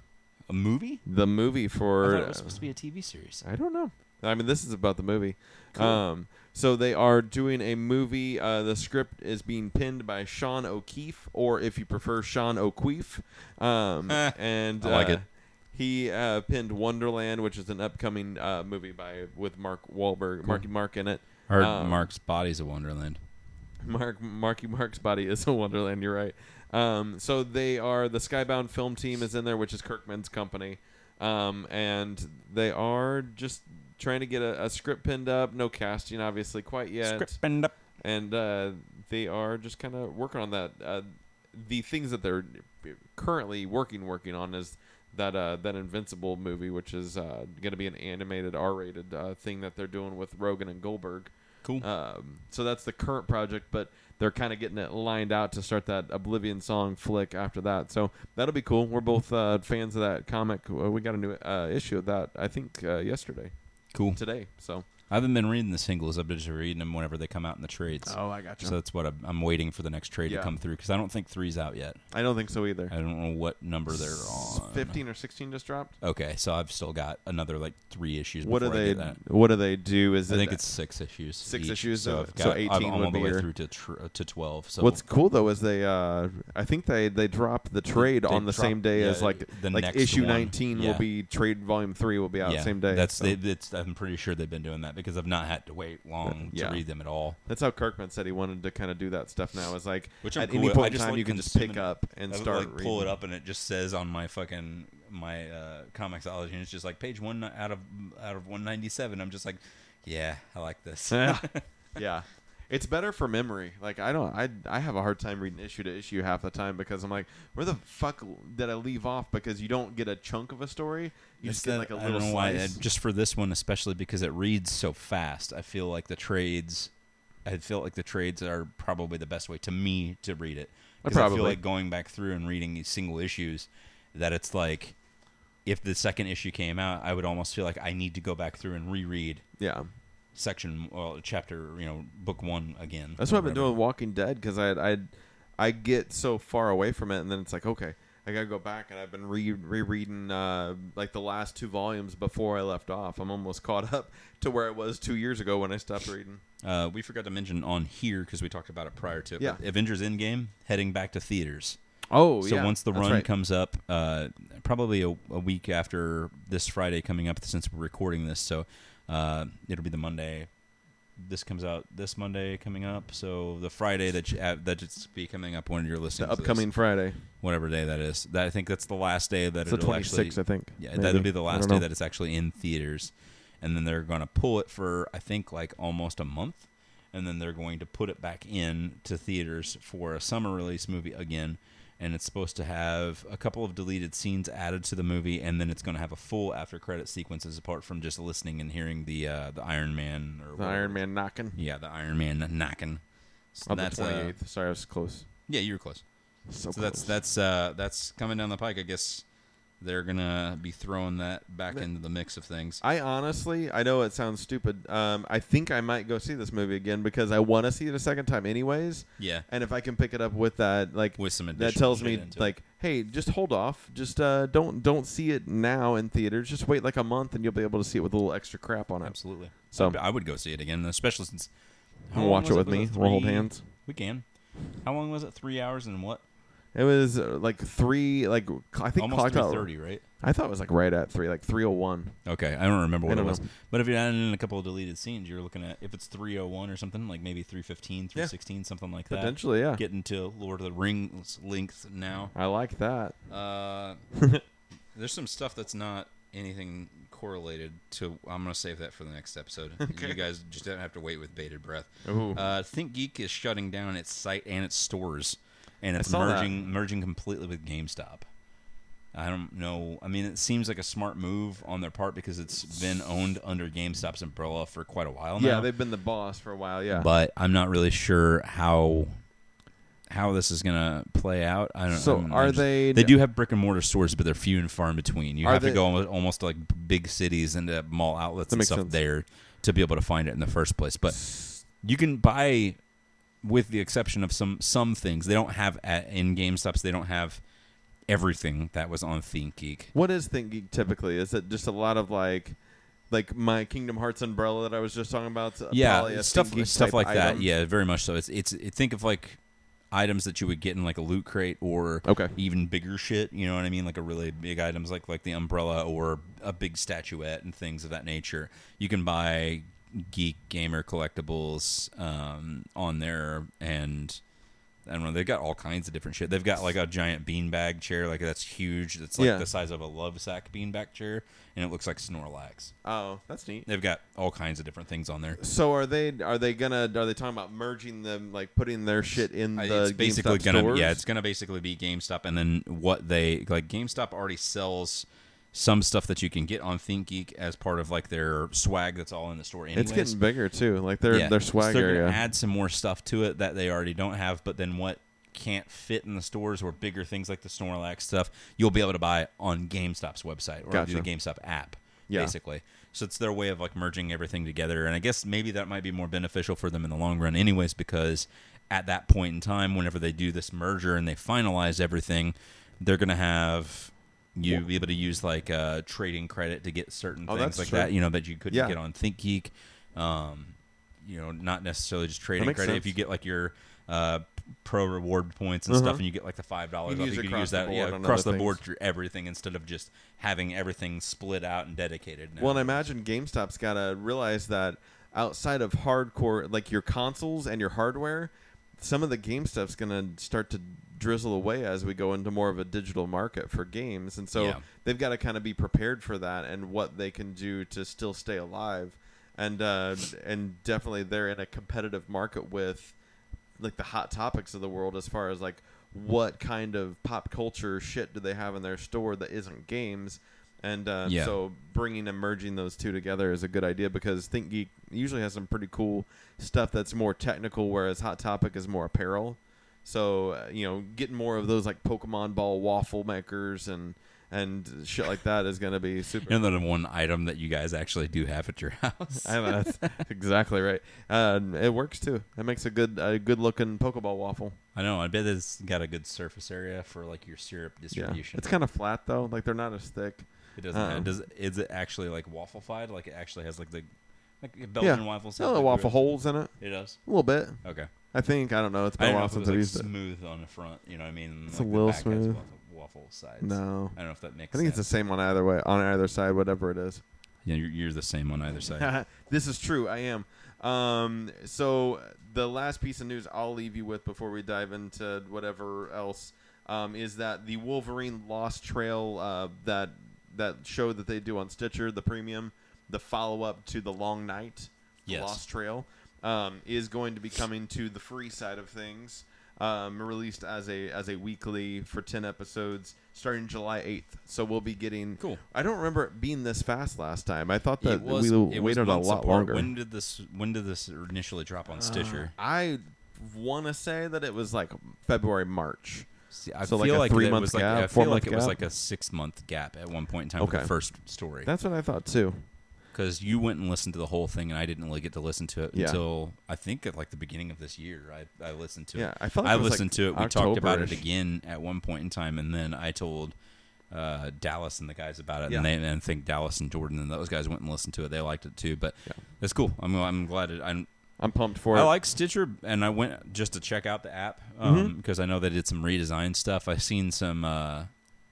Speaker 1: a movie.
Speaker 2: the movie
Speaker 1: I
Speaker 2: for.
Speaker 1: thought it was supposed to be a TV series.
Speaker 2: I don't know. I mean, this is about the movie. Um, so they are doing a movie. Uh, the script is being pinned by Sean O'Keefe, or if you prefer, Sean O'Queef. Um,
Speaker 1: Eh,
Speaker 2: and
Speaker 1: I like
Speaker 2: uh,
Speaker 1: it.
Speaker 2: He uh, pinned Wonderland, which is an upcoming uh, movie by with Mark Wahlberg, Marky Mark in it.
Speaker 1: I heard
Speaker 2: Um,
Speaker 1: Mark's Body's a Wonderland.
Speaker 2: Mark Marky Mark's body is a Wonderland. You're right. Um, so they are the Skybound film team is in there, which is Kirkman's company, um, and they are just trying to get a, a script pinned up. No casting, obviously, quite yet, and uh, they are just kind of working on that. Uh, the things that they're currently working working on is that uh, that Invincible movie, which is uh, going to be an animated R-rated uh, thing that they're doing with Rogan and Goldberg.
Speaker 1: Cool.
Speaker 2: Um, so that's the current project, but they're kind of getting it lined out to start that Oblivion song flick after that. So that'll be cool. We're both uh, fans of that comic. Uh, We got a new uh, issue of that, I think, uh, yesterday,
Speaker 1: cool.
Speaker 2: today. So
Speaker 1: I haven't been reading the singles. I've been just reading them whenever they come out in the trades.
Speaker 2: Oh, I got you.
Speaker 1: So that's what I'm, I'm waiting for the next trade
Speaker 2: Yeah.
Speaker 1: to come through because I don't think three's out yet.
Speaker 2: I don't think so either.
Speaker 1: I don't know what number they're on.
Speaker 2: Fifteen or sixteen just dropped.
Speaker 1: Okay, so I've still got another like three issues.
Speaker 2: What do
Speaker 1: before I
Speaker 2: they?
Speaker 1: get that.
Speaker 2: What do they do? Is
Speaker 1: I
Speaker 2: it-
Speaker 1: think it's six issues.
Speaker 2: Six
Speaker 1: each,
Speaker 2: issues,
Speaker 1: So
Speaker 2: uh,
Speaker 1: I've
Speaker 2: so
Speaker 1: got.
Speaker 2: 18
Speaker 1: I'm
Speaker 2: would
Speaker 1: all the
Speaker 2: be
Speaker 1: way
Speaker 2: your-
Speaker 1: through to tr- uh, to twelve. So
Speaker 2: What's cool though is they, uh, I think they they dropped the trade
Speaker 1: they
Speaker 2: on the
Speaker 1: dropped-
Speaker 2: same day
Speaker 1: yeah,
Speaker 2: as like
Speaker 1: the
Speaker 2: like
Speaker 1: next
Speaker 2: issue
Speaker 1: one.
Speaker 2: nineteen will
Speaker 1: Yeah.
Speaker 2: be trade volume three will be out
Speaker 1: yeah,
Speaker 2: the same day.
Speaker 1: That's
Speaker 2: so.
Speaker 1: they, it's, I'm pretty sure they've been doing that because I've not had to wait long
Speaker 2: yeah.
Speaker 1: to read them at all.
Speaker 2: That's how Kirkman said he wanted to kind of do that stuff now. Is like
Speaker 1: Which I'm
Speaker 2: at
Speaker 1: cool
Speaker 2: any
Speaker 1: with. I
Speaker 2: point in
Speaker 1: just
Speaker 2: time
Speaker 1: like
Speaker 2: you can just
Speaker 1: consuming
Speaker 2: pick
Speaker 1: it.
Speaker 2: up and
Speaker 1: I would,
Speaker 2: start
Speaker 1: like pull it
Speaker 2: reading.
Speaker 1: up and it just says on my fucking my uh, comicsology and it's just like page one out of out of 197. I'm just like, yeah, I like this.
Speaker 2: Yeah. yeah. It's better for memory. Like I don't I I have a hard time reading issue to issue half the time because I'm like, where the fuck did I leave off? Because you don't get a chunk of a story. You just get
Speaker 1: Instead-
Speaker 2: like a
Speaker 1: I
Speaker 2: little
Speaker 1: don't know why.
Speaker 2: slice.
Speaker 1: and Just for this one, especially because it reads so fast. I feel like the trades. I feel like the trades are probably the best way to me to read it. Because I
Speaker 2: Uh, Probably.
Speaker 1: feel like going back through and reading these single issues, that it's like, if the second issue came out, I would almost feel like I need to go back through and reread
Speaker 2: yeah.
Speaker 1: section, well, chapter, you know, book one again.
Speaker 2: That's
Speaker 1: or
Speaker 2: what I've been
Speaker 1: whatever.
Speaker 2: doing with Walking Dead because I I I get so far away from it and then it's like okay I gotta go back and I've been re rereading uh, like the last two volumes before I left off. I'm almost caught up to where I was two years ago when I stopped reading.
Speaker 1: Uh, we forgot to mention on here because we talked about it prior to. it,
Speaker 2: Yeah.
Speaker 1: but Avengers Endgame heading back to theaters.
Speaker 2: Oh
Speaker 1: So once the run comes up, uh, probably a, a week after this Friday coming up, since we're recording this, so uh, it'll be the Monday. This comes out this Monday coming up, so the Friday that you, uh, that it's be coming up when you're listening.
Speaker 2: the
Speaker 1: to this,
Speaker 2: upcoming Friday,
Speaker 1: whatever day that is, that I think that's the last day that
Speaker 2: it's the
Speaker 1: it'll
Speaker 2: twenty
Speaker 1: actually.
Speaker 2: sixth, I think.
Speaker 1: Yeah,
Speaker 2: maybe.
Speaker 1: that'll be the
Speaker 2: I
Speaker 1: last
Speaker 2: don't
Speaker 1: day
Speaker 2: know.
Speaker 1: that it's actually in theaters, and then they're going to pull it for I think like almost a month, and then they're going to put it back in to theaters for a summer release movie again, and it's supposed to have a couple of deleted scenes added to the movie, and then it's going to have a full after credit sequences apart from just listening and hearing the uh, the Iron Man or
Speaker 2: the
Speaker 1: whatever.
Speaker 2: Iron Man knocking.
Speaker 1: Yeah, the Iron Man knocking. So
Speaker 2: On the
Speaker 1: that's uh,
Speaker 2: twenty eighth. Sorry, I was close.
Speaker 1: yeah, you were close.
Speaker 2: So,
Speaker 1: So that's that's uh, that's coming down the pike. I guess they're gonna be throwing that back
Speaker 2: Ma-
Speaker 1: into the mix of things.
Speaker 2: I honestly, I know it sounds stupid. Um, I think I might go see this movie again because I want to see it a second time, anyways.
Speaker 1: Yeah,
Speaker 2: And if I can pick it up with that, like
Speaker 1: with some
Speaker 2: that
Speaker 1: additional
Speaker 2: tells
Speaker 1: shit
Speaker 2: me
Speaker 1: into it.
Speaker 2: like hey just hold off just uh, don't don't see it now in theaters just wait like a month and you'll be able to see it with a little extra crap on it
Speaker 1: absolutely.
Speaker 2: So-
Speaker 1: So I would go see it again, especially since. how long
Speaker 2: and
Speaker 1: was
Speaker 2: watch it with
Speaker 1: Was
Speaker 2: me
Speaker 1: it
Speaker 2: we'll hold
Speaker 1: three-
Speaker 2: hands
Speaker 1: We can. How long was it? Three hours and what?
Speaker 2: it was uh, like three like cl- i think
Speaker 1: Almost
Speaker 2: clocked
Speaker 1: three
Speaker 2: out
Speaker 1: thirty, right?
Speaker 2: i thought it was like right at three oh like 301
Speaker 1: Okay, I don't remember
Speaker 2: I
Speaker 1: what
Speaker 2: don't
Speaker 1: it was.
Speaker 2: know.
Speaker 1: But if you add in a couple of deleted scenes, you're looking at if it's three oh one or something like maybe 315, 316, something like that.
Speaker 2: potentially yeah
Speaker 1: Getting to Lord of the Rings length now.
Speaker 2: i like that
Speaker 1: Uh, there's some stuff that's not anything correlated to. I'm gonna save that for the next episode. You guys just don't have to wait with bated breath.
Speaker 2: Ooh.
Speaker 1: Uh, Think Geek is shutting down its site and its stores, and it's
Speaker 2: saw that.
Speaker 1: merging merging completely with GameStop. I don't know. I mean, it seems like a smart move on their part because it's been owned under GameStop's umbrella for quite a while now
Speaker 2: yeah they've been the boss for a while yeah
Speaker 1: but I'm not really sure how how this is gonna play out. I don't.
Speaker 2: So
Speaker 1: I'm- I'm
Speaker 2: are
Speaker 1: just-
Speaker 2: they-
Speaker 1: They do have brick and mortar stores, but they're few and far in between. You
Speaker 2: Are
Speaker 1: have
Speaker 2: they-
Speaker 1: to go almost, almost like big cities into mall outlets
Speaker 2: That
Speaker 1: and
Speaker 2: makes
Speaker 1: stuff
Speaker 2: sense.
Speaker 1: there to be able to find it in the first place. But you can buy, with the exception of some some things, they don't have at, in GameStops. They don't have everything that was on ThinkGeek.
Speaker 2: What is Think Geek typically? Is it just a lot of like, like my Kingdom Hearts umbrella that I was just talking about? It's probably
Speaker 1: yeah,
Speaker 2: a
Speaker 1: stuff
Speaker 2: Think Geek
Speaker 1: stuff
Speaker 2: type
Speaker 1: like that.
Speaker 2: item?
Speaker 1: Yeah, very much so. It's it's it- think of like items that you would get in like a loot crate or
Speaker 2: Okay.
Speaker 1: even bigger shit. You know what I mean? Like a really big items like like the umbrella or a big statuette and things of that nature. You can buy geek gamer collectibles um, on there and. I don't know. They've got all kinds of different shit. They've got like a giant beanbag chair, like that's huge. That's like
Speaker 2: Yeah.
Speaker 1: the size of a love sack beanbag chair, and it looks like Snorlax.
Speaker 2: Oh, that's neat.
Speaker 1: They've got all kinds of different things on there.
Speaker 2: So are they? Are they gonna? Are they talking about merging them? Like putting their shit in
Speaker 1: I-
Speaker 2: the
Speaker 1: Uh, it's basically
Speaker 2: GameStop
Speaker 1: gonna
Speaker 2: stores?
Speaker 1: yeah it's gonna basically be GameStop and then what they like GameStop already sells some stuff that you can get on ThinkGeek as part of like their swag that's all in the store anyways.
Speaker 2: it's getting bigger too. Like their
Speaker 1: Yeah.
Speaker 2: their
Speaker 1: So
Speaker 2: swag
Speaker 1: they're
Speaker 2: area.
Speaker 1: gonna add some more stuff to it that they already don't have but then what can't fit in the stores or bigger things like the Snorlax stuff you'll be able to buy on GameStop's website or
Speaker 2: Gotcha.
Speaker 1: the GameStop app
Speaker 2: Yeah.
Speaker 1: basically. So it's their way of like merging everything together. And I guess maybe that might be more beneficial for them in the long run, anyways, because at that point in time, whenever they do this merger and they finalize everything, they're going to have you be able to use like uh, trading credit to get certain
Speaker 2: Oh,
Speaker 1: things
Speaker 2: that's
Speaker 1: like
Speaker 2: true.
Speaker 1: that, you know, that you couldn't
Speaker 2: Yeah.
Speaker 1: get on ThinkGeek. Um, you know, not necessarily just trading
Speaker 2: makes
Speaker 1: credit. If
Speaker 2: sense.
Speaker 1: you get like your uh, pro reward points and stuff,
Speaker 2: Uh-huh.
Speaker 1: and you get like the five dollars,
Speaker 2: You can
Speaker 1: off,
Speaker 2: use
Speaker 1: you
Speaker 2: it
Speaker 1: could use
Speaker 2: across
Speaker 1: that
Speaker 2: the
Speaker 1: yeah,
Speaker 2: board on
Speaker 1: across the
Speaker 2: other
Speaker 1: board
Speaker 2: things.
Speaker 1: through everything instead of just having everything split out and dedicated. now.
Speaker 2: Well, and I imagine GameStop's got to realize that outside of hardcore, like your consoles and your hardware, some of the game stuff's going to start to drizzle away as we go into more of a digital market for games. And so
Speaker 1: Yeah.
Speaker 2: they've got to kind of be prepared for that and what they can do to still stay alive. And uh, and definitely they're in a competitive market with like the hot topics of the world as far as like what kind of pop culture shit do they have in their store that isn't games and uh,
Speaker 1: Yeah.
Speaker 2: so bringing and merging those two together is a good idea because ThinkGeek usually has some pretty cool stuff that's more technical, whereas Hot Topic is more apparel. So uh, you know, getting more of those like Pokemon ball waffle makers and and shit like that is going to be super.
Speaker 1: and then the one item that you guys actually do have at your house.
Speaker 2: I don't know, that's exactly right. Um, it works too. It makes a good a good looking Pokeball waffle.
Speaker 1: I know. I bet it's got a good surface area for like your syrup
Speaker 2: Yeah,
Speaker 1: distribution.
Speaker 2: it's kind of flat though. Like they're not as thick.
Speaker 1: it doesn't. have-
Speaker 2: um,
Speaker 1: does is it actually like waffleified? Like it actually has like the like Belgian waffles. have,
Speaker 2: No, the
Speaker 1: like,
Speaker 2: waffle
Speaker 1: grooves?
Speaker 2: holes in it.
Speaker 1: It does.
Speaker 2: A little bit.
Speaker 1: Okay.
Speaker 2: I think I don't know. It's
Speaker 1: I
Speaker 2: been
Speaker 1: don't know
Speaker 2: a while
Speaker 1: if it
Speaker 2: since
Speaker 1: was
Speaker 2: I
Speaker 1: like
Speaker 2: used it.
Speaker 1: smooth on the front. You know what I mean? And,
Speaker 2: It's a
Speaker 1: like,
Speaker 2: little
Speaker 1: the back has
Speaker 2: smooth.
Speaker 1: Waffle, waffle sides.
Speaker 2: No,
Speaker 1: I don't know if that makes.
Speaker 2: I think it's the
Speaker 1: sense.
Speaker 2: same on either way, on either side, whatever it is.
Speaker 1: Yeah, you're, you're the same on either side.
Speaker 2: this is true. I am. Um, so the last piece of news I'll leave you with before we dive into whatever else um, is that the Wolverine Lost Trail uh, that that show that they do on Stitcher, the premium, the follow up to the Long Night, the
Speaker 1: Yes.
Speaker 2: Lost Trail, um, is going to be coming to the free side of things. Um, released as a as a weekly for ten episodes starting July eighth. So we'll be getting
Speaker 1: Cool.
Speaker 2: I don't remember it being this fast last time. I thought that
Speaker 1: it was,
Speaker 2: we
Speaker 1: it was
Speaker 2: waited a
Speaker 1: months
Speaker 2: lot
Speaker 1: apart.
Speaker 2: longer. Uh,
Speaker 1: When did this? When did this initially drop on Stitcher?
Speaker 2: I want to say that it was like February, March.
Speaker 1: See, I
Speaker 2: so like
Speaker 1: feel
Speaker 2: a
Speaker 1: like, it
Speaker 2: three-month
Speaker 1: was like
Speaker 2: gap,
Speaker 1: I feel
Speaker 2: four-month
Speaker 1: like it was
Speaker 2: gap?
Speaker 1: like a six month gap at one point in time with
Speaker 2: Okay.
Speaker 1: the first story.
Speaker 2: That's what I thought too.
Speaker 1: Because you went and listened to the whole thing, and I didn't really get to listen to it
Speaker 2: Yeah.
Speaker 1: until I think at like the beginning of this year. I, I listened to
Speaker 2: Yeah,
Speaker 1: it.
Speaker 2: I felt like
Speaker 1: I
Speaker 2: it was, like,
Speaker 1: listened to it. We talked about it
Speaker 2: October-ish.
Speaker 1: again at one point in time, and then I told uh, Dallas and the guys about it,
Speaker 2: Yeah.
Speaker 1: and they and I think Dallas and Jordan and those guys went and listened to it. They liked it too, but it's cool. I'm I'm glad it, I'm
Speaker 2: I'm pumped for
Speaker 1: Oh, I
Speaker 2: it.
Speaker 1: like Stitcher, and I went just to check out the app because
Speaker 2: Mm-hmm.
Speaker 1: I know they did some redesign stuff. I've seen some uh,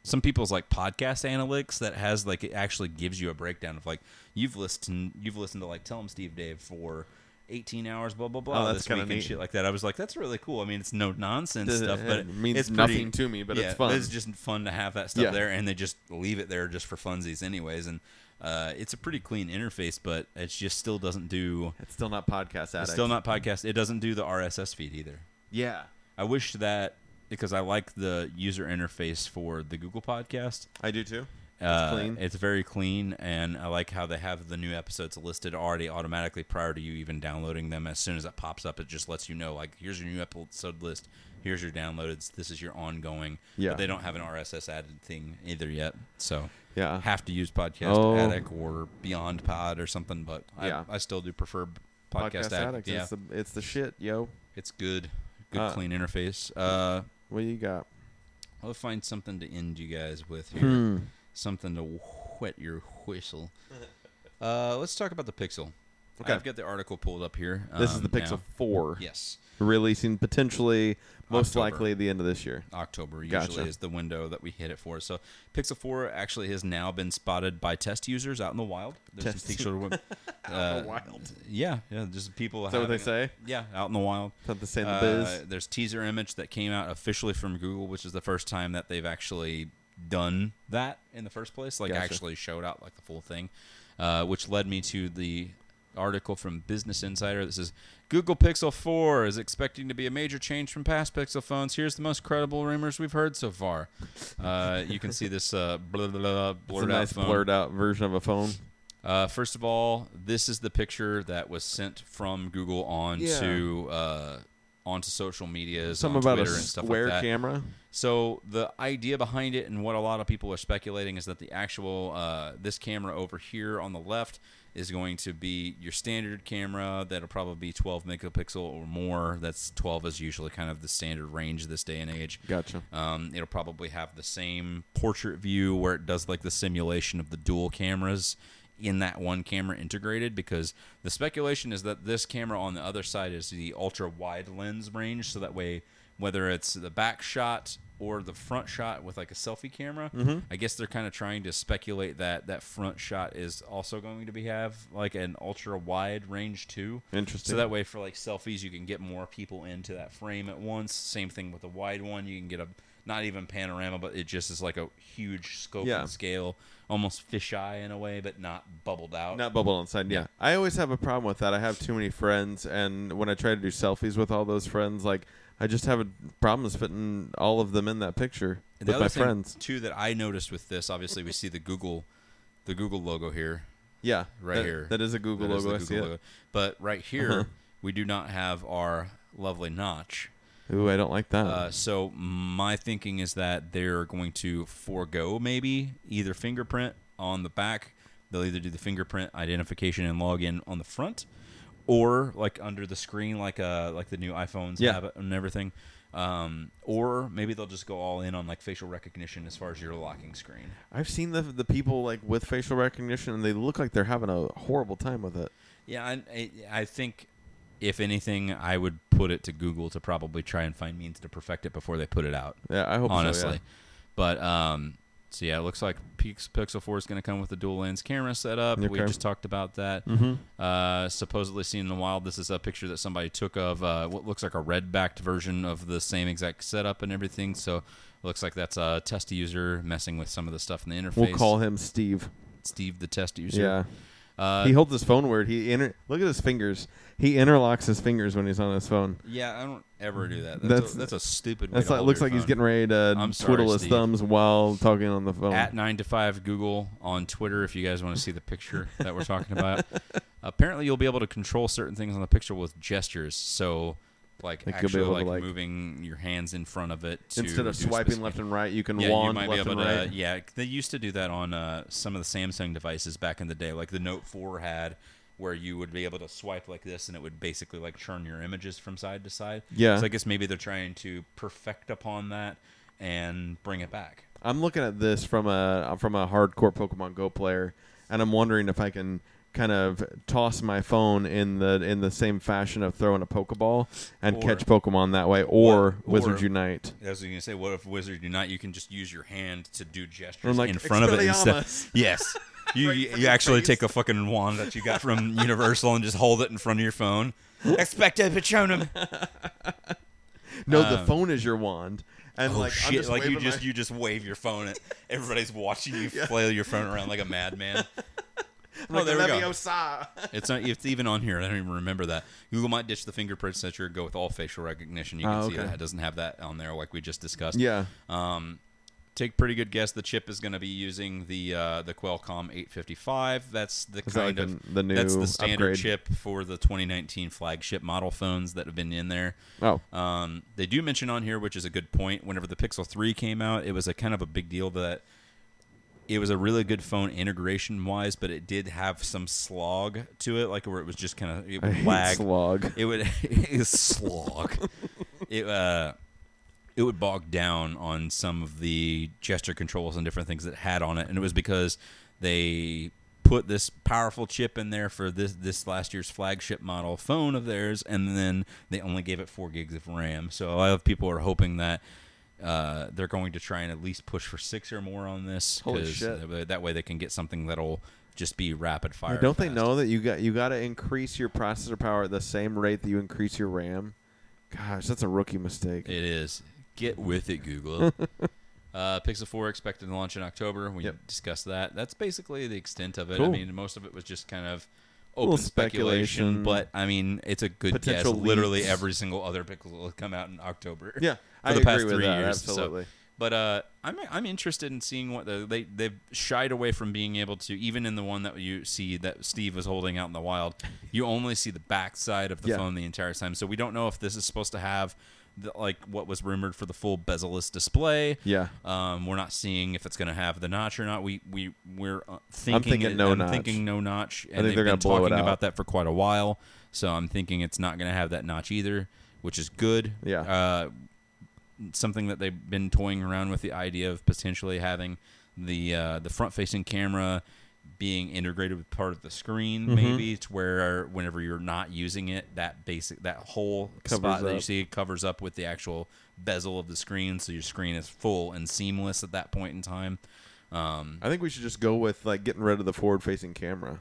Speaker 1: some people's like podcast analytics that has like it actually gives you a breakdown of like you've listened you've listened to like Tell 'em Steve Dave for. 18 hours, blah blah blah.
Speaker 2: Oh, that's
Speaker 1: this
Speaker 2: kinda
Speaker 1: week and
Speaker 2: neat.
Speaker 1: shit like that. I was like, that's really cool. I mean, it's no nonsense
Speaker 2: Does-
Speaker 1: stuff, but
Speaker 2: it means
Speaker 1: it's pretty-
Speaker 2: nothing to me, but it's
Speaker 1: yeah,
Speaker 2: fun.
Speaker 1: It's just fun to have that stuff
Speaker 2: Yeah.
Speaker 1: there, and they just leave it there just for funsies, anyways. And uh, it's a pretty clean interface, but it just still doesn't do
Speaker 2: it's still not podcast addict.
Speaker 1: it's still not podcast. It doesn't do the RSS feed either.
Speaker 2: Yeah,
Speaker 1: I wish that because I like the user interface for the Google Podcast.
Speaker 2: I do too.
Speaker 1: Uh,
Speaker 2: clean.
Speaker 1: It's very clean, and I like how they have the new episodes listed already automatically prior to you even downloading them. As soon as it pops up, it just lets you know like here's your new episode list, here's your downloaded, this is your ongoing.
Speaker 2: Yeah.
Speaker 1: But they don't have an RSS added thing either yet, so
Speaker 2: Yeah.
Speaker 1: have to use Podcast
Speaker 2: Oh.
Speaker 1: Addict or Beyond Pod or something. But
Speaker 2: Yeah.
Speaker 1: I, I still do prefer Podcast, Addict.
Speaker 2: Podcast, addicts.
Speaker 1: Yeah.
Speaker 2: It's the it's the shit, yo.
Speaker 1: It's good. Good
Speaker 2: Uh,
Speaker 1: clean interface. Uh,
Speaker 2: What you got?
Speaker 1: I'll find something to end you guys with here.
Speaker 2: Hmm.
Speaker 1: Something to whet your whistle. Uh, let's talk about the Pixel.
Speaker 2: Okay.
Speaker 1: I've got the article pulled up here.
Speaker 2: This is the
Speaker 1: um,
Speaker 2: Pixel
Speaker 1: now.
Speaker 2: Four
Speaker 1: Yes.
Speaker 2: releasing potentially, most
Speaker 1: October.
Speaker 2: likely the end of this year.
Speaker 1: October
Speaker 2: Gotcha.
Speaker 1: usually is the window that we hit it for. So Pixel 4 actually has now been spotted by test users out in the wild. There's
Speaker 2: Test
Speaker 1: some Pixel, uh,
Speaker 2: wild.
Speaker 1: Yeah, yeah, just people.
Speaker 2: Is that what they
Speaker 1: having it.
Speaker 2: say?
Speaker 1: Yeah, out in the wild.
Speaker 2: Something to say in the
Speaker 1: Uh,
Speaker 2: biz.
Speaker 1: there's teaser image that came out officially from Google, which is the first time that they've actually done that in the first place. Like
Speaker 2: Gotcha.
Speaker 1: actually showed out like the full thing, uh, which led me to the article from Business Insider that says Google Pixel 4 is expecting to be a major change from past Pixel phones. Here's the most credible rumors we've heard so far. Uh, you can see this uh, blah blah blah
Speaker 2: It's
Speaker 1: blurred
Speaker 2: a nice
Speaker 1: out phone.
Speaker 2: blurred out version of a phone.
Speaker 1: Uh, first of all, this is the picture that was sent from Google on
Speaker 2: Yeah.
Speaker 1: to uh, onto social media,
Speaker 2: Something
Speaker 1: on
Speaker 2: about
Speaker 1: Twitter
Speaker 2: a
Speaker 1: and stuff
Speaker 2: square
Speaker 1: like that.
Speaker 2: camera.
Speaker 1: So the idea behind it and what a lot of people are speculating is that the actual uh, this camera over here on the left is going to be your standard camera that'll probably be 12 megapixel or more. That's 12 is usually kind of the standard range this day and age.
Speaker 2: Gotcha.
Speaker 1: Um, it'll probably have the same portrait view where it does like the simulation of the dual cameras in that one camera integrated because the speculation is that this camera on the other side is the ultra wide lens range so that way whether it's the back shot or the front shot with like a selfie camera i guess they're kind of trying to speculate that that front shot is also going to be have like an ultra wide range too
Speaker 2: Interesting.
Speaker 1: so that way for like selfies you can get more people into that frame at once same thing with the wide one you can get a not even panorama but it just is like a huge scope
Speaker 2: Yeah.
Speaker 1: and scale almost fisheye in a way but not bubbled out
Speaker 2: Not bubble inside. Yeah. I always have a problem with that. I have too many friends, and when I try to do selfies with all those friends, like I just have a problems fitting all of them in that picture
Speaker 1: And
Speaker 2: with my
Speaker 1: thing,
Speaker 2: friends.
Speaker 1: too that i noticed with this obviously we see the google the google logo here
Speaker 2: Yeah,
Speaker 1: right
Speaker 2: that-
Speaker 1: here.
Speaker 2: That is a Google
Speaker 1: That is
Speaker 2: logo.
Speaker 1: the
Speaker 2: I see Uh-huh.
Speaker 1: Google logo. But right here, we do not have our lovely notch.
Speaker 2: it. Ooh, I don't like that.
Speaker 1: Uh, so my thinking is that they're going to forego maybe either fingerprint on the back. They'll either do the fingerprint identification and login on the front, or like under the screen, like uh like the new iPhones
Speaker 2: Yeah.
Speaker 1: have it and everything. Um, or maybe they'll just go all in on like facial recognition as far as your locking screen.
Speaker 2: I've seen the the people like with facial recognition, and they look like they're having a horrible time with it.
Speaker 1: Yeah, I, I, I think if anything, I would put it to Google to probably try and find means to perfect it before they put it out.
Speaker 2: Yeah, I hope so, yeah.
Speaker 1: honestly. But um, so yeah, it looks like Pix- Pixel Four is going to come with a dual lens camera setup. We
Speaker 2: Okay. Mm-hmm.
Speaker 1: just talked about that. Uh, supposedly seen in the wild. This is a picture that somebody took of uh, what looks like a red backed version of the same exact setup and everything. So. it Looks like that's a test user messing with some of the stuff in the interface.
Speaker 2: We'll call him Steve.
Speaker 1: Steve the test user.
Speaker 2: Yeah.
Speaker 1: Uh,
Speaker 2: he holds his phone weird. He inter- look at his fingers. He interlocks his fingers when he's on his phone.
Speaker 1: Yeah, I don't ever do that. That's
Speaker 2: That's-
Speaker 1: a, that's a stupid. Way
Speaker 2: That's
Speaker 1: to
Speaker 2: like
Speaker 1: hold
Speaker 2: looks
Speaker 1: your
Speaker 2: like he's
Speaker 1: phone.
Speaker 2: getting ready to
Speaker 1: I'm
Speaker 2: twiddle
Speaker 1: sorry,
Speaker 2: his
Speaker 1: Steve.
Speaker 2: thumbs while talking on the phone.
Speaker 1: at nine to five Google on Twitter if you guys want to see the picture that we're talking about. Apparently, you'll be able to control certain things on the picture with gestures. So, like,
Speaker 2: Like, you'll be
Speaker 1: actually,
Speaker 2: able to,
Speaker 1: like,
Speaker 2: like-
Speaker 1: moving your hands in front of it to
Speaker 2: Instead of
Speaker 1: reduce
Speaker 2: swiping
Speaker 1: the
Speaker 2: left
Speaker 1: speed.
Speaker 2: and right, you can
Speaker 1: Yeah, you
Speaker 2: wand
Speaker 1: might be
Speaker 2: left
Speaker 1: able
Speaker 2: and
Speaker 1: to.
Speaker 2: right.
Speaker 1: Yeah, they used to do that on uh, some of the Samsung devices back in the day. Like the Note 4 had, where you would be able to swipe like this, and it would basically like churn your images from side to side.
Speaker 2: Yeah.
Speaker 1: So I guess maybe they're trying to perfect upon that and bring it back.
Speaker 2: I'm looking at this from a from a hardcore Pokemon Go player, and I'm wondering if I can kind of toss my phone in the in the same fashion of throwing a Pokeball and
Speaker 1: Or-
Speaker 2: catch Pokemon that way, or,
Speaker 1: Or-
Speaker 2: Wizards
Speaker 1: or-
Speaker 2: Unite.
Speaker 1: As you can say, what if Wizard Unite? You can just use your hand to do gestures
Speaker 2: I'm like,
Speaker 1: in front of it instead.
Speaker 2: "Expelliarmus."
Speaker 1: Yes. You,
Speaker 2: Right in
Speaker 1: you,
Speaker 2: front
Speaker 1: you
Speaker 2: of
Speaker 1: actually
Speaker 2: face.
Speaker 1: take a fucking wand that you got from Universal and just hold it in front of your phone. Expecto Patronum. Oh,
Speaker 2: No, the phone is your wand, and
Speaker 1: Oh
Speaker 2: Um, like I'm
Speaker 1: shit!
Speaker 2: just
Speaker 1: Like you
Speaker 2: waving my-
Speaker 1: just you just wave your phone at everybody's watching you flail your phone around like a madman. Oh,
Speaker 2: I'm like,
Speaker 1: there we go.
Speaker 2: "Leviosa."
Speaker 1: It's not. It's even on here. I don't even remember that. Google might ditch the fingerprint sensor, go with all facial recognition. You can
Speaker 2: Oh,
Speaker 1: see
Speaker 2: okay.
Speaker 1: that it doesn't have that on there, like we just discussed.
Speaker 2: Yeah,
Speaker 1: Um, take pretty good guess. The chip is going to be using the uh, the Qualcomm 855. That's the
Speaker 2: Is that
Speaker 1: kind
Speaker 2: like
Speaker 1: of
Speaker 2: the- the
Speaker 1: that's
Speaker 2: new
Speaker 1: the standard
Speaker 2: upgrade?
Speaker 1: chip for the 2019 flagship model phones that have been in there.
Speaker 2: Oh.
Speaker 1: um, they do mention on here, which is a good point. Whenever the Pixel 3 came out, it was a kind of a big deal that it was a really good phone integration wise, but it did have some slog to it, like where it was just kind of it
Speaker 2: I
Speaker 1: would
Speaker 2: hate
Speaker 1: lag.
Speaker 2: slog.
Speaker 1: It would it's slog. It uh, it would bog down on some of the gesture controls and different things that it had on it, and it was because they put this powerful chip in there for this this last year's flagship model phone of theirs, and then they only gave it four gigs of RAM. So a lot of people are hoping that. Uh, they're going to try and at least push for six or more on this.
Speaker 2: Holy
Speaker 1: 'cause
Speaker 2: shit.
Speaker 1: th- That way they can get something that'll just be rapid fire.
Speaker 2: Don't they
Speaker 1: fast.
Speaker 2: know that you got you got to increase your processor power at the same rate that you increase your RAM? Gosh, that's a rookie mistake.
Speaker 1: It is. Get with it, Google. uh, Pixel 4 expected to launch in October. We
Speaker 2: Yep.
Speaker 1: discussed that. That's basically the extent of it. I
Speaker 2: Cool.
Speaker 1: mean, most of it was just kind of open
Speaker 2: Little
Speaker 1: speculation,
Speaker 2: speculation.
Speaker 1: but I mean, it's a good
Speaker 2: Potential
Speaker 1: guess. Literally
Speaker 2: leaks.
Speaker 1: every single other Pixel will come out in October.
Speaker 2: Yeah,
Speaker 1: for
Speaker 2: I
Speaker 1: the
Speaker 2: agree
Speaker 1: past
Speaker 2: with
Speaker 1: three
Speaker 2: that,
Speaker 1: years. So
Speaker 2: absolutely.
Speaker 1: But uh, I'm I'm interested in seeing what the, they they've shied away from being able to even in the one that you see that Steve was holding out in the wild, you only see the backside of the
Speaker 2: Yeah.
Speaker 1: phone the entire time. So we don't know if this is supposed to have the, like what was rumored for the full bezel-less display.
Speaker 2: Yeah.
Speaker 1: um, we're not seeing if it's going to have the notch or not. We we we're uh, thinking,
Speaker 2: thinking no
Speaker 1: I'm
Speaker 2: notch.
Speaker 1: thinking no notch. And
Speaker 2: think
Speaker 1: they've
Speaker 2: they're
Speaker 1: been
Speaker 2: gonna blow it
Speaker 1: talking about
Speaker 2: out.
Speaker 1: that for quite a while. So I'm thinking it's not going to have that notch either, which is good.
Speaker 2: Yeah.
Speaker 1: Uh, something that they've been toying around with the idea of potentially having the uh, the front facing camera being integrated with part of the screen
Speaker 2: Mm-hmm.
Speaker 1: maybe to where whenever you're not using it that basic that whole
Speaker 2: Covers
Speaker 1: spot that you
Speaker 2: up.
Speaker 1: see covers up with the actual bezel of the screen so your screen is full and seamless at that point in time um,
Speaker 2: I think we should just go with like getting rid of the forward-facing camera.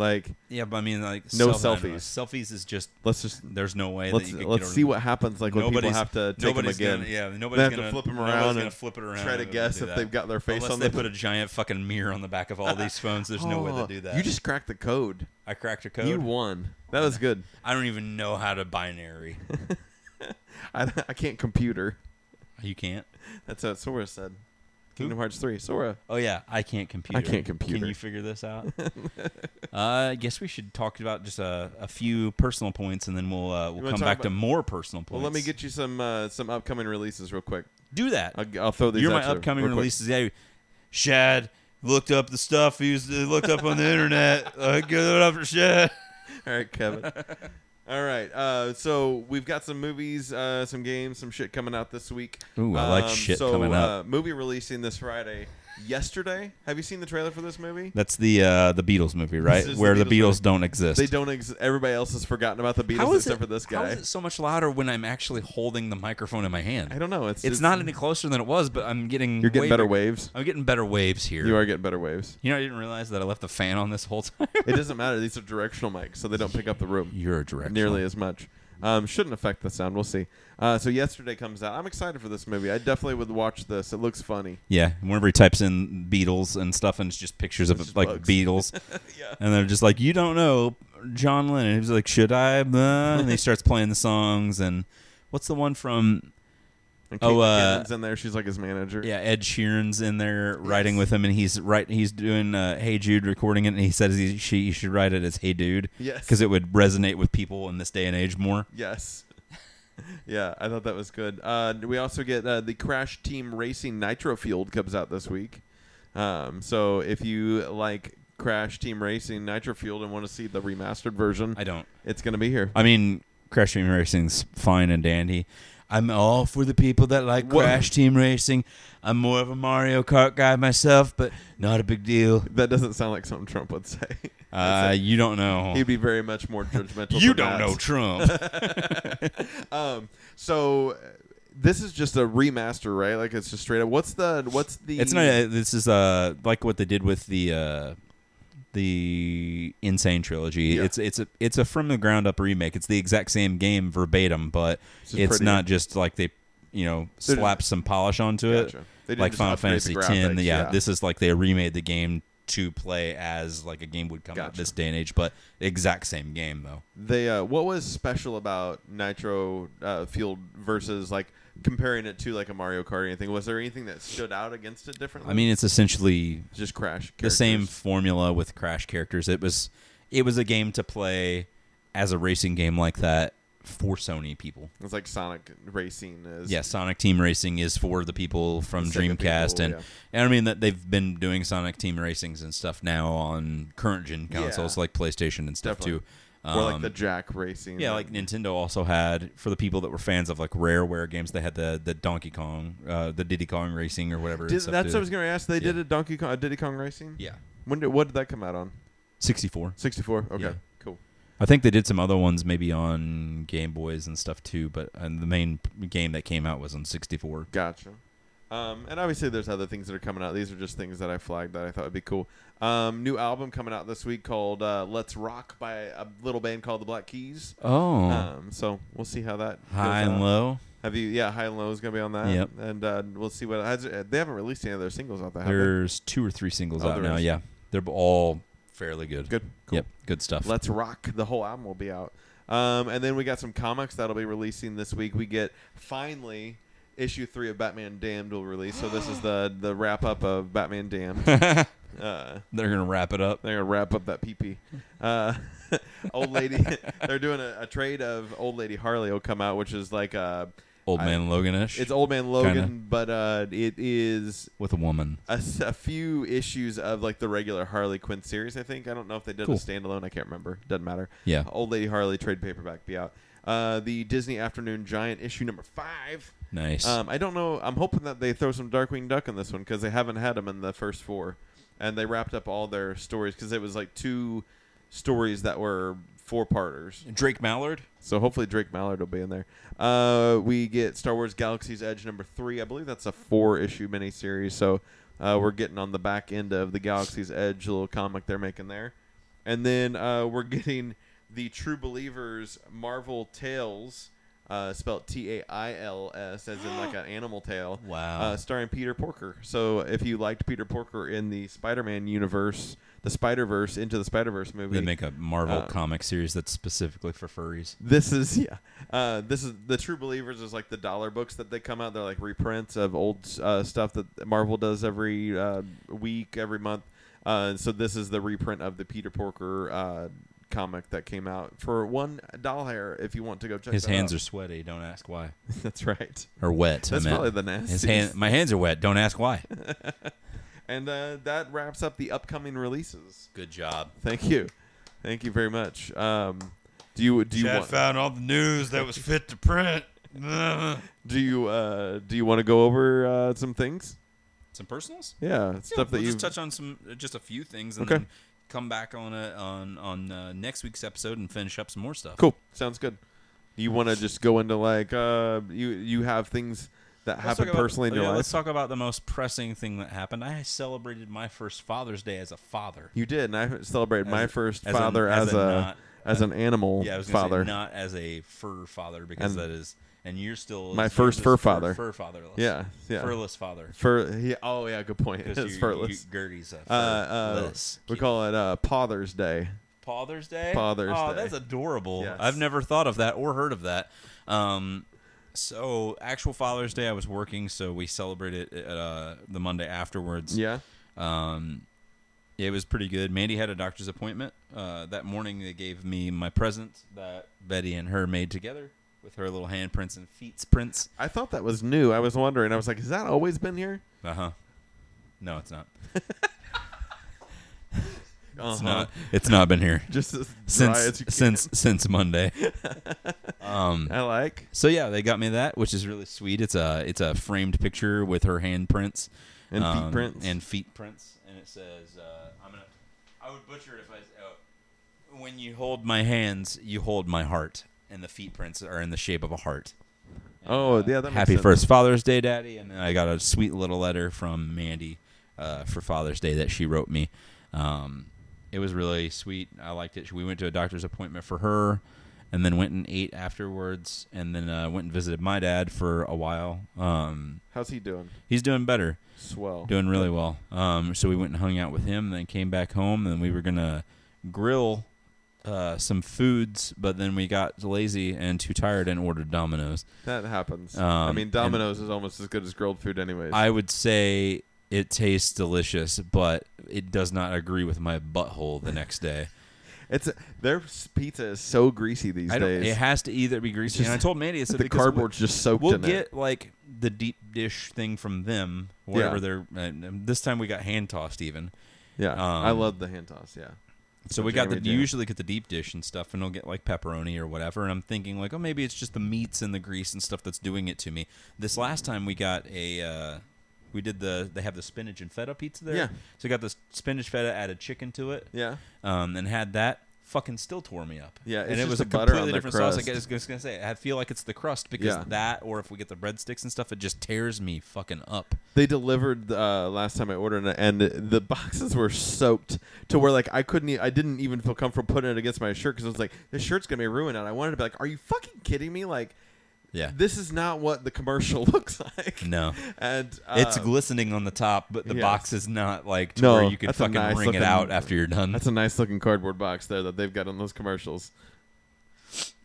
Speaker 2: Like,
Speaker 1: yeah but i mean like
Speaker 2: No
Speaker 1: self- I don't know.
Speaker 2: selfies.
Speaker 1: selfies is just
Speaker 2: let's just
Speaker 1: there's no way
Speaker 2: let's
Speaker 1: that you could
Speaker 2: let's
Speaker 1: get
Speaker 2: see what happens. Like when people have to take them
Speaker 1: nobody's
Speaker 2: again.
Speaker 1: Gonna, yeah,
Speaker 2: they
Speaker 1: nobody's
Speaker 2: have
Speaker 1: gonna
Speaker 2: to flip them
Speaker 1: nobody's
Speaker 2: around
Speaker 1: gonna
Speaker 2: and
Speaker 1: flip it around.
Speaker 2: try to
Speaker 1: and
Speaker 2: guess
Speaker 1: do
Speaker 2: if
Speaker 1: that.
Speaker 2: they've got their face
Speaker 1: Unless
Speaker 2: on
Speaker 1: they
Speaker 2: the-
Speaker 1: put a giant fucking mirror on the back of all these phones. There's no way
Speaker 2: Oh,
Speaker 1: to do that.
Speaker 2: You just cracked the code.
Speaker 1: I cracked a code.
Speaker 2: You won. That was good.
Speaker 1: I don't even know how to binary.
Speaker 2: I, I can't computer.
Speaker 1: you can't.
Speaker 2: That's what Sora said. Kingdom Hearts three. Sora.
Speaker 1: Oh yeah, I can't computer.
Speaker 2: can't computer.
Speaker 1: Can you figure this out? uh, I guess we should talk about just a, a few personal points, and then we'll uh, we'll
Speaker 2: wanna
Speaker 1: come
Speaker 2: talk
Speaker 1: back to
Speaker 2: about-
Speaker 1: more personal points.
Speaker 2: Well, let me get you some uh, some upcoming releases real quick.
Speaker 1: do that.
Speaker 2: I'll, I'll throw these.
Speaker 1: You're
Speaker 2: at
Speaker 1: my
Speaker 2: you
Speaker 1: upcoming
Speaker 2: real quick.
Speaker 1: releases. Yeah, Shad looked up the stuff he was looked up on the internet. Uh, give it up for Shad.
Speaker 2: All right, Kevin. All right. Uh, so we've got some movies, uh, some games, some shit coming out this week.
Speaker 1: Ooh, I like shit
Speaker 2: so,
Speaker 1: coming
Speaker 2: Uh,
Speaker 1: up.
Speaker 2: movie releasing this Friday. Yesterday, have you seen the trailer for this movie?
Speaker 1: That's the uh, the Beatles movie, right?
Speaker 2: is the
Speaker 1: Where the
Speaker 2: Beatles
Speaker 1: Beatles
Speaker 2: movie.
Speaker 1: don't exist.
Speaker 2: They don't. Ex- everybody else has forgotten about the Beatles except for this
Speaker 1: How
Speaker 2: guy.
Speaker 1: is it so much louder when I'm actually holding the microphone in my hand?
Speaker 2: I don't know. It's
Speaker 1: It's not any closer than it was, but I'm getting.
Speaker 2: You're
Speaker 1: way
Speaker 2: getting better
Speaker 1: big-
Speaker 2: waves.
Speaker 1: I'm getting better waves here.
Speaker 2: You are getting better waves.
Speaker 1: You know, I didn't realize that I left the fan on this whole time.
Speaker 2: It doesn't matter. These are directional mics, so they don't pick up the room.
Speaker 1: You're a director.
Speaker 2: nearly as much. Um, shouldn't affect the sound. We'll see. Uh, so yesterday comes out. I'm excited for this movie. I definitely would watch this. It looks funny.
Speaker 1: Yeah, whenever he types in Beatles and stuff, and it's just pictures of
Speaker 2: It's just
Speaker 1: like
Speaker 2: bugs.
Speaker 1: Beatles, and they're just like, "You don't know John Lennon." He's like, "Should I?" Blah? And he starts playing the songs, and what's the one from?
Speaker 2: And Kate
Speaker 1: Oh, uh,
Speaker 2: McKinnon's in there. She's like his manager.
Speaker 1: Yeah, Ed Sheeran's in there writing with him, and he's right. He's doing uh, "Hey Jude" recording it, and he says he she you should write it as "Hey Dude,"
Speaker 2: Yes.
Speaker 1: because it would resonate with people in this day and age more.
Speaker 2: Yes. yeah, I thought that was good. Uh, we also get uh, the Crash Team Racing Nitro Field comes out this week. Um, so if you like Crash Team Racing Nitro Field and want to see the remastered version,
Speaker 1: I don't.
Speaker 2: it's going to be here.
Speaker 1: I mean, Crash Team Racing's fine and dandy. I'm all for the people that like
Speaker 2: Wha-
Speaker 1: Crash Team Racing. I'm more of a Mario Kart guy myself, but not a big deal.
Speaker 2: that doesn't sound like something Trump would say.
Speaker 1: Uh, you don't know.
Speaker 2: He'd be very much more judgmental.
Speaker 1: You don't
Speaker 2: than that.
Speaker 1: know Trump.
Speaker 2: Um, so uh, this is just a remaster, right? Like it's just straight up. What's the what's the?
Speaker 1: it's not. uh, This is uh like what they did with the uh, the Insane trilogy.
Speaker 2: Yeah.
Speaker 1: It's it's a it's a from the ground up remake. It's the exact same game verbatim, but it's,
Speaker 2: It's just pretty-
Speaker 1: not just like they you know
Speaker 2: They're just-
Speaker 1: slap some polish onto it.
Speaker 2: Gotcha. They didn't
Speaker 1: like
Speaker 2: just
Speaker 1: Final
Speaker 2: upgrade the
Speaker 1: Fantasy X. Yeah,
Speaker 2: graphics, yeah.
Speaker 1: this is like they remade the game to play as like a game would come out
Speaker 2: Gotcha.
Speaker 1: this day and age, but exact same game though.
Speaker 2: They uh, what was special about Nitro uh, Field versus like comparing it to like a Mario Kart or anything? Was there anything that stood out against it differently?
Speaker 1: I mean, it's essentially
Speaker 2: It's just Crash.
Speaker 1: the same
Speaker 2: characters.
Speaker 1: formula with Crash characters. It was it was a game to play as a racing game like that for Sony people.
Speaker 2: it's like Sonic Racing is.
Speaker 1: Yeah, Sonic Team Racing is for the people from
Speaker 2: The Sega
Speaker 1: Dreamcast,
Speaker 2: people,
Speaker 1: and,
Speaker 2: yeah.
Speaker 1: and I mean that they've been doing Sonic Team Racings and stuff now on current gen consoles
Speaker 2: Yeah.
Speaker 1: like PlayStation and stuff
Speaker 2: Definitely.
Speaker 1: too.
Speaker 2: Or like
Speaker 1: Um,
Speaker 2: the Jack Racing.
Speaker 1: Yeah, like Nintendo also had for the people that were fans of like Rareware games, they had the the Donkey Kong, uh, the Diddy Kong Racing or whatever. and
Speaker 2: Did,
Speaker 1: stuff,
Speaker 2: that's
Speaker 1: too.
Speaker 2: what I was gonna ask. They
Speaker 1: Yeah.
Speaker 2: did a Donkey Kong, a Diddy Kong Racing.
Speaker 1: Yeah,
Speaker 2: When did what did that come out on?
Speaker 1: sixty four.
Speaker 2: Sixty four. Okay.
Speaker 1: Yeah.
Speaker 2: Cool.
Speaker 1: I think they did some other ones maybe on Game Boys and stuff too, but uh, the main p- game that came out was on sixty four.
Speaker 2: Gotcha. Um, and obviously, there's other things that are coming out. These are just things that I flagged that I thought would be cool. Um, new album coming out this week called uh, "Let's Rock" by a little band called the Black Keys.
Speaker 1: Oh,
Speaker 2: Um, so we'll see how that. goes
Speaker 1: high
Speaker 2: out.
Speaker 1: and low.
Speaker 2: Have you? Yeah, high and low is gonna be on that.
Speaker 1: Yep.
Speaker 2: And uh, we'll see what has, uh, they haven't released any of their singles out there. have they?
Speaker 1: There's two or three singles
Speaker 2: Oh,
Speaker 1: out
Speaker 2: there
Speaker 1: now.
Speaker 2: is.
Speaker 1: Yeah, they're b- all fairly good.
Speaker 2: Good. Cool.
Speaker 1: Yep, good stuff.
Speaker 2: Let's Rock. The whole album will be out. Um, and then we got some comics that'll be releasing this week. We get finally issue three of Batman Damned will release. So this is the the wrap up of Batman Damned. uh,
Speaker 1: They're gonna wrap it up.
Speaker 2: they're gonna wrap up that PP. Uh, old lady, they're doing a, a trade of old lady Harley will come out, which is like uh,
Speaker 1: Old
Speaker 2: I-
Speaker 1: man Loganish.
Speaker 2: it's old man Logan,
Speaker 1: Kinda.
Speaker 2: but uh, it is
Speaker 1: with a woman.
Speaker 2: a, s- a few issues of like the regular Harley Quinn series. I think I don't know if they did
Speaker 1: Cool.
Speaker 2: a standalone. I can't remember. Doesn't matter.
Speaker 1: Yeah.
Speaker 2: Old Lady Harley trade paperback be out. Uh, the Disney Afternoon Giant issue number five.
Speaker 1: Nice.
Speaker 2: Um, I don't know. I'm hoping that they throw some Darkwing Duck in this one because they haven't had him in the first four, and they wrapped up all their stories because it was like two stories that were four parters.
Speaker 1: Drake Mallard.
Speaker 2: So hopefully Drake Mallard will be in there. Uh, we get Star Wars Galaxy's Edge number three. I believe that's a four issue miniseries. So uh, we're getting on the back end of the Galaxy's Edge little comic they're making there. And then uh, we're getting the True Believers Marvel Tales, uh, spelled T A I L S, as in like an animal tale.
Speaker 1: Wow.
Speaker 2: Uh, starring Peter Porker. So if you liked Peter Porker in the Spider Man universe, the Spider Verse, Into the Spider Verse movie,
Speaker 1: They make a Marvel
Speaker 2: uh,
Speaker 1: comic series that's specifically for furries.
Speaker 2: this is yeah. Uh, this is the True Believers is like the dollar books that they come out. They're like reprints of old uh, stuff that Marvel does every uh, week, every month. Uh, so this is the reprint of the Peter Porker uh, comic that came out for one dollar. If you want to go check,
Speaker 1: His
Speaker 2: that
Speaker 1: hands are
Speaker 2: out.
Speaker 1: sweaty. Don't ask why.
Speaker 2: that's right.
Speaker 1: Or wet. I
Speaker 2: That's
Speaker 1: meant.
Speaker 2: probably the
Speaker 1: His
Speaker 2: nastiest.
Speaker 1: hand, my hands are wet. Don't ask why.
Speaker 2: and uh, that wraps up the upcoming releases.
Speaker 1: Good job.
Speaker 2: Thank you, thank you very much. Um, do you do you want
Speaker 1: found all the news that was fit to print. Some
Speaker 2: do you uh, do you want to go over uh, some things?
Speaker 1: personals.
Speaker 2: Yeah, stuff that
Speaker 1: we'll
Speaker 2: you
Speaker 1: just touch on some, uh, just a few things, and
Speaker 2: Okay.
Speaker 1: then come back on a, on on uh, next week's episode and finish up some more stuff.
Speaker 2: Cool. Sounds good. You want to just go into like uh, you you have things that
Speaker 1: Let's
Speaker 2: happen
Speaker 1: talk about-
Speaker 2: personally in
Speaker 1: yeah,
Speaker 2: your
Speaker 1: Let's
Speaker 2: life.
Speaker 1: talk about the most pressing thing that happened. I celebrated my first Father's Day as a father.
Speaker 2: You did, and I celebrated
Speaker 1: As
Speaker 2: my
Speaker 1: a-
Speaker 2: first
Speaker 1: as a-
Speaker 2: father
Speaker 1: as
Speaker 2: as,
Speaker 1: a
Speaker 2: a,
Speaker 1: not-
Speaker 2: as an animal
Speaker 1: Yeah, I was gonna
Speaker 2: Oh, father.
Speaker 1: Say, not as a fur father because
Speaker 2: And-
Speaker 1: that is, and you're still
Speaker 2: My
Speaker 1: you're
Speaker 2: first
Speaker 1: just
Speaker 2: fur father.
Speaker 1: Fur fatherless.
Speaker 2: yeah, yeah.
Speaker 1: Furless father.
Speaker 2: Fur. Yeah, oh yeah, good point.
Speaker 1: Because
Speaker 2: It's
Speaker 1: you-
Speaker 2: furless.
Speaker 1: you- Gertie's a
Speaker 2: uh, uh,
Speaker 1: furless.
Speaker 2: we call it uh, Father's Day.
Speaker 1: Father's Day.
Speaker 2: Father's
Speaker 1: oh,
Speaker 2: Day.
Speaker 1: that's adorable.
Speaker 2: Yes.
Speaker 1: I've never thought of that or heard of that. Um, so actual Father's Day, I was working, so we celebrated it uh, the Monday afterwards.
Speaker 2: Yeah.
Speaker 1: Um, it was pretty good. Mandy had a doctor's appointment uh, that morning. They gave me my present that Betty and her made together with her little handprints and feet prints.
Speaker 2: I thought that was new. I was wondering. I was like, has that always been here?
Speaker 1: Uh huh. No, it's not.
Speaker 2: Uh-huh.
Speaker 1: It's not. It's not been here
Speaker 2: Just as dry as
Speaker 1: since
Speaker 2: you can.
Speaker 1: since since Monday. Um,
Speaker 2: I like.
Speaker 1: So yeah, they got me that, which is really sweet. It's a it's a framed picture with her handprints
Speaker 2: And feet
Speaker 1: um,
Speaker 2: prints.
Speaker 1: and feet prints, and it says, uh, "I'm gonna." I would butcher it if I. Oh, when you hold my hands, you hold my heart, and the feet prints are in the shape of a heart. And,
Speaker 2: Oh
Speaker 1: uh,
Speaker 2: yeah, that makes
Speaker 1: happy
Speaker 2: sense.
Speaker 1: first Father's Day, Daddy, and then I got a sweet little letter from Mandy uh, for Father's Day that she wrote me. Um, it was really sweet. I liked it. We went to a doctor's appointment for her, and then went and ate afterwards, and then uh, went and visited my dad for a while. Um,
Speaker 2: How's he doing?
Speaker 1: he's doing better,
Speaker 2: Swell.
Speaker 1: doing really well. Um, so we went and hung out with him, then came back home, and we were gonna grill. Uh, some foods, but then we got lazy and too tired and ordered Domino's.
Speaker 2: That happens. I
Speaker 1: Um,
Speaker 2: mean,
Speaker 1: and-
Speaker 2: Domino's is almost as good as grilled food, anyways.
Speaker 1: I would say it tastes delicious, but it does not agree with my butthole the next day.
Speaker 2: it's their s- pizza is so greasy these
Speaker 1: I don't,
Speaker 2: days.
Speaker 1: it has to either be greasy.
Speaker 2: Just-
Speaker 1: and I told Mandy, I said
Speaker 2: the
Speaker 1: because we-
Speaker 2: cardboard's just soaked
Speaker 1: We'll
Speaker 2: in
Speaker 1: get
Speaker 2: it.
Speaker 1: like the deep dish thing from them, wherever
Speaker 2: Yeah.
Speaker 1: they're. And this time we got hand tossed even,
Speaker 2: Yeah,
Speaker 1: um,
Speaker 2: I love the hand toss. Yeah,
Speaker 1: so we
Speaker 2: That's what
Speaker 1: got the
Speaker 2: we do.
Speaker 1: you usually get the deep dish and stuff, and they'll get like pepperoni or whatever. And I'm thinking like, oh, maybe it's just the meats and the grease and stuff that's doing it to me. This last time we got a. Uh, we did the they have the spinach and feta pizza there.
Speaker 2: Yeah.
Speaker 1: So we got the spinach feta added chicken to it.
Speaker 2: yeah.
Speaker 1: um, and had that fucking still tore me up.
Speaker 2: Yeah, it's
Speaker 1: and it
Speaker 2: just
Speaker 1: was
Speaker 2: the
Speaker 1: a
Speaker 2: butter
Speaker 1: completely
Speaker 2: on the
Speaker 1: different sauce. I
Speaker 2: crust.
Speaker 1: guess- I was gonna say, I feel like it's the crust because
Speaker 2: Yeah.
Speaker 1: that, or if we get the breadsticks and stuff, it just tears me fucking up.
Speaker 2: They delivered uh, last time I ordered, it, and the boxes were soaked to where like I couldn't, e- I didn't even feel comfortable putting it against my shirt because I was like, this shirt's gonna be ruined. And I wanted to be like, are you fucking kidding me? Like,
Speaker 1: Yeah,
Speaker 2: this is not what the commercial looks like.
Speaker 1: no,
Speaker 2: and uh,
Speaker 1: it's glistening on the top, but the
Speaker 2: yes.
Speaker 1: box is not like to
Speaker 2: No,
Speaker 1: where you can
Speaker 2: that's a
Speaker 1: fucking
Speaker 2: nice
Speaker 1: wring it
Speaker 2: looking-
Speaker 1: out after you're done.
Speaker 2: That's a nice looking cardboard box there that they've got on those commercials.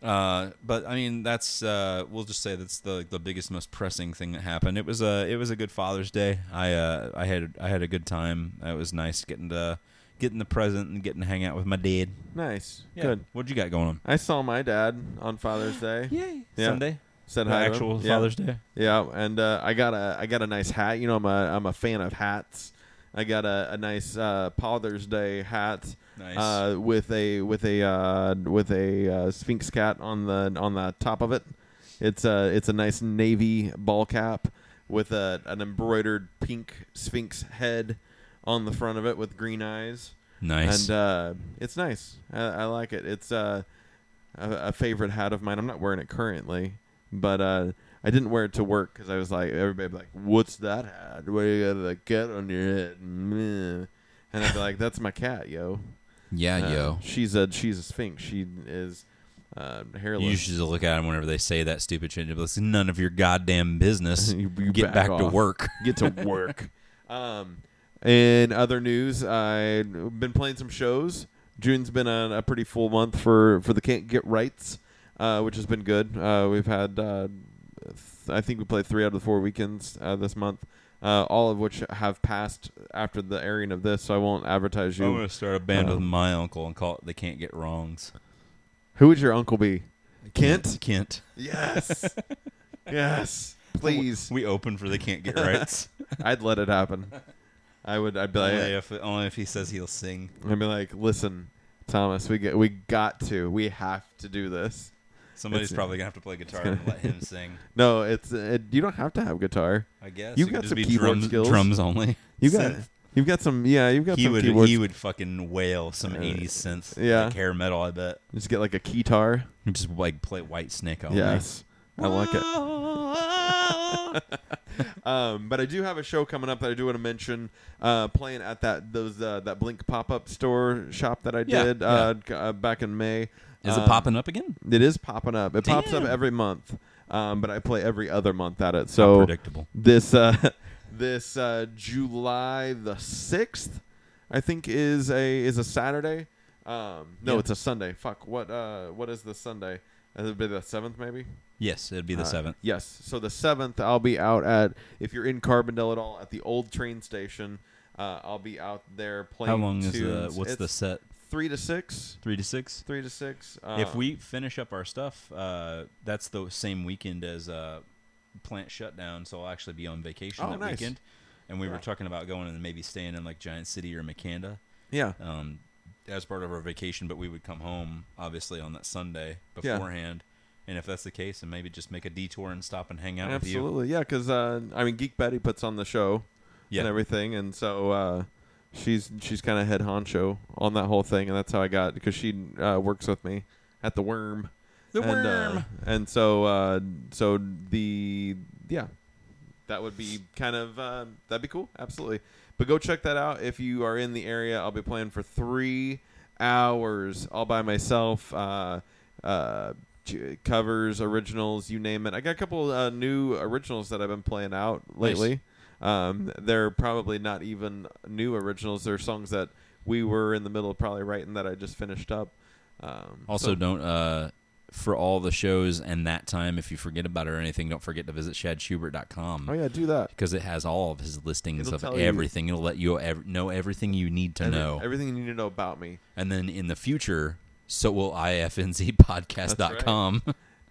Speaker 1: Uh, but I mean, that's uh, we'll just say that's the the biggest, most pressing thing that happened. It was a it was a good Father's Day. I uh, I had I had a good time. It was nice getting to getting the present and getting to hang out with my dad.
Speaker 2: Nice.
Speaker 1: Yeah.
Speaker 2: Good.
Speaker 1: What you got going on?
Speaker 2: I saw my dad on Father's Day.
Speaker 1: Yay!
Speaker 2: Yeah.
Speaker 1: Sunday.
Speaker 2: Said
Speaker 1: The
Speaker 2: hi. to him.
Speaker 1: actual
Speaker 2: yeah.
Speaker 1: Father's Day.
Speaker 2: Yeah, and uh, I got a I got a nice hat. You know, I'm a I'm a fan of hats. I got a, a nice uh, Father's Day hat
Speaker 1: Nice.
Speaker 2: uh, with a with a uh, with a uh, Sphinx cat on the on the top of it. It's a it's a nice navy ball cap with a an embroidered pink Sphinx head on the front of it with green eyes.
Speaker 1: Nice.
Speaker 2: And uh, it's nice. I, I like it. It's uh, a, a favorite hat of mine. I'm not wearing it currently, but uh, I didn't wear it to work because I was like, everybody be like, "What's that hat? What do you got the cat on your head?" Meh. And I'd be like, "That's my cat, yo.
Speaker 3: Yeah,
Speaker 2: Uh,
Speaker 3: yo.
Speaker 2: She's a she's a sphinx. She is uh, hairless.
Speaker 1: you should look at him whenever they say that stupid shit. It's none of your goddamn business.
Speaker 2: You- you
Speaker 1: Get
Speaker 2: back
Speaker 1: back, to
Speaker 2: off.
Speaker 1: work.
Speaker 2: get to work. um, in other news, I've been playing some shows. June's been a, a pretty full month for, for the Can't Get Rights, uh, which has been good. Uh, we've had, uh, th- I think we played three out of the four weekends uh, this month, uh, all of which have passed after the airing of this, so I won't advertise you.
Speaker 1: I'm gonna start a band with
Speaker 2: Um,
Speaker 1: my uncle and call it "They Can't Get Wrongs."
Speaker 2: Who would your uncle be? Kent?
Speaker 1: Kent.
Speaker 2: Yes. yes. Please.
Speaker 1: We open for "They Can't Get Rights."
Speaker 2: I'd let it happen. I would. I'd be like,
Speaker 1: only, if, only if he says he'll sing.
Speaker 2: I'd be like, listen, Thomas, we get, we got to, we have to do this.
Speaker 1: Somebody's
Speaker 2: It's-
Speaker 1: probably gonna have to play guitar and let him sing.
Speaker 2: No, it's it, you don't have to have guitar.
Speaker 1: I guess
Speaker 2: You
Speaker 1: It could
Speaker 2: got
Speaker 1: just
Speaker 2: some
Speaker 1: be
Speaker 2: keyboard
Speaker 1: drums,
Speaker 2: skills.
Speaker 1: drums only.
Speaker 2: You got
Speaker 1: Synth.
Speaker 2: you've got some yeah you've got
Speaker 1: He
Speaker 2: some
Speaker 1: would
Speaker 2: keyboards.
Speaker 1: he would fucking wail some
Speaker 2: Uh,
Speaker 1: '80s synth,
Speaker 2: yeah.
Speaker 1: like hair metal. I bet.
Speaker 2: Just get like a guitar.
Speaker 1: He'd Just like play White Snake only.
Speaker 2: Yes, I like it.
Speaker 1: like it.
Speaker 2: Um, but I do have a show coming up that I do want to mention. Uh, playing at that those uh, that Blink pop up store shop that I
Speaker 1: Yeah,
Speaker 2: did Uh, g- uh, back in May.
Speaker 1: Is it
Speaker 2: Um,
Speaker 1: popping up again?
Speaker 2: It is popping up. It pops up
Speaker 1: Damn.
Speaker 2: every month. Um, but I play every other month at it. So
Speaker 1: predictable.
Speaker 2: this uh, this uh, July the sixth, I think is a is a Saturday. Um, no,
Speaker 1: Yeah.
Speaker 2: it's a Sunday. Fuck. What uh, what is the Sunday? It'll be the seventh, maybe.
Speaker 1: Yes, it'd be the
Speaker 2: Uh,
Speaker 1: seventh.
Speaker 2: Yes. So the seventh, I'll be out at if you're in Carbondale at all at the old train station. Uh, I'll be out there playing.
Speaker 1: How long is the?
Speaker 2: tunes.
Speaker 1: What's the
Speaker 2: It's
Speaker 1: set?
Speaker 2: three to six?
Speaker 1: Three to six.
Speaker 2: Three to six. Uh,
Speaker 1: if we finish up our stuff, uh, that's the same weekend as uh, plant shutdown, so I'll actually be on vacation
Speaker 2: Oh,
Speaker 1: that
Speaker 2: nice.
Speaker 1: weekend. And we were
Speaker 2: Yeah.
Speaker 1: talking about going and maybe staying in like Giant City or Macanda
Speaker 2: yeah.
Speaker 1: um, as part of our vacation, but we would come home obviously on that Sunday
Speaker 2: Yeah.
Speaker 1: beforehand. And if that's the case, then maybe just make a detour and stop and hang out with you.
Speaker 2: Absolutely, yeah. Because uh, I mean, Geek Betty puts on the show,
Speaker 1: Yeah.
Speaker 2: and everything, and so uh, she's she's kind of head honcho on that whole thing, and that's how I got because she uh, works with me at the Worm.
Speaker 1: The
Speaker 2: and, uh,
Speaker 1: worm.
Speaker 2: and so uh, so the yeah, that would be kind of uh, that'd be cool. Absolutely, but go check that out if you are in the area. I'll be playing for three hours all by myself. Uh, uh, j- covers, originals, you name it. I got a couple uh, new originals that I've been playing out lately. Um, they're probably not even new originals. They're songs that we were in the middle of probably writing that I just finished up. Um,
Speaker 1: Also, don't uh, for all the shows and that time. If you forget about it or anything, don't forget to visit ShadSchubert.com.
Speaker 2: oh yeah, do that.
Speaker 1: because it has all of his listings
Speaker 2: It'll
Speaker 1: of
Speaker 2: tell you-
Speaker 1: everything. It'll let you ev- know everything you need to
Speaker 2: Every-
Speaker 1: know.
Speaker 2: everything you need to know about me
Speaker 1: and then in the future, so will ifnzpodcast.com.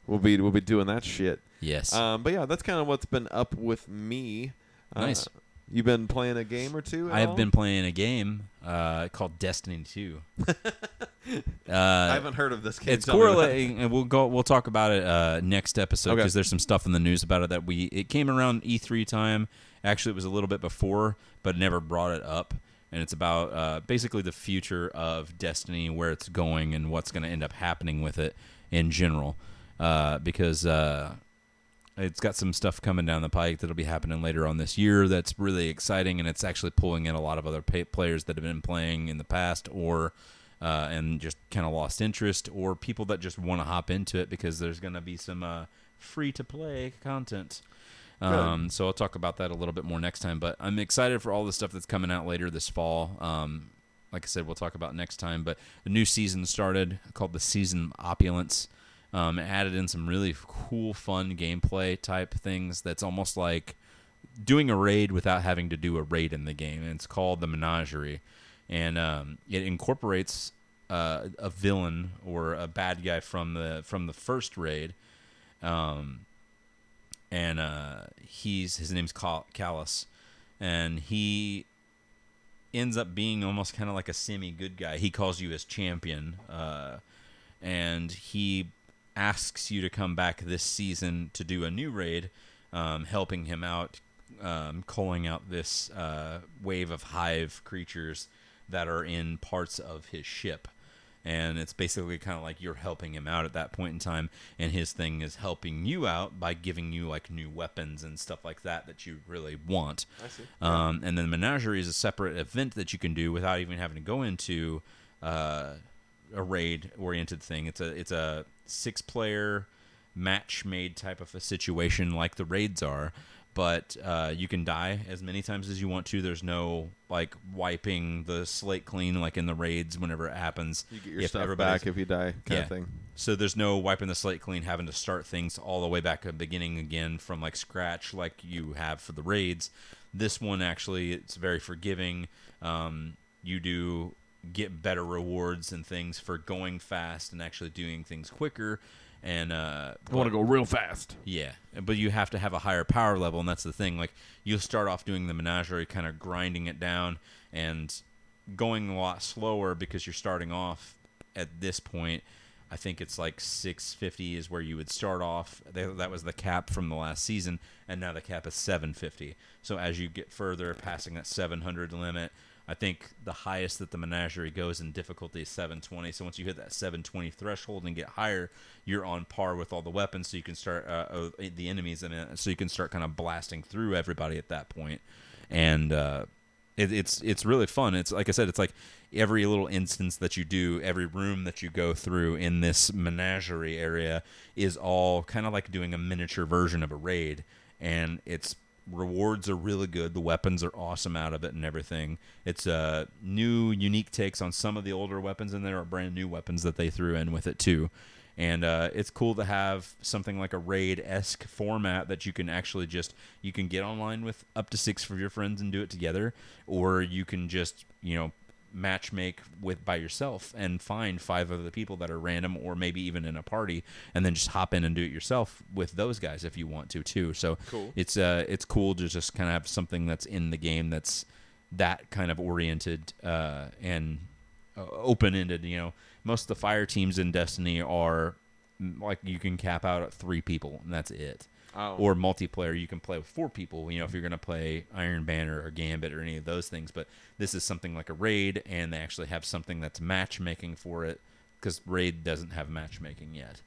Speaker 2: we'll be we'll be doing that shit
Speaker 1: yes.
Speaker 2: um but yeah that's kind of what's been up with me Uh,
Speaker 1: Nice.
Speaker 2: you've been playing a game or two at
Speaker 1: I have
Speaker 2: all?
Speaker 1: been playing a game uh, called Destiny 2.
Speaker 2: i
Speaker 1: uh,
Speaker 2: haven't heard of this game
Speaker 1: it's
Speaker 2: Tell me about it.
Speaker 1: correlating, and we'll go. We'll talk about it uh, next episode
Speaker 2: Okay.
Speaker 1: because there's some stuff in the news about it that we. It came around E3 time. Actually, it was a little bit before, but never brought it up. And it's about uh, basically the future of Destiny, where it's going, and what's going to end up happening with it in general, uh, because. Uh, it's got some stuff coming down the pike that'll be happening later on this year that's really exciting and it's actually pulling in a lot of other pay- players that have been playing in the past or uh, and just kind of lost interest or people that just want to hop into it because there's going to be some uh, free to play content um, so I'll talk about that a little bit more next time. But I'm excited for all the stuff that's coming out later this fall. Um, like I said, we'll talk about next time. But the new season started called the season of opulence, Um, it added in some really cool, fun gameplay type things. That's almost like doing a raid without having to do a raid in the game. And it's called the Menagerie, and um, it incorporates uh, a villain or a bad guy from the from the first raid. Um, and uh, he's his name's Cal- Callus, and he ends up being almost kind of like a semi good guy. He calls you his champion, uh, and he asks you to come back this season to do a new raid, um, helping him out, um, culling out this uh, wave of hive creatures that are in parts of his ship. And it's basically kind of like you're helping him out at that point in time, and his thing is helping you out by giving you like new weapons and stuff like that that you really want. I see. Um, and then the menagerie is a separate event that you can do without even having to go into uh, a raid oriented thing. It's a it's a six player match made type of a situation like the raids are, but uh, you can die as many times as you want to. There's no like wiping the slate clean like in the raids whenever it happens.
Speaker 2: You get your
Speaker 1: If
Speaker 2: stuff
Speaker 1: everybody's-
Speaker 2: back if you die, kind
Speaker 1: yeah.
Speaker 2: of thing.
Speaker 1: So there's no wiping the slate clean, having to start things all the way back at the beginning again from like scratch, like you have for the raids. This one actually, it's very forgiving. Um, you do get better rewards and things for going fast and actually doing things quicker. And uh,
Speaker 2: I want to go real fast.
Speaker 1: yeah, but you have to have a higher power level, and that's the thing. Like you'll start off doing the menagerie, kind of grinding it down and going a lot slower because you're starting off at this point. I think it's like 650 is where you would start off. Th- That was the cap from the last season, and now the cap is 750. So as you get further, passing that 700 limit, I think the highest that the menagerie goes in difficulty is 720. So once you hit that 720 threshold and get higher, you're on par with all the weapons, so you can start uh, uh, the enemies, I mean, so you can start kind of blasting through everybody at that point. And uh, it, it's it's really fun. It's like I said, it's like every little instance that you do, every room that you go through in this menagerie area is all kind of like doing a miniature version of a raid, and its rewards are really good. The weapons are awesome out of it and everything. It's uh, new, unique takes on some of the older weapons, and there are brand new weapons that they threw in with it too. And uh, it's cool to have something like a raid esque format that you can actually just you can get online with up to six of your friends and do it together, or you can just you know match make with by yourself and find five other people that are random or maybe even in a party and then just hop in and do it yourself with those guys if you want to too so
Speaker 2: Cool.
Speaker 1: it's uh it's cool to just kind of have something that's in the game that's that kind of oriented uh and open ended you know most of the fire teams in destiny are mm, like you can cap out at three people and that's it
Speaker 2: Oh.
Speaker 1: or multiplayer you can play with four people you know if you're going to play iron banner or gambit or any of those things but this is something like a raid and they actually have something that's matchmaking for it because raid doesn't have matchmaking yet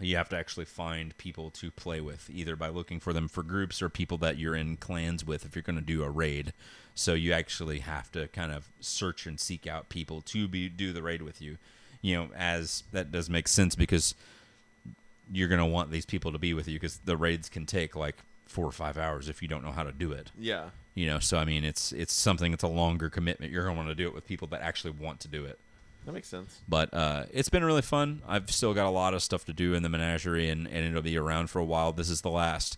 Speaker 1: you have to actually find people to play with either by looking for them for groups or people that you're in clans with if you're going to do a raid so you actually have to kind of search and seek out people to be do the raid with you you know as that does make sense because you're going to want these people to be with you because the raids can take like four or five hours if you don't know how to do it
Speaker 2: Yeah.
Speaker 1: you know so i mean it's it's something that's a longer commitment you're going to want to do it with people that actually want to do it
Speaker 2: That makes sense.
Speaker 1: but uh, it's been really fun. I've still got a lot of stuff to do in the menagerie, and, and it'll be around for a while. This is the last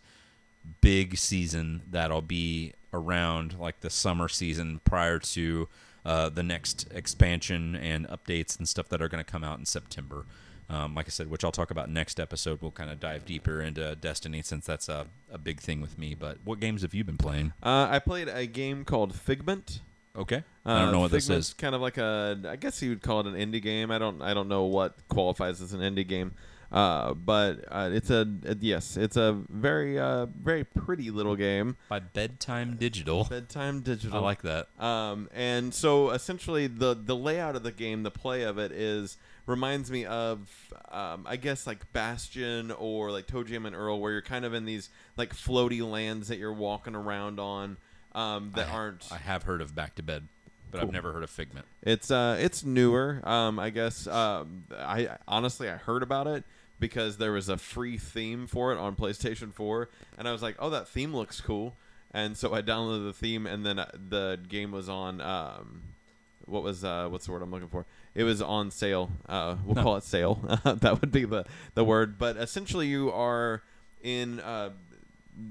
Speaker 1: big season that'll be around, like the summer season prior to uh, the next expansion and updates and stuff that are going to come out in September. Um, like I said, which I'll talk about next episode. We'll kind of dive deeper into Destiny since that's a, a big thing with me. But what games have you been playing?
Speaker 2: Uh, I played a game called Figment.
Speaker 1: Okay. I don't
Speaker 2: Uh,
Speaker 1: know what this
Speaker 2: Figment's
Speaker 1: is.
Speaker 2: Kind of like a, I guess you would call it an indie game. I don't, I don't know what qualifies as an indie game, uh, but uh, it's a, yes, it's a very, uh, very pretty little game.
Speaker 1: By Bedtime Digital.
Speaker 2: Bedtime digital.
Speaker 1: I like that.
Speaker 2: Um, and so essentially, the the layout of the game, the play of it is reminds me of, um, I guess like Bastion or like Toe Jam and Earl, where you're kind of in these like floaty lands that you're walking around on um, that
Speaker 1: I-
Speaker 2: aren't.
Speaker 1: I have heard of Back to Bed, but I've
Speaker 2: Cool.
Speaker 1: never heard of Figment.
Speaker 2: It's uh, it's newer. Um, I guess. Um, I honestly I heard about it because there was a free theme for it on PlayStation 4, and I was like, oh, that theme looks cool, and so I downloaded the theme, and then uh, the game was on. Um, what was uh, what's the word I'm looking for? It was on sale. Uh, we'll call it sale. that would be the the word. But essentially, you are in uh,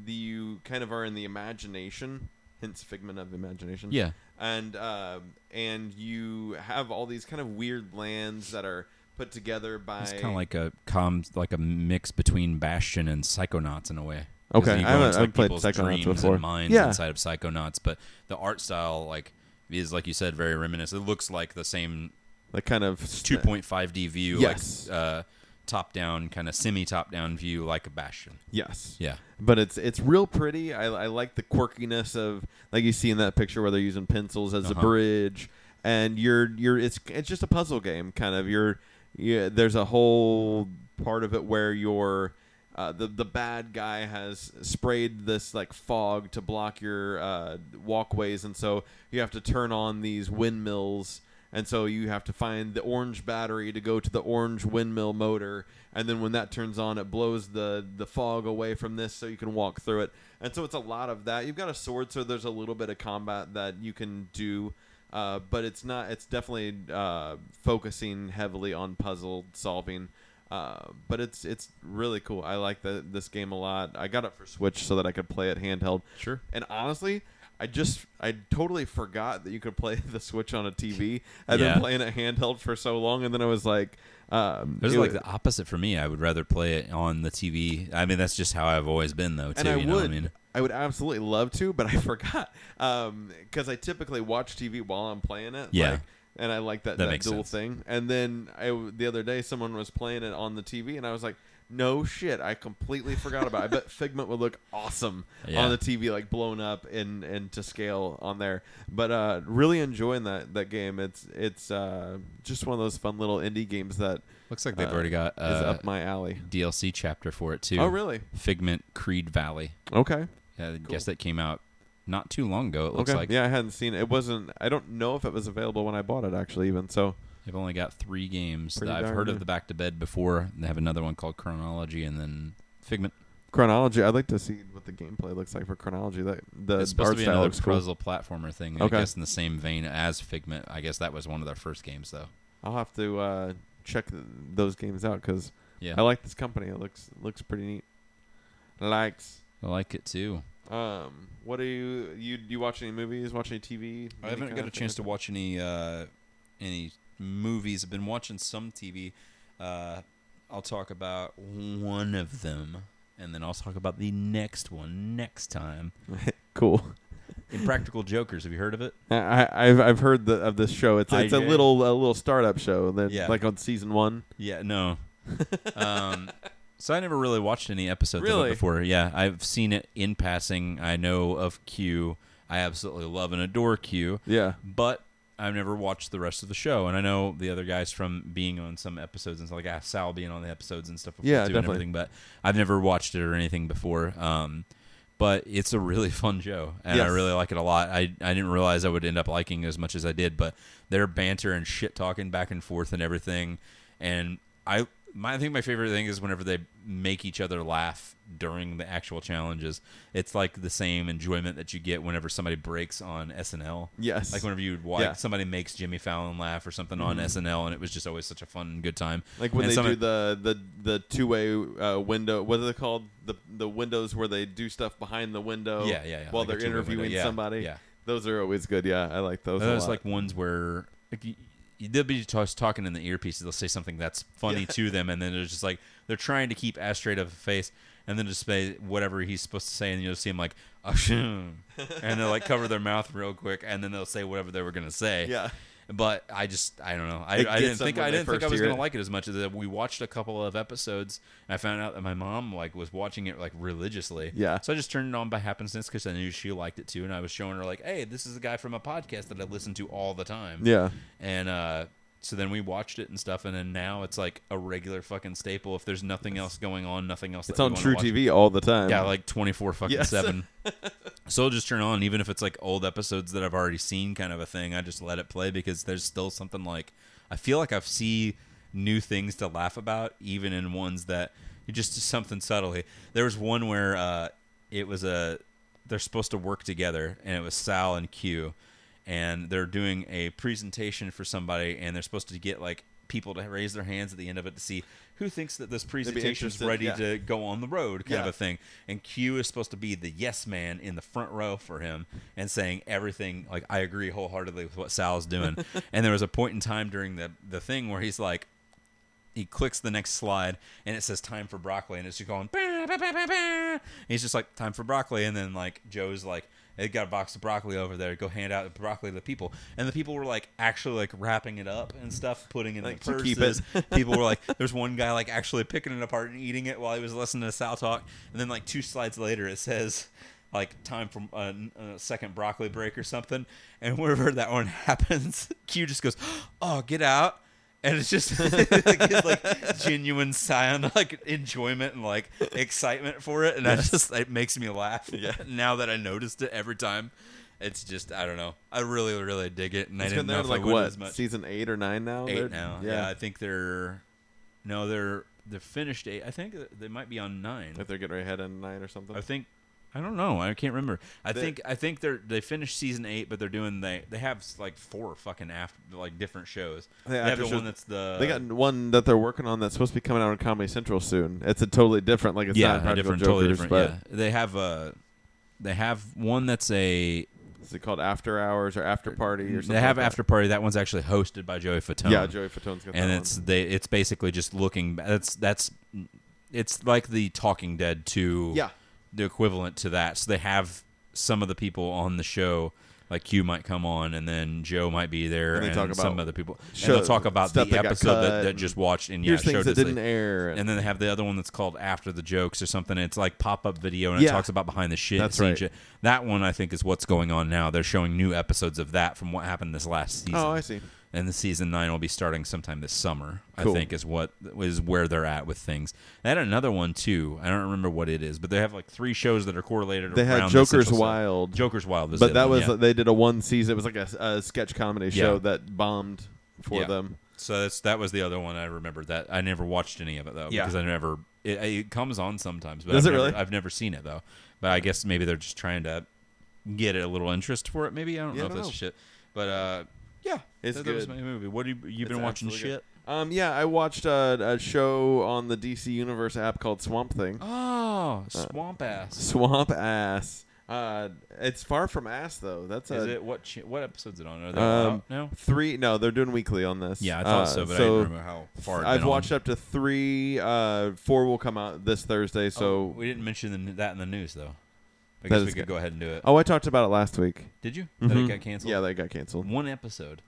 Speaker 2: the you kind of are in the imagination, hence figment of imagination.
Speaker 1: Yeah.
Speaker 2: And uh, and you have all these kind of weird lands that are put together by
Speaker 1: It's kind of like a com, like a mix between Bastion and Psychonauts in a way. 'Cause
Speaker 2: Okay,
Speaker 1: you go
Speaker 2: I haven't-
Speaker 1: into,
Speaker 2: I've played
Speaker 1: people's
Speaker 2: Psychonauts
Speaker 1: dreams
Speaker 2: before.
Speaker 1: And minds
Speaker 2: Yeah.
Speaker 1: inside of Psychonauts, but the art style like is like you said very reminiscent. It looks like the same
Speaker 2: like kind of
Speaker 1: 2.5D view,
Speaker 2: Yes.
Speaker 1: like uh, top down kind of semi top down view like a Bastion.
Speaker 2: Yes.
Speaker 1: Yeah.
Speaker 2: But it's it's real pretty. I, I like the quirkiness of like you see in that picture where they're using pencils as
Speaker 1: Uh-huh.
Speaker 2: a bridge, and you're you're it's it's just a puzzle game kind of. You're yeah. There's a whole part of it where you're. Uh, the the bad guy has sprayed this like fog to block your uh, walkways, and so you have to turn on these windmills and so you have to find the orange battery to go to the orange windmill motor and then when that turns on it blows the the fog away from this so you can walk through it and so it's a lot of that you've got a sword so there's a little bit of combat that you can do uh, but it's not it's definitely uh, focusing heavily on puzzle solving uh, but it's it's really cool. I like the, this game a lot. I got it for Switch so that I could play it handheld.
Speaker 1: Sure.
Speaker 2: And honestly, I just I totally forgot that you could play the Switch on a TV. I've
Speaker 1: Yeah.
Speaker 2: been playing it handheld for so long, and then I was like, um,
Speaker 1: It was
Speaker 2: it
Speaker 1: like
Speaker 2: wa-
Speaker 1: the opposite for me. I would rather play it on the TV. I mean, that's just how I've always been though. Too,
Speaker 2: and I
Speaker 1: you know
Speaker 2: would,
Speaker 1: what I mean?
Speaker 2: I would absolutely love to, but I forgot because I typically watch TV while I'm playing it.
Speaker 1: Yeah.
Speaker 2: like- and I like that
Speaker 1: That
Speaker 2: that,
Speaker 1: makes
Speaker 2: dual
Speaker 1: sense.
Speaker 2: thing. And then I w the other day, someone was playing it on the TV, and I was like. No shit, I completely forgot about it. I bet Figment would look awesome
Speaker 1: Yeah.
Speaker 2: on the TV, like blown up and, and to scale on there. But uh, really enjoying that, that game. It's it's uh, just one of those fun little indie games that
Speaker 1: Looks like they've
Speaker 2: uh,
Speaker 1: already got uh,
Speaker 2: is up my alley.
Speaker 1: DLC chapter for it too.
Speaker 2: Oh really?
Speaker 1: Figment Creed Valley.
Speaker 2: Okay.
Speaker 1: Yeah, I guess that came out not too long ago. It looks
Speaker 2: okay.
Speaker 1: like
Speaker 2: yeah, I hadn't seen it. It wasn't. I don't know if it was available when I bought it actually. Even so,
Speaker 1: I've only got three games
Speaker 2: Pretty
Speaker 1: that I've
Speaker 2: darn
Speaker 1: heard of
Speaker 2: good.
Speaker 1: the Back to Bed before. They have another one called Chronology, and then Figment.
Speaker 2: chronology. I'd like to see what the gameplay looks like for chronology. That the
Speaker 1: it's supposed
Speaker 2: art
Speaker 1: to be
Speaker 2: style
Speaker 1: another
Speaker 2: Uh, looks cool.
Speaker 1: puzzle platformer thing.
Speaker 2: Okay.
Speaker 1: I guess in the same vein as Figment. I guess that was one of their first games though.
Speaker 2: I'll have to uh, check th- those games out because
Speaker 1: Yeah,
Speaker 2: I like this company. It looks looks pretty neat. Likes.
Speaker 1: I like it too.
Speaker 2: Um, what do you you you watch any movies? Watch any TV?
Speaker 1: I
Speaker 2: Any
Speaker 1: haven't
Speaker 2: kind
Speaker 1: got a
Speaker 2: of
Speaker 1: chance to
Speaker 2: thing?
Speaker 1: watch any uh, any movies. I've been watching some TV. Uh, I'll talk about one of them, and then I'll talk about the next one next time.
Speaker 2: Cool.
Speaker 1: Impractical Jokers. Have you heard of it?
Speaker 2: I- I, I've I've heard the, of this show. It's it's a
Speaker 1: IJ.
Speaker 2: little a little startup show. That
Speaker 1: Yeah.
Speaker 2: like on season one.
Speaker 1: Yeah, no. um, so I never really watched any episodes of
Speaker 2: Really?
Speaker 1: it before. Yeah, I've seen it in passing. I know of Q. I absolutely love and adore Q.
Speaker 2: Yeah.
Speaker 1: but I've never watched the rest of the show, and I know the other guys from being on some episodes and stuff like ah, Sal being on the episodes and stuff. before
Speaker 2: Yeah,
Speaker 1: too and
Speaker 2: definitely.
Speaker 1: everything. But I've never watched it or anything before. Um, but it's a really fun show, and I
Speaker 2: Yes.
Speaker 1: really like it a lot. I I didn't realize I would end up liking it as much as I did, but their banter and shit talking back and forth and everything, and I. My, I think my favorite thing is whenever they make each other laugh during the actual challenges. It's like the same enjoyment that you get whenever somebody breaks on SNL.
Speaker 2: Yes.
Speaker 1: Like whenever you would watch
Speaker 2: Yeah. Mm-hmm.
Speaker 1: somebody makes Jimmy Fallon laugh or something on SNL, and it was just always such a fun and good time.
Speaker 2: Like when
Speaker 1: And
Speaker 2: they
Speaker 1: some-
Speaker 2: do the the the two way uh, window, what are they called? The the windows where they do stuff behind the window.
Speaker 1: Yeah, yeah, yeah,
Speaker 2: While
Speaker 1: like a
Speaker 2: they're
Speaker 1: two-way window,
Speaker 2: interviewing
Speaker 1: yeah,
Speaker 2: somebody.
Speaker 1: yeah.
Speaker 2: Those are always good. Yeah, I like those. a
Speaker 1: those
Speaker 2: lot.
Speaker 1: like ones where like, y- y- they'll be just talking in the earpiece. They'll say something that's funny to them, and then they're just like they're trying to keep as straight of a face, and then just say whatever he's supposed to say, and you'll see him like, "Ashum," and they'll like cover their mouth real quick, and then theyll say whatever they were gonna say.
Speaker 2: Yeah.
Speaker 1: But I just I don't know. I,
Speaker 2: It
Speaker 1: I
Speaker 2: gets
Speaker 1: didn't
Speaker 2: them
Speaker 1: think
Speaker 2: when
Speaker 1: I
Speaker 2: they
Speaker 1: didn't think I
Speaker 2: first
Speaker 1: was
Speaker 2: hear
Speaker 1: gonna
Speaker 2: it.
Speaker 1: like it as much as that. We watched a couple of episodes, and I found out that my mom like was watching it like religiously.
Speaker 2: Yeah.
Speaker 1: So I just turned it on by happenstance because I knew she liked it too, and I was showing her like, "Hey, this is a guy from a podcast that I listen to all the time."
Speaker 2: Yeah.
Speaker 1: And uh, so then we watched it and stuff, and then now it's like a regular fucking staple. If there's nothing else going on, nothing else.
Speaker 2: It's
Speaker 1: that we
Speaker 2: on
Speaker 1: wanna
Speaker 2: True
Speaker 1: watch.
Speaker 2: TV all the time.
Speaker 1: Yeah, like twenty four fucking
Speaker 2: Yes.
Speaker 1: seven. so I'll just turn on, even if it's like old episodes that I've already seen, kind of a thing. I just let it play because there's still something like I feel like I've see new things to laugh about, even in ones that just something subtly. There was one where uh, it was a they're supposed to work together, and it was Sal and Q, and they're doing a presentation for somebody, and they're supposed to get like people to raise their hands at the end of it to see who thinks that this presentation is
Speaker 2: interested,
Speaker 1: ready
Speaker 2: yeah.
Speaker 1: to go on the road, kind of
Speaker 2: Yeah.
Speaker 1: a thing. And Q is supposed to be the yes man in the front row for him and saying everything. Like I agree wholeheartedly with what Sal's doing. and there was a point in time during the the thing where he's like, he clicks the next slide and it says time for broccoli and it's just going "Bah, bah, bah, bah, bah." And he's just like time for broccoli and then like joe's like they got a box of broccoli over there go hand out broccoli to the people and the people were like actually like wrapping it up and stuff putting it in
Speaker 2: Like,
Speaker 1: the
Speaker 2: to
Speaker 1: purses
Speaker 2: keep
Speaker 1: people were like there's one guy like actually picking it apart and eating it while he was listening to sal talk and then like two slides later it says like time for a, a second broccoli break or something and wherever that one happens q just goes oh get out and it's just like, his, like genuine sound like enjoyment and like excitement for it and that just it makes me laugh
Speaker 2: Yeah.
Speaker 1: now that i noticed it every time it's just i don't know i really really dig it and i
Speaker 2: It's
Speaker 1: didn't
Speaker 2: been
Speaker 1: know
Speaker 2: there
Speaker 1: if I
Speaker 2: like
Speaker 1: would
Speaker 2: what
Speaker 1: as much
Speaker 2: season eight or nine now.
Speaker 1: 8
Speaker 2: They're-
Speaker 1: now yeah. i think they're no they're they're finished eight i think they might be on nine
Speaker 2: if they're getting ready to head in nine or something.
Speaker 1: I think I don't know. I can't remember. I
Speaker 2: The-
Speaker 1: think I think they're they finished season eight, but they're doing they they have like four fucking after like different shows.
Speaker 2: Yeah,
Speaker 1: they have the
Speaker 2: after shows-
Speaker 1: one that's the
Speaker 2: they got one that they're working on that's supposed to be coming out on Comedy Central soon. It's a totally different, like it's
Speaker 1: yeah
Speaker 2: not
Speaker 1: a
Speaker 2: Practical
Speaker 1: different
Speaker 2: Jokers,
Speaker 1: totally different.
Speaker 2: but
Speaker 1: Yeah, they have uh they have one that's a
Speaker 2: is it called After Hours or After Party or something?
Speaker 1: they have
Speaker 2: like that?
Speaker 1: after party. That one's actually hosted by Joey Fatone.
Speaker 2: Yeah, Joey Fatone's got
Speaker 1: and
Speaker 2: that
Speaker 1: it's they it's basically just looking. ba- That's that's it's like the Talking Dead to
Speaker 2: Yeah.
Speaker 1: the equivalent to that. So they have some of the people on the show. Like Q might come on, and then Joe might be there,
Speaker 2: And
Speaker 1: and,
Speaker 2: they talk
Speaker 1: some
Speaker 2: about
Speaker 1: other people. and
Speaker 2: show-
Speaker 1: they'll talk about
Speaker 2: stuff
Speaker 1: the
Speaker 2: that got
Speaker 1: episode that,
Speaker 2: cut
Speaker 1: that
Speaker 2: and
Speaker 1: just watched, and yeah,
Speaker 2: Here's
Speaker 1: show
Speaker 2: things that
Speaker 1: just-
Speaker 2: didn't air, and,
Speaker 1: and then they have the other one that's called After the Jokes or something. It's like pop up video and it
Speaker 2: Yeah.
Speaker 1: talks about behind the shit.
Speaker 2: That's
Speaker 1: scene
Speaker 2: right.
Speaker 1: shit. That one I think is what's going on now. They're showing new episodes of that from what happened this last season.
Speaker 2: oh, I see.
Speaker 1: And the season nine will be starting sometime this summer.
Speaker 2: Cool.
Speaker 1: I think is what is where they're at with things. They had another one too. I don't remember what it is, but they have like three shows that are correlated.
Speaker 2: They
Speaker 1: around
Speaker 2: had
Speaker 1: the
Speaker 2: Joker's
Speaker 1: Central Cell.
Speaker 2: Wild,
Speaker 1: Joker's Wild, is the
Speaker 2: but
Speaker 1: other
Speaker 2: that
Speaker 1: one,
Speaker 2: was
Speaker 1: yeah.
Speaker 2: they did a one season. It was like a, a sketch comedy show
Speaker 1: Yeah.
Speaker 2: that bombed for
Speaker 1: Yeah.
Speaker 2: them.
Speaker 1: so that's that was the other one I remember. That I never watched any of it though
Speaker 2: Yeah.
Speaker 1: because I never it, it comes on sometimes. But
Speaker 2: Does
Speaker 1: I've
Speaker 2: it
Speaker 1: never,
Speaker 2: really?
Speaker 1: I've never seen it though. But I guess maybe they're just trying to get a little interest for it. Maybe I don't
Speaker 2: Yeah,
Speaker 1: know
Speaker 2: I
Speaker 1: if
Speaker 2: don't
Speaker 1: that's
Speaker 2: know.
Speaker 1: shit. But uh, yeah,
Speaker 2: It's
Speaker 1: that, that was
Speaker 2: good.
Speaker 1: my movie. What do you you've
Speaker 2: It's
Speaker 1: been watching?
Speaker 2: actually good.
Speaker 1: Shit.
Speaker 2: Um, yeah, I watched a, a show on the DC Universe app called Swamp Thing.
Speaker 1: Oh,
Speaker 2: Uh,
Speaker 1: swamp ass.
Speaker 2: Swamp ass. Uh, it's far from ass though. That's a
Speaker 1: Is it what ch- what episode's it on? Are they all
Speaker 2: um,
Speaker 1: out now?
Speaker 2: three. No, they're doing weekly on this.
Speaker 1: Yeah, I thought
Speaker 2: Uh,
Speaker 1: so, but I didn't remember how far. it'd
Speaker 2: I've
Speaker 1: been
Speaker 2: watched
Speaker 1: on.
Speaker 2: up to three. Uh, four will come out this Thursday.
Speaker 1: Oh,
Speaker 2: So
Speaker 1: we didn't mention the, that in the news though. I
Speaker 2: That
Speaker 1: guess we
Speaker 2: is
Speaker 1: could
Speaker 2: good.
Speaker 1: go ahead and do it.
Speaker 2: oh, I talked about it last week.
Speaker 1: Did you? That it
Speaker 2: Mhm.
Speaker 1: got canceled.
Speaker 2: Yeah, that got canceled.
Speaker 1: one episode.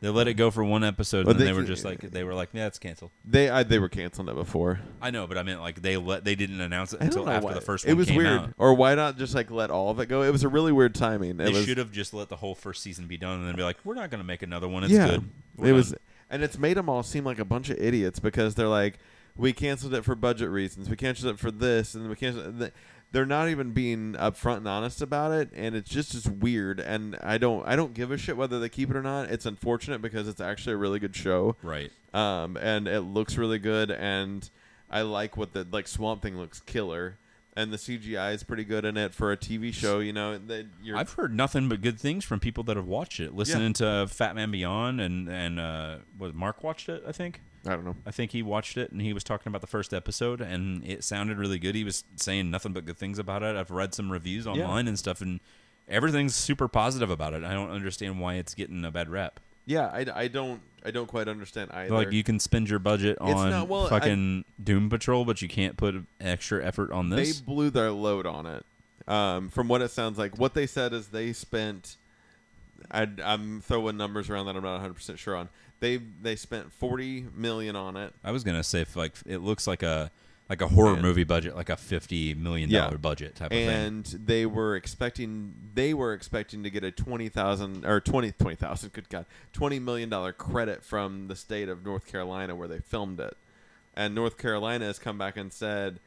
Speaker 1: They let it go for one episode,
Speaker 2: Well,
Speaker 1: and then
Speaker 2: they
Speaker 1: they were
Speaker 2: can-
Speaker 1: just like they were like, "Yeah, it's canceled."
Speaker 2: They I, they were canceling it before.
Speaker 1: I know, but I meant like they let they didn't announce it
Speaker 2: I don't
Speaker 1: until
Speaker 2: know
Speaker 1: after
Speaker 2: why.
Speaker 1: the first
Speaker 2: it
Speaker 1: one
Speaker 2: was
Speaker 1: came
Speaker 2: weird.
Speaker 1: out.
Speaker 2: Or why not just like let all of it go? It was a really weird timing. It
Speaker 1: They
Speaker 2: was
Speaker 1: should have just let the whole first season be done, and then be like, "We're not going to make another one. It's
Speaker 2: yeah.
Speaker 1: good."
Speaker 2: It
Speaker 1: We're
Speaker 2: was,
Speaker 1: done."
Speaker 2: and it's made them all seem like a bunch of idiots because they're like, we canceled it for budget reasons, we canceled it for this, and we canceled. Th- they're not even being upfront and honest about it, and it's just as weird. And I don't, I don't give a shit whether they keep it or not. It's unfortunate because it's actually a really good show,
Speaker 1: right.
Speaker 2: um, and it looks really good, and I like what the like Swamp Thing looks killer. And the CGI is pretty good in it for a TV show, you know. That you're
Speaker 1: I've heard nothing but good things from people that have watched it. Listening to Fat Man Beyond and and uh, what Mark watched it, I think.
Speaker 2: I don't know.
Speaker 1: I think he watched it and he was talking about the first episode and it sounded really good. He was saying nothing but good things about it. I've read some reviews online and stuff and everything's super positive about it. I don't understand why it's getting a bad rep.
Speaker 2: Yeah, I, I don't, I don't quite understand either.
Speaker 1: Like you can spend your budget on
Speaker 2: not- well, I-
Speaker 1: fucking Doom Patrol, but you can't put extra effort on
Speaker 2: they
Speaker 1: this.
Speaker 2: blew their load on it. Um, from what it sounds like, what they said is they spent. I, I'm throwing numbers around that I'm not 100 percent sure on. They they spent 40 million on it.
Speaker 1: I was gonna say if like it looks like a like a horror
Speaker 2: And-
Speaker 1: movie budget, like a fifty million dollar
Speaker 2: Yeah.
Speaker 1: budget type of thing.
Speaker 2: and they were expecting they were expecting to get a 20,000 or 20 20,000 good god 20 million dollar credit from the state of North Carolina where they filmed it and North Carolina has come back and said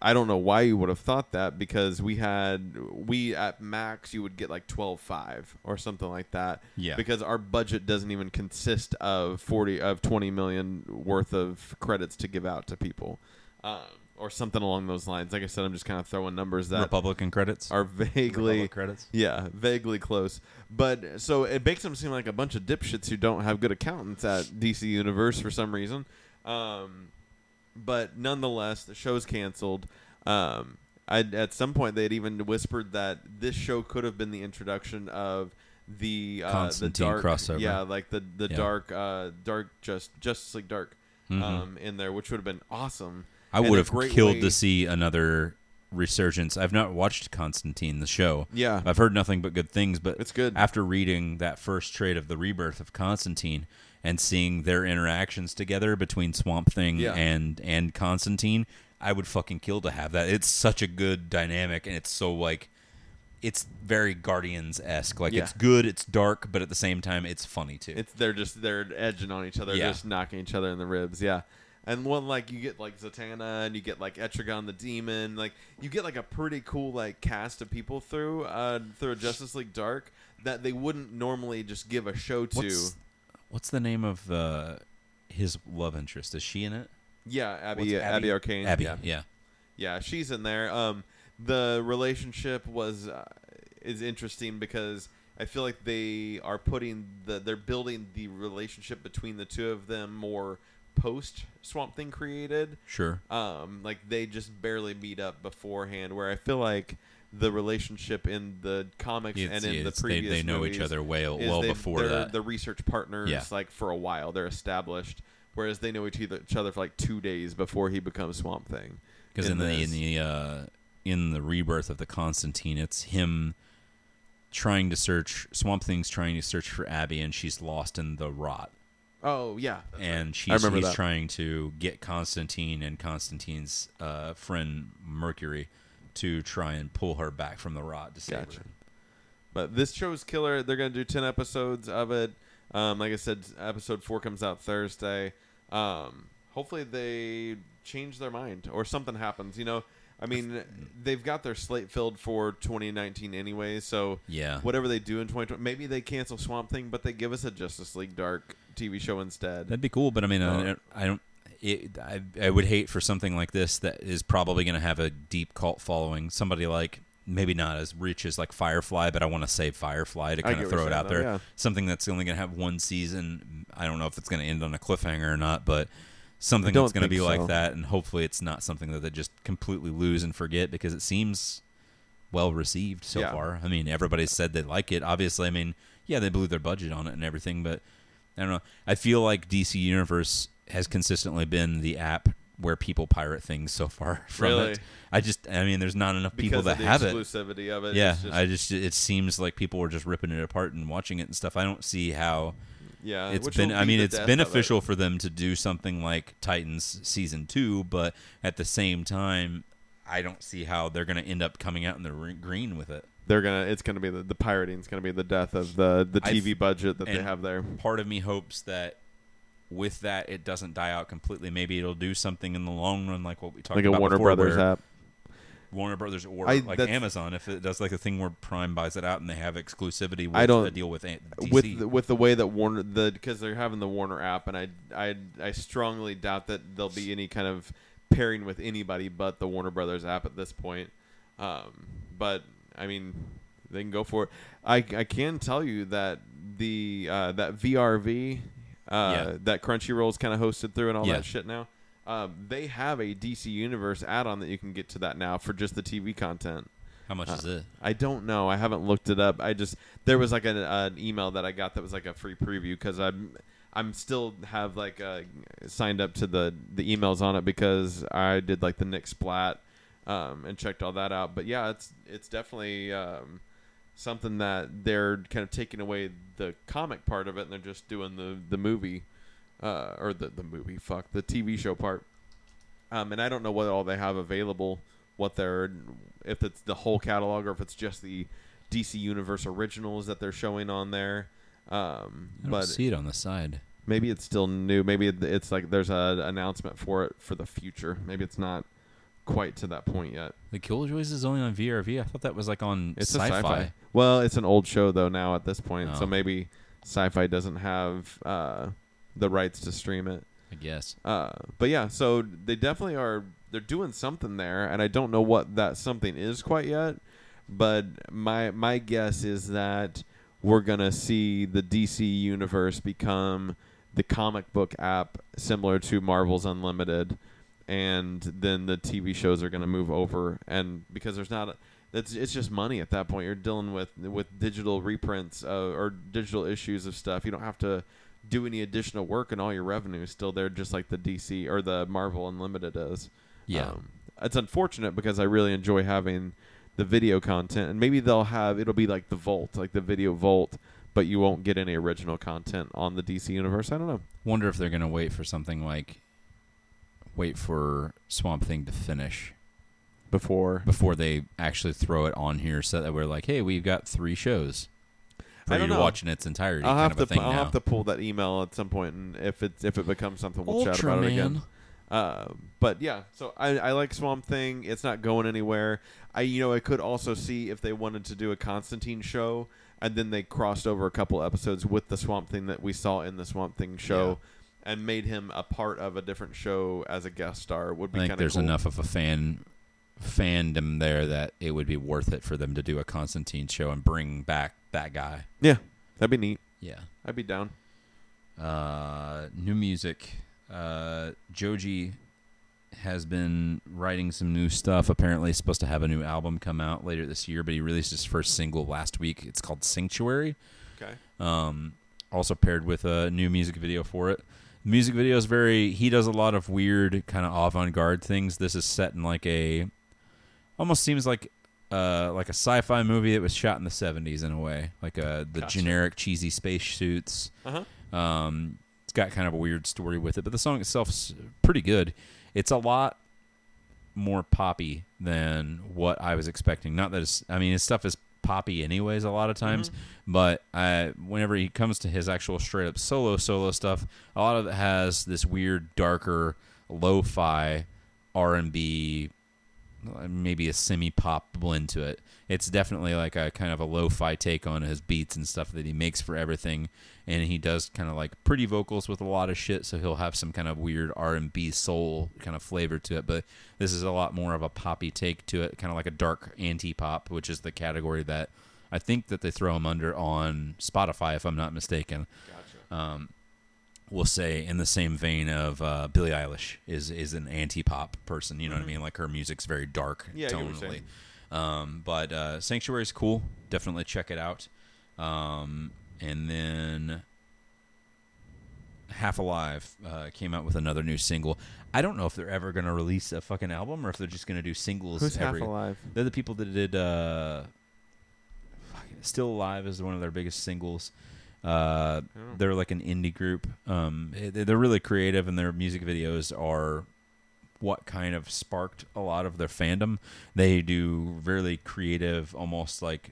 Speaker 2: I don't know why you would have thought that because we had we at max you would get like 12.5 or something like that
Speaker 1: Yeah.
Speaker 2: because our budget doesn't even consist of 40 of 20 million worth of credits to give out to people um or something along those lines. Like I said, I'm just kind of throwing numbers that
Speaker 4: Republican credits.
Speaker 2: are vaguely
Speaker 4: Republic credits?
Speaker 2: Yeah, vaguely close. But so it makes them seem like a bunch of dipshits who don't have good accountants at DC Universe for some reason. Um, but nonetheless, the show's canceled. Um, I, at some point, they had even whispered that this show could have been the introduction of the uh, the
Speaker 1: Constantine
Speaker 2: dark
Speaker 1: crossover.
Speaker 2: Yeah, like the
Speaker 1: Yeah.
Speaker 2: the
Speaker 1: Mm-hmm.
Speaker 2: dark uh, dark just Justice League Dark um, in there, which would have been awesome.
Speaker 1: I
Speaker 2: and a
Speaker 1: would have
Speaker 2: great
Speaker 1: killed
Speaker 2: way-
Speaker 1: to see another resurgence. I've not watched Constantine the show.
Speaker 2: Yeah.
Speaker 1: I've heard nothing but good things. But
Speaker 2: It's good.
Speaker 1: After reading that first trade of the rebirth of Constantine and seeing their interactions together between Swamp Thing
Speaker 2: Yeah.
Speaker 1: and and Constantine, I would fucking kill to have that. It's such a good dynamic, and it's so like. It's very Guardians esque. Like
Speaker 2: Yeah.
Speaker 1: it's good, it's dark, but at the same time, it's funny too.
Speaker 2: It's they're just they're edging on each other,
Speaker 1: Yeah.
Speaker 2: just knocking each other in the ribs. Yeah. And one like you get like Zatanna and you get like Etrigan the Demon, like you get like a pretty cool like cast of people through uh through Justice League Dark that they wouldn't normally just give a show to.
Speaker 1: what's, what's the name of uh, his love interest? Is she in it?
Speaker 2: yeah, Abby,
Speaker 1: what's
Speaker 2: Abby
Speaker 1: Abby?
Speaker 2: Arcane.
Speaker 1: Abby.
Speaker 2: Yeah.
Speaker 1: yeah.
Speaker 2: Yeah, she's in there. Um, the relationship was uh, is interesting because I feel like they are putting the they're building the relationship between the two of them more post Swamp Thing created.
Speaker 1: Sure.
Speaker 2: Um, like they just barely meet up beforehand. Where I feel like the relationship in the comics
Speaker 1: It's-
Speaker 2: and in the
Speaker 1: it's- they-
Speaker 2: previous
Speaker 1: they know each
Speaker 2: movies
Speaker 1: other way-
Speaker 2: is
Speaker 1: well
Speaker 2: they've-
Speaker 1: before
Speaker 2: they're
Speaker 1: that.
Speaker 2: The research partners
Speaker 1: Yeah.
Speaker 2: like for a while they're established, whereas they know each other, each other for like two days before he becomes Swamp Thing.
Speaker 1: Because in, the in
Speaker 2: this.
Speaker 1: the uh, in the rebirth of the Constantine, it's him trying to search Swamp Thing's trying to search for Abby, and she's lost in the rot,
Speaker 2: Oh yeah, that's
Speaker 1: and
Speaker 2: right.
Speaker 1: she's
Speaker 2: remember
Speaker 1: he's
Speaker 2: that.
Speaker 1: trying to get Constantine and Constantine's uh, friend Mercury to try and pull her back from the rot to save
Speaker 2: Gotcha.
Speaker 1: her.
Speaker 2: But this show is killer. They're gonna do ten episodes of it. Um, like I said, episode four comes out Thursday. Um, hopefully they change their mind or something happens. You know, I mean, they've got their slate filled for 2019 anyway. So
Speaker 1: Yeah.
Speaker 2: whatever they do in 2020, maybe they cancel Swamp Thing, but they give us a Justice League Dark TV show instead.
Speaker 1: That'd be cool, but I mean,
Speaker 2: Uh,
Speaker 1: I, I don't. It, I, I would hate for something like this that is probably going to have a deep cult following. Somebody like maybe not as rich as like Firefly, but I want to save Firefly to
Speaker 2: I
Speaker 1: kind
Speaker 2: get
Speaker 1: of
Speaker 2: what
Speaker 1: throw
Speaker 2: you're
Speaker 1: it out
Speaker 2: saying,
Speaker 1: there.
Speaker 2: though, yeah.
Speaker 1: Something that's only going to have one season. I don't know if it's going to end on a cliffhanger or not, but something
Speaker 2: don't
Speaker 1: that's going to
Speaker 2: think
Speaker 1: be
Speaker 2: so.
Speaker 1: like that, and hopefully it's not something that they just completely lose and forget because it seems well received so
Speaker 2: Yeah.
Speaker 1: far. I mean, everybody said they like it. Obviously, I mean, yeah, they blew their budget on it and everything, but I don't know. I feel like DC Universe has consistently been the app where people pirate things so far from
Speaker 2: Really?
Speaker 1: it. I just, I mean, there's not enough people
Speaker 2: because
Speaker 1: that
Speaker 2: of the
Speaker 1: have it.
Speaker 2: exclusivity of it.
Speaker 1: Yeah,
Speaker 2: It's just-
Speaker 1: I just it seems like people are just ripping it apart and watching it and stuff. I don't see how
Speaker 2: yeah.
Speaker 1: it's
Speaker 2: which
Speaker 1: been
Speaker 2: will
Speaker 1: i
Speaker 2: be
Speaker 1: mean
Speaker 2: the
Speaker 1: it's
Speaker 2: death of it.
Speaker 1: beneficial for them to do something like titans season two but at the same time i don't see how they're going to end up coming out in the re- green with it
Speaker 2: They're gonna. It's gonna be the, the pirating's gonna be the death of the the
Speaker 1: I
Speaker 2: TV
Speaker 1: th-
Speaker 2: budget that they
Speaker 1: and-
Speaker 2: have there.
Speaker 1: part of me hopes that with that it doesn't die out completely maybe it'll do something in the long run like what we talked
Speaker 2: like a
Speaker 1: about
Speaker 2: Warner
Speaker 1: before,
Speaker 2: Brothers
Speaker 1: where
Speaker 2: app.
Speaker 1: warner brothers or
Speaker 2: I-
Speaker 1: like
Speaker 2: that's-
Speaker 1: amazon if it does like a thing where prime buys it out and they have exclusivity with
Speaker 2: I don't-
Speaker 1: the deal with A- DC.
Speaker 2: With the, with the way that Warner the because they're having the Warner app, and I I I strongly doubt that there'll be any kind of pairing with anybody but the Warner Brothers app at this point. Um, but I mean, they can go for it. I I can tell you that the uh, that VRV uh,
Speaker 1: Yeah.
Speaker 2: that Crunchyroll's kind of hosted through and all
Speaker 1: Yeah.
Speaker 2: that shit now. Um, they have a DC Universe add-on that you can get to that now for just the TV content.
Speaker 1: how much is it
Speaker 2: I don't know. I haven't looked it up. I just there was like an, an email that I got that was like a free preview because I'm I'm still have like uh, signed up to the the emails on it because I did like the Nick Splat um, and checked all that out. But yeah, it's it's definitely um, something that they're kind of taking away the comic part of it and they're just doing the the movie uh, or the the movie fuck the TV show part. Um, and I don't know what all they have available, what they're, if it's the whole catalog or if it's just the DC Universe originals that they're showing on there. Um,
Speaker 1: i don't
Speaker 2: but
Speaker 1: see it on the side
Speaker 2: maybe it's still new. Maybe it- it's like there's an announcement for it for the future. Maybe it's not quite to that point yet.
Speaker 1: the killjoys is only on vrv i thought that was like on
Speaker 2: It's
Speaker 1: sci-fi,
Speaker 2: a sci-fi. Well, it's an old show though now at this point, so
Speaker 1: Oh.
Speaker 2: maybe sci-fi doesn't have uh, the rights to stream it.
Speaker 1: i guess
Speaker 2: Uh, but yeah, so they definitely are they're doing something there, and I don't know what that something is quite yet. But my my guess is that we're gonna see the DC universe become the comic book app similar to Marvel's Unlimited, and then the TV shows are gonna move over, and because there's not. that's it's just money at that point. You're dealing with with digital reprints uh, or digital issues of stuff. You don't have to do any additional work and all your revenue is still there just like the DC or the Marvel Unlimited is. Um,
Speaker 1: Yeah.
Speaker 2: it's unfortunate because I really enjoy having the video content and maybe they'll have it'll be like the vault, like the video vault, but you won't get any original content on the DC universe. I don't know.
Speaker 1: Wonder if they're gonna wait for something like wait for Swamp Thing to finish
Speaker 2: Before
Speaker 1: before they actually throw it on here, so that we're like, hey, we've got three shows for
Speaker 2: I
Speaker 1: you
Speaker 2: don't
Speaker 1: to
Speaker 2: know.
Speaker 1: watch in its entirety.
Speaker 2: I'll
Speaker 1: kind
Speaker 2: have
Speaker 1: of
Speaker 2: to
Speaker 1: a thing
Speaker 2: I'll
Speaker 1: now.
Speaker 2: have to pull that email at some point and if it if it becomes something we'll chat about it again. Uh, but yeah, so I, I like Swamp Thing. It's not going anywhere. I you know I could also see if they wanted to do a Constantine show and then they crossed over a couple episodes with the Swamp Thing that we saw in the Swamp Thing show and made him a part of a different show as a guest star would
Speaker 1: I
Speaker 2: be kind
Speaker 1: think
Speaker 2: of
Speaker 1: there's enough of a fan fandom there that it would be worth it for them to do a Constantine show and bring back that guy.
Speaker 2: Yeah, that'd be neat.
Speaker 1: Yeah.
Speaker 2: I'd be down.
Speaker 1: Uh, new music. Uh, Joji has been writing some new stuff. Apparently, he's supposed to have a new album come out later this year, but he released his first single last week. It's called Sanctuary.
Speaker 2: Okay.
Speaker 1: um, also paired with a new music video for it. The music video is very. He does a lot of weird kind of avant-garde things. This is set in like a, almost seems like, uh, like a sci-fi movie that was shot in the '70s in a way, like uh the
Speaker 2: Gotcha.
Speaker 1: generic cheesy spacesuits.
Speaker 2: Uh huh.
Speaker 1: Um, it's got kind of a weird story with it, but the song itself is pretty good. It's a lot more poppy than what I was expecting. Not that it's, I mean, his stuff is poppy anyways a lot of times, but I, whenever he comes to his actual straight up solo solo stuff, a lot of it has this weird darker lo-fi R&B maybe a semi-pop blend to it. It's definitely like a kind of a lo-fi take on his beats and stuff that he makes for everything, and he does kind of like pretty vocals with a lot of shit. So he'll have some kind of weird R and B soul kind of flavor to it, but this is a lot more of a poppy take to it, kind of like a dark anti-pop, which is the category that I think that they throw him under on Spotify, if I'm not mistaken we'll say in the same vein of uh, Billie Eilish is is an anti pop person. You know what I mean? Like her music's very dark
Speaker 2: Mm-hmm. Yeah, I get what you're
Speaker 1: tonally.
Speaker 2: saying.
Speaker 1: Um, but uh, Sanctuary's cool. Definitely check it out. Um, and then Half Alive uh, came out with another new single. I don't know if they're ever going to release a fucking album or if they're just going to do singles.
Speaker 2: Who's
Speaker 1: every,
Speaker 2: half alive?
Speaker 1: they're the people that did uh, fuck, "Still Alive" is one of their biggest singles. Uh,
Speaker 2: Oh.
Speaker 1: they're like an indie group. Um, eh, they- they're really creative, and their music videos are what kind of sparked a lot of their fandom. They do really creative, almost like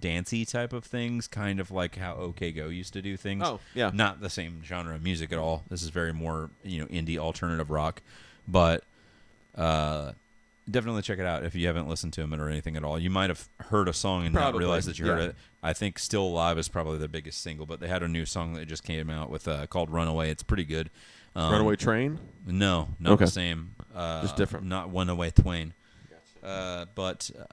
Speaker 1: dancey type of things, kind of like how OK Go used to do things
Speaker 2: Oh yeah.
Speaker 1: not the same genre of music at all. This is very more you know indie alternative rock, but uh, definitely check it out if you haven't listened to them or anything at all. You might have heard a song and not
Speaker 2: Probably,
Speaker 1: realized that you
Speaker 2: yeah.
Speaker 1: heard it. I think "Still Alive" is probably their biggest single, but they had a new song that just came out with uh, called "Runaway." It's pretty good. Um,
Speaker 2: Runaway train.
Speaker 1: No, not
Speaker 2: Okay.
Speaker 1: the same. Uh,
Speaker 2: Just different.
Speaker 1: Not "Runaway Twain." Uh, but uh,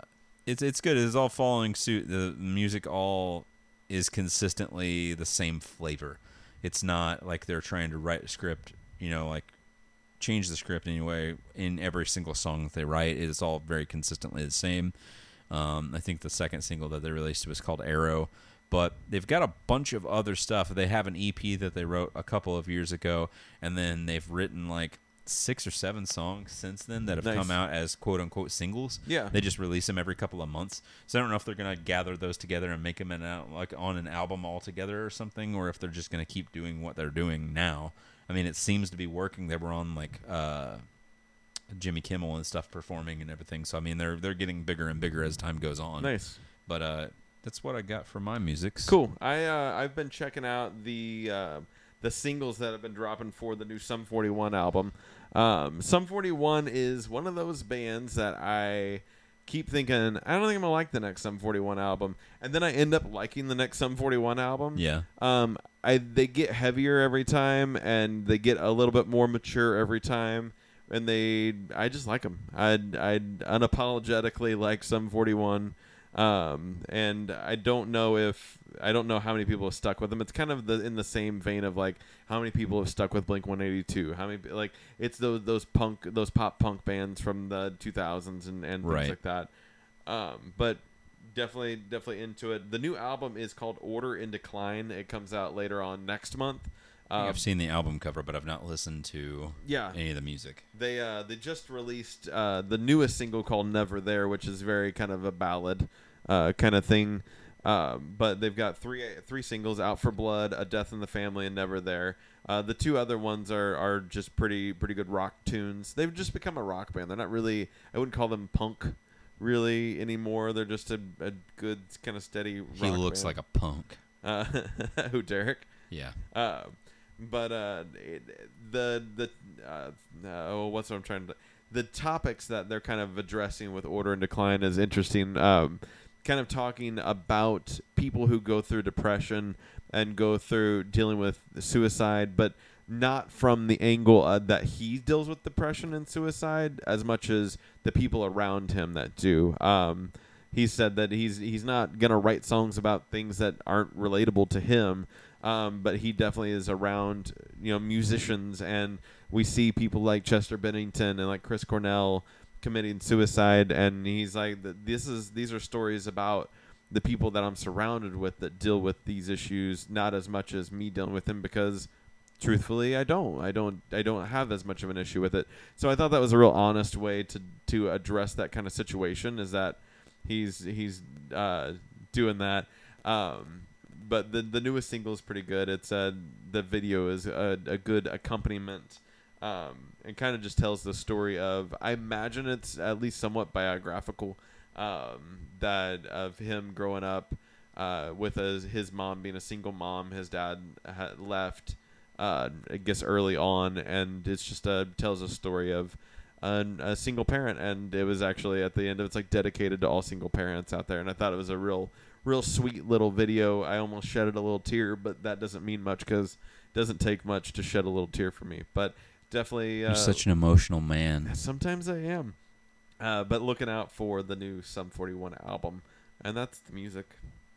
Speaker 1: it's it's good. It's all following suit. The music all is consistently the same flavor. It's not like they're trying to write a script, you know, like change the script anyway in every single song that they write. It's all very consistently the same. Um, I think the second single that they released was called Arrow, but they've got a bunch of other stuff. They have an EP that they wrote a couple of years ago, and then they've written like six or seven songs since then that have
Speaker 2: Nice.
Speaker 1: come out as quote unquote singles.
Speaker 2: Yeah.
Speaker 1: They just release them every couple of months. So I don't know if they're gonna gather those together and make them an out, like on an album altogether or something, or if they're just gonna keep doing what they're doing now. I mean, it seems to be working. They were on like uh, Jimmy Kimmel and stuff performing and everything. So I mean, they're they're getting bigger and bigger as time goes on.
Speaker 2: Nice.
Speaker 1: But uh, that's what I got for my music.
Speaker 2: Cool. I uh, I've been checking out the uh, the singles that have been dropping for the new Sum 41 album. Um, Sum 41 is one of those bands that I keep thinking I don't think I'm gonna like the next Sum 41 album, and then I end up liking the next Sum 41 album.
Speaker 1: Yeah.
Speaker 2: Um, I they get heavier every time, and they get a little bit more mature every time. and they I just like them. I I unapologetically like some 41. Um, and I don't know if I don't know how many people have stuck with them. It's kind of the in the same vein of like how many people have stuck with Blink 182. How many like it's those those punk those pop punk bands from the 2000s and and
Speaker 1: Right.
Speaker 2: things like that. Um, but definitely definitely into it. The new album is called Order in Decline. It comes out later on next month. Um,
Speaker 1: I've seen the album cover, but I've not listened to
Speaker 2: yeah,
Speaker 1: any of the music.
Speaker 2: they uh, they just released uh, the newest single called "Never There," which is very kind of a ballad uh, kind of thing. Um, but they've got three three singles: "Out for Blood," "A Death in the Family," and "Never There." Uh, the two other ones are, are just pretty pretty good rock tunes. They've just become a rock band. They're not really I wouldn't call them punk really anymore. They're just a, a good kind of steady. Rock
Speaker 1: he looks like a punk.
Speaker 2: a uh, who Derek.
Speaker 1: Yeah.
Speaker 2: Uh, but uh, it, the the uh, oh, what's what I'm trying to the topics that they're kind of addressing with order and decline is interesting. Um, kind of talking about people who go through depression and go through dealing with suicide, but not from the angle uh, that he deals with depression and suicide as much as the people around him that do. Um, he said that he's he's not gonna write songs about things that aren't relatable to him, um, but he definitely is around you know musicians, and we see people like Chester Bennington and like Chris Cornell committing suicide, and he's like, th- this is these are stories about the people that I'm surrounded with that deal with these issues, not as much as me dealing with them because truthfully i don't i don't i don't have as much of an issue with it so i thought that was a real honest way to to address that kind of situation is that he's he's uh doing that um but the the newest single is pretty good it's uh the video is a, a good accompaniment um and kind of just tells the story of i imagine it's at least somewhat biographical um that of him growing up uh, with his, his mom being a single mom, his dad had left uh, I guess early on, and it's just uh, tells a story of an, a single parent, and it was actually at the end of it's like dedicated to all single parents out there, and I thought it was a real, real sweet little video. I almost shedded a little tear, but that doesn't mean much because it doesn't take much to shed a little tear for me. But definitely, uh,
Speaker 1: You're such an emotional man.
Speaker 2: sometimes I am. Uh, but looking out for the new Sum 41 album, and that's the music.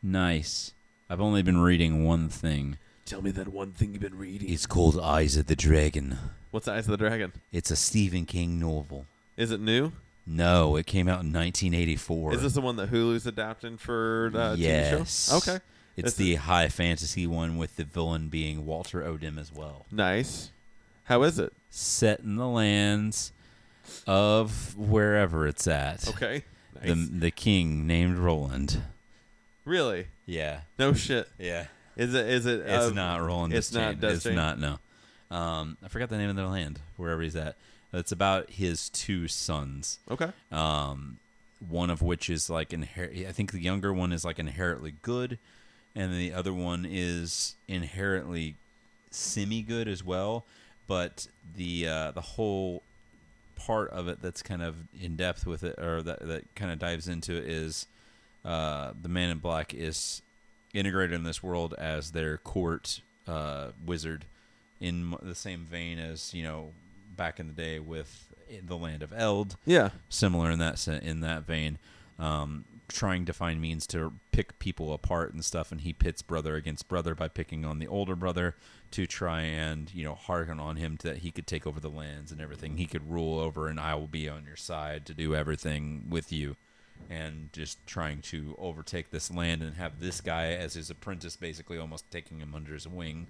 Speaker 1: Nice. I've only been reading one thing.
Speaker 2: Tell me that one thing you've been reading.
Speaker 1: It's called Eyes of the Dragon.
Speaker 2: What's the Eyes of the Dragon?
Speaker 1: It's a Stephen King novel.
Speaker 2: Is it new?
Speaker 1: No, it came out in 1984.
Speaker 2: Is this the one that Hulu's adapting for uh,
Speaker 1: yes.
Speaker 2: TV show? Okay,
Speaker 1: It's
Speaker 2: That's-
Speaker 1: the high fantasy one with the villain being Walter Odom as well.
Speaker 2: nice. How is it?
Speaker 1: Set in the lands of wherever it's at.
Speaker 2: Okay,
Speaker 1: The,
Speaker 2: nice.
Speaker 1: the king named Roland.
Speaker 2: really?
Speaker 1: Yeah.
Speaker 2: No shit.
Speaker 1: Yeah.
Speaker 2: Is it? Is it?
Speaker 1: It's
Speaker 2: uh,
Speaker 1: not Roland.
Speaker 2: it's not
Speaker 1: Destain. It's
Speaker 2: Destain?
Speaker 1: not, no. Um, I forgot the name of the land, wherever he's at. It's about his two sons.
Speaker 2: Okay.
Speaker 1: um, one of which is like inherent. I think the younger one is like inherently good, and the other one is inherently semi good as well. But the uh, the whole part of it that's kind of in depth with it, or that that kind of dives into it, is uh, the Man in Black is integrated in this world as their court uh, wizard, in the same vein as you know back in the day with eh, the land of Eld
Speaker 2: Yeah.
Speaker 1: similar in that sen- in that vein, um, trying to find means to pick people apart and stuff. And he pits brother against brother by picking on the older brother to try and you know hearken on him that he could take over the lands and everything. He could rule over, and I will be on your side to do everything with you. And just trying to overtake this land and have this guy as his apprentice, basically almost taking him under his wing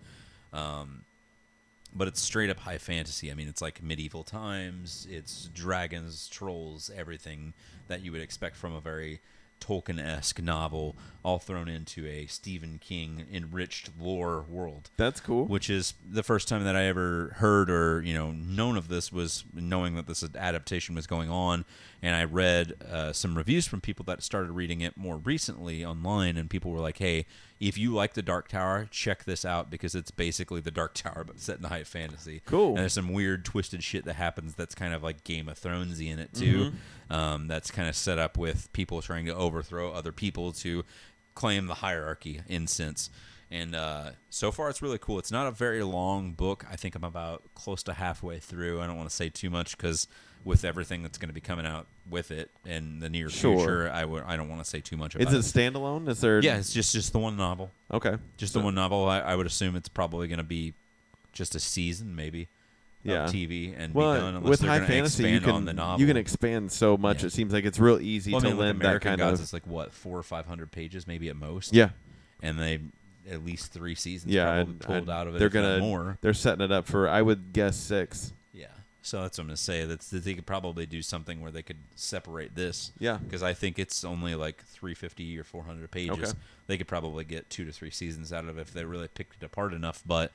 Speaker 1: but it's straight up high fantasy. I mean, it's like medieval times. It's dragons, trolls, everything that you would expect from a very Tolkien esque novel, all thrown into a Stephen King enriched lore world.
Speaker 2: That's cool.
Speaker 1: Which is the first time that I ever heard or you know known of this was knowing that this adaptation was going on, and I read uh, some reviews from people that started reading it more recently online, and people were like, "Hey, if you like the Dark Tower, check this out because it's basically the Dark Tower but set in high fantasy."
Speaker 2: Cool.
Speaker 1: And there's some weird twisted shit that happens that's kind of like Game of Thronesy in it too. Um, that's kind of set up with people trying to overthrow other people to claim the hierarchy in sense And uh, so far, it's really cool. It's not a very long book. I think I'm about close to halfway through. I don't want to say too much because with everything that's going to be coming out with it in the near
Speaker 2: Sure.
Speaker 1: future, I w- I don't want to say too much about
Speaker 2: Is it standalone? Is there?
Speaker 1: Yeah, it's just just the one novel.
Speaker 2: Okay.
Speaker 1: Just the one novel. I, I would assume it's probably going to be just a season, maybe.
Speaker 2: Yeah.
Speaker 1: Of TV and be done
Speaker 2: Well,
Speaker 1: unless
Speaker 2: with
Speaker 1: they're
Speaker 2: high
Speaker 1: gonna
Speaker 2: fantasy, you
Speaker 1: expand
Speaker 2: can
Speaker 1: on the novel.
Speaker 2: you can expand so much.
Speaker 1: Yeah.
Speaker 2: It seems like it's real easy
Speaker 1: well, I
Speaker 2: to
Speaker 1: mean, with
Speaker 2: lend that
Speaker 1: American
Speaker 2: kind
Speaker 1: Gods,
Speaker 2: of.
Speaker 1: it's like what four or five hundred pages, maybe at most.
Speaker 2: Yeah,
Speaker 1: and they at least three seasons.
Speaker 2: yeah.
Speaker 1: probably
Speaker 2: and-
Speaker 1: pulled
Speaker 2: and
Speaker 1: out of it.
Speaker 2: They're
Speaker 1: if not
Speaker 2: gonna
Speaker 1: more.
Speaker 2: They're setting it up for. I would guess six.
Speaker 1: Yeah. So that's what I'm gonna say. That's that they could probably do something where they could separate this.
Speaker 2: Yeah.
Speaker 1: Because I think it's only like 350 or 400 pages.
Speaker 2: Okay.
Speaker 1: They could probably get two to three seasons out of it if they really picked it apart enough. But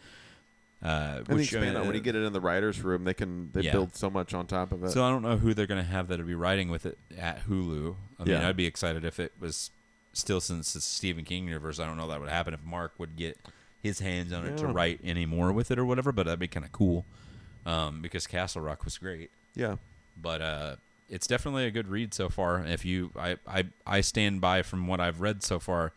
Speaker 1: uh,
Speaker 2: And
Speaker 1: which,
Speaker 2: expand
Speaker 1: uh,
Speaker 2: on when you get it in the writers' room, they can they
Speaker 1: Yeah.
Speaker 2: build so much on top of it.
Speaker 1: So I don't know who they're gonna have that'll be writing with it at Hulu. I mean,
Speaker 2: Yeah.
Speaker 1: I'd be excited if it was still since it's Stephen King universe. I don't know that would happen if Mark would get his hands on it to
Speaker 2: Yeah.
Speaker 1: write any more with it or whatever. But that'd be kind of cool um, because Castle Rock was great.
Speaker 2: yeah,
Speaker 1: But uh, it's definitely a good read so far. If you, I, I, I stand by from what I've read so far.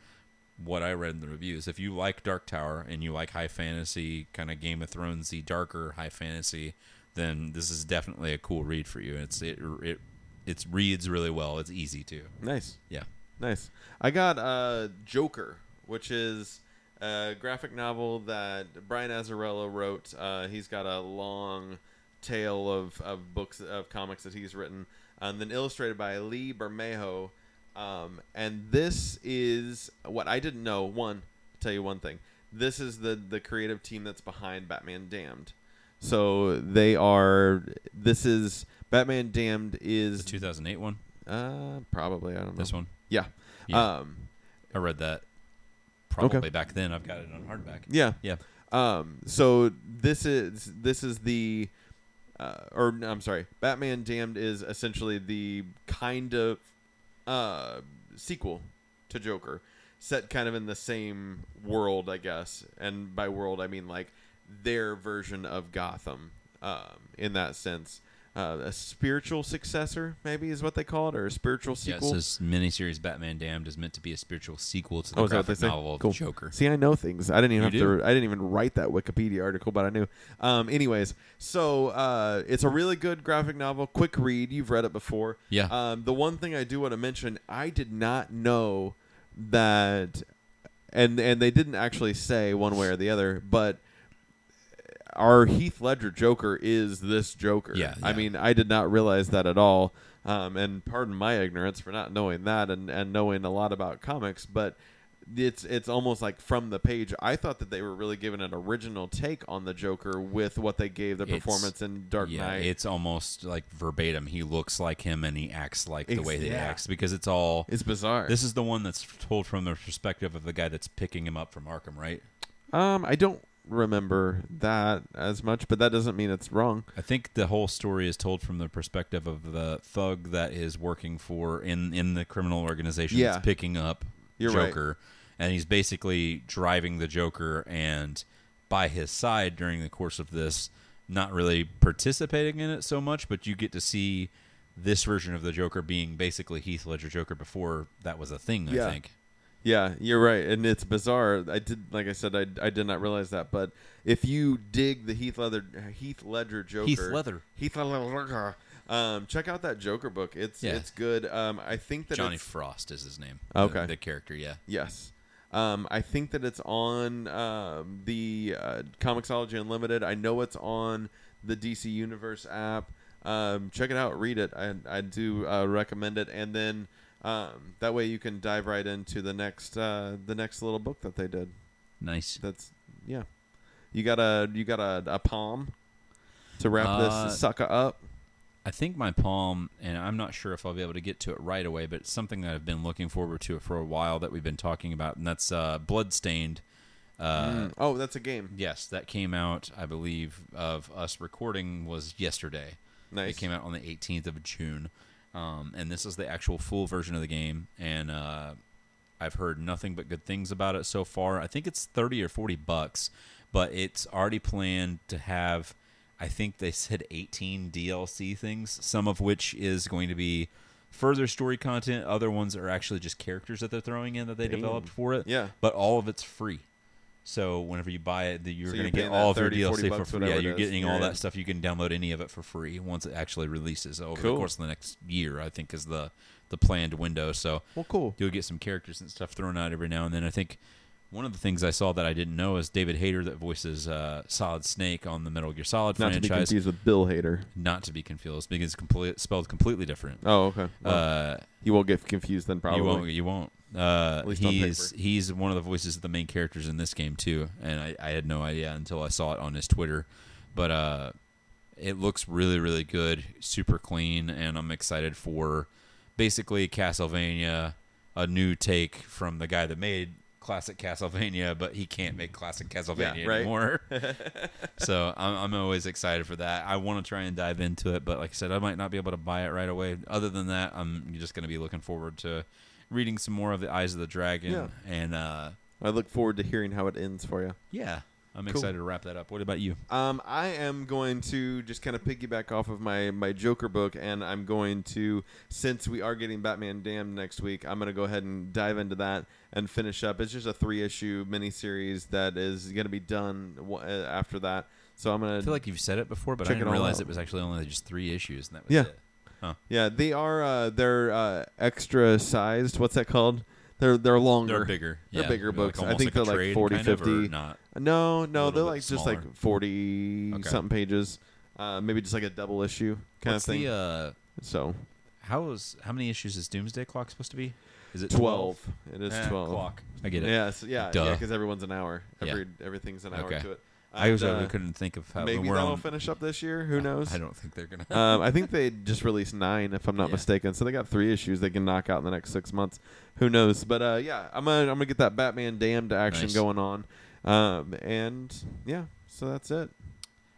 Speaker 1: What I read in the reviews. If you like Dark Tower and you like high fantasy, kind of Game of Thronesy, darker high fantasy, then this is definitely a cool read for you. It's it it it reads really well. It's easy to.
Speaker 2: nice.
Speaker 1: Yeah.
Speaker 2: Nice. I got uh, Joker, which is a graphic novel that Brian Azzarello wrote. Uh, he's got a long tale of, of books of comics that he's written, and then illustrated by Lee Bermejo. Um, and this is what I didn't know. One, tell you one thing. This is the the creative team that's behind Batman Damned. So they are. This is Batman Damned
Speaker 1: The
Speaker 2: is
Speaker 1: 2008 one.
Speaker 2: uh, probably I don't know
Speaker 1: This one.
Speaker 2: Yeah.
Speaker 1: Yeah.
Speaker 2: Um,
Speaker 1: I read that probably back then. I've got it on hardback.
Speaker 2: Yeah.
Speaker 1: Yeah.
Speaker 2: Um, so this is this is the, uh, or no, I'm sorry, Batman Damned is essentially the kind of uh, sequel to Joker, set kind of in the same world, I guess. And by world, I mean like their version of Gotham, um, in that sense. Uh, a spiritual successor, maybe, is what they call it, or a spiritual sequel.
Speaker 1: Yes, this miniseries Batman Damned is meant to be a spiritual sequel to the
Speaker 2: Oh, is that what they
Speaker 1: graphic
Speaker 2: say?
Speaker 1: novel of
Speaker 2: Cool.
Speaker 1: Joker.
Speaker 2: See, I know things. I didn't even
Speaker 1: You
Speaker 2: have
Speaker 1: do.
Speaker 2: to. I didn't even write that Wikipedia article, but I knew. Um, anyways, so uh, it's a really good graphic novel. Quick read. You've read it before.
Speaker 1: Yeah.
Speaker 2: Um, the one thing I do want to mention, I did not know that, and and they didn't actually say one way or the other, but our Heath Ledger Joker is this Joker.
Speaker 1: Yeah,
Speaker 2: I
Speaker 1: yeah.
Speaker 2: mean, I did not realize that at all. Um, and pardon my ignorance for not knowing that and, and knowing a lot about comics, but it's it's almost like from the page. I thought that they were really giving an original take on the Joker with what they gave the
Speaker 1: It's-
Speaker 2: performance in Dark
Speaker 1: yeah,
Speaker 2: Knight.
Speaker 1: it's almost like verbatim. He looks like him and he acts like the
Speaker 2: Ex-
Speaker 1: way that he
Speaker 2: yeah.
Speaker 1: acts because it's all.
Speaker 2: It's bizarre.
Speaker 1: This is the one that's told from the perspective of the guy that's picking him up from Arkham, right?
Speaker 2: um, I don't remember that as much, but that doesn't mean it's wrong.
Speaker 1: I think the whole story is told from the perspective of the thug that is working for in in the criminal organization
Speaker 2: Yeah.
Speaker 1: that's picking up
Speaker 2: You're right.
Speaker 1: Joker, and he's basically driving the Joker and by his side during the course of this, not really participating in it so much, but you get to see this version of the Joker being basically Heath Ledger Joker before that was a thing. I
Speaker 2: Yeah.
Speaker 1: think.
Speaker 2: Yeah, you're right, and it's bizarre. I did, like I said, I, I did not realize that. But if you dig the Heath Leather Heath Ledger Joker,
Speaker 1: Heath Leather.
Speaker 2: Heath Ledger, um, check out that Joker book. It's
Speaker 1: Yeah.
Speaker 2: it's good. Um, I think that
Speaker 1: Johnny
Speaker 2: it's,
Speaker 1: Frost is his name.
Speaker 2: Okay.
Speaker 1: the, the character. Yeah,
Speaker 2: yes, um, I think that it's on um, the uh, Comixology Unlimited. I know it's on the DC Universe app. Um, check it out, read it. I I do uh, recommend it, and then. Um, that way you can dive right into the next uh, the next little book that they did.
Speaker 1: nice.
Speaker 2: That's yeah. You got a you got a, a palm to wrap
Speaker 1: Uh,
Speaker 2: this sucker up.
Speaker 1: I think my palm, and I'm not sure if I'll be able to get to it right away, but it's something that I've been looking forward to for a while that we've been talking about, and that's uh, Bloodstained. Uh,
Speaker 2: Mm. Oh, that's a game.
Speaker 1: Yes, that came out, I believe, of us recording was yesterday.
Speaker 2: Nice.
Speaker 1: It came out on the 18th of June, um, and this is the actual full version of the game, and uh, I've heard nothing but good things about it so far. I think it's 30 or 40 bucks, but it's already planned to have, I think they said 18 DLC things, some of which is going to be further story content. Other ones are actually just characters that they're throwing in that they developed for it.
Speaker 2: Yeah.
Speaker 1: But all of it's free. So whenever you buy it, the, you're
Speaker 2: So
Speaker 1: going
Speaker 2: you're
Speaker 1: to get
Speaker 2: paying
Speaker 1: all of
Speaker 2: that
Speaker 1: your
Speaker 2: 30, 40
Speaker 1: DLC for
Speaker 2: bucks,
Speaker 1: free. Yeah,
Speaker 2: whatever it
Speaker 1: you're
Speaker 2: is.
Speaker 1: getting all
Speaker 2: Yeah.
Speaker 1: that stuff. You can download any of it for free once it actually releases over the
Speaker 2: Cool.
Speaker 1: course of the next year. I think is the the planned window. So
Speaker 2: Well, Oh, cool.
Speaker 1: you'll get some characters and stuff thrown out every now and then. I think one of the things I saw that I didn't know is David Hayter that voices uh, Solid Snake on the Metal Gear Solid
Speaker 2: Not to be
Speaker 1: franchise.
Speaker 2: confused with Bill Hader.
Speaker 1: not to be confused because it's complete, spelled completely different.
Speaker 2: Oh, okay. Well,
Speaker 1: Uh,
Speaker 2: you won't get confused then, probably.
Speaker 1: you won't. You won't. Uh,
Speaker 2: least on
Speaker 1: he's
Speaker 2: paper.
Speaker 1: he's one of the voices of the main characters in this game too, and I, I had no idea until I saw it on his Twitter. But uh, it looks really really good, super clean, and I'm excited for basically Castlevania, a new take from the guy that made classic Castlevania, but he can't make classic Castlevania
Speaker 2: right.
Speaker 1: anymore. so I'm, I'm always excited for that. I want to try and dive into it, but like I said, I might not be able to buy it right away. Other than that, I'm just going to be looking forward to reading some more of the Eyes of the Dragon,
Speaker 2: Yeah.
Speaker 1: and uh,
Speaker 2: I look forward to hearing how it ends for you.
Speaker 1: yeah, I'm
Speaker 2: Cool.
Speaker 1: excited to wrap that up. What about you?
Speaker 2: Um, I am going to just kind of piggyback off of my my Joker book, and I'm going to since we are getting Batman Damned next week, I'm going to go ahead and dive into that and finish up. It's just a three issue miniseries that is going to be done w- uh, after that. So I'm going
Speaker 1: I feel like you've said it before, but I
Speaker 2: Check it
Speaker 1: didn't
Speaker 2: all
Speaker 1: realize
Speaker 2: out.
Speaker 1: it was actually only just three issues, and that was
Speaker 2: Yeah.
Speaker 1: it.
Speaker 2: yeah, they are uh, they're uh, extra sized. What's that called? They're they're longer.
Speaker 1: They're bigger.
Speaker 2: They're
Speaker 1: yeah.
Speaker 2: bigger books. I
Speaker 1: almost
Speaker 2: think
Speaker 1: a
Speaker 2: they're like
Speaker 1: trade
Speaker 2: 40,
Speaker 1: kind of, or
Speaker 2: 50.
Speaker 1: Not.
Speaker 2: No, no,
Speaker 1: little
Speaker 2: they're
Speaker 1: bit
Speaker 2: like just
Speaker 1: smaller.
Speaker 2: like forty
Speaker 1: Okay.
Speaker 2: something pages, uh, maybe just like a double issue kind
Speaker 1: What's
Speaker 2: of thing.
Speaker 1: the uh,
Speaker 2: so
Speaker 1: how is how many issues is Doomsday Clock supposed to be? Is it
Speaker 2: 12. It is
Speaker 1: Eh,
Speaker 2: 12.
Speaker 1: Clock. I get it.
Speaker 2: Yeah, so, yeah,
Speaker 1: Duh.
Speaker 2: yeah, because everyone's an hour.
Speaker 1: Yeah.
Speaker 2: Every everything's an hour
Speaker 1: Okay.
Speaker 2: to it.
Speaker 1: I was
Speaker 2: And,
Speaker 1: I
Speaker 2: uh,
Speaker 1: couldn't think of how when
Speaker 2: maybe
Speaker 1: we're
Speaker 2: that'll
Speaker 1: on-
Speaker 2: finish up this year. Who knows?
Speaker 1: I don't think they're gonna.
Speaker 2: um, I think they just released nine, if I'm not
Speaker 1: Yeah.
Speaker 2: mistaken. So they got three issues they can knock out in the next six months. Who knows? But uh, yeah, I'm gonna I'm gonna get that Batman Damned action
Speaker 1: Nice.
Speaker 2: going on, um, and yeah, so that's it.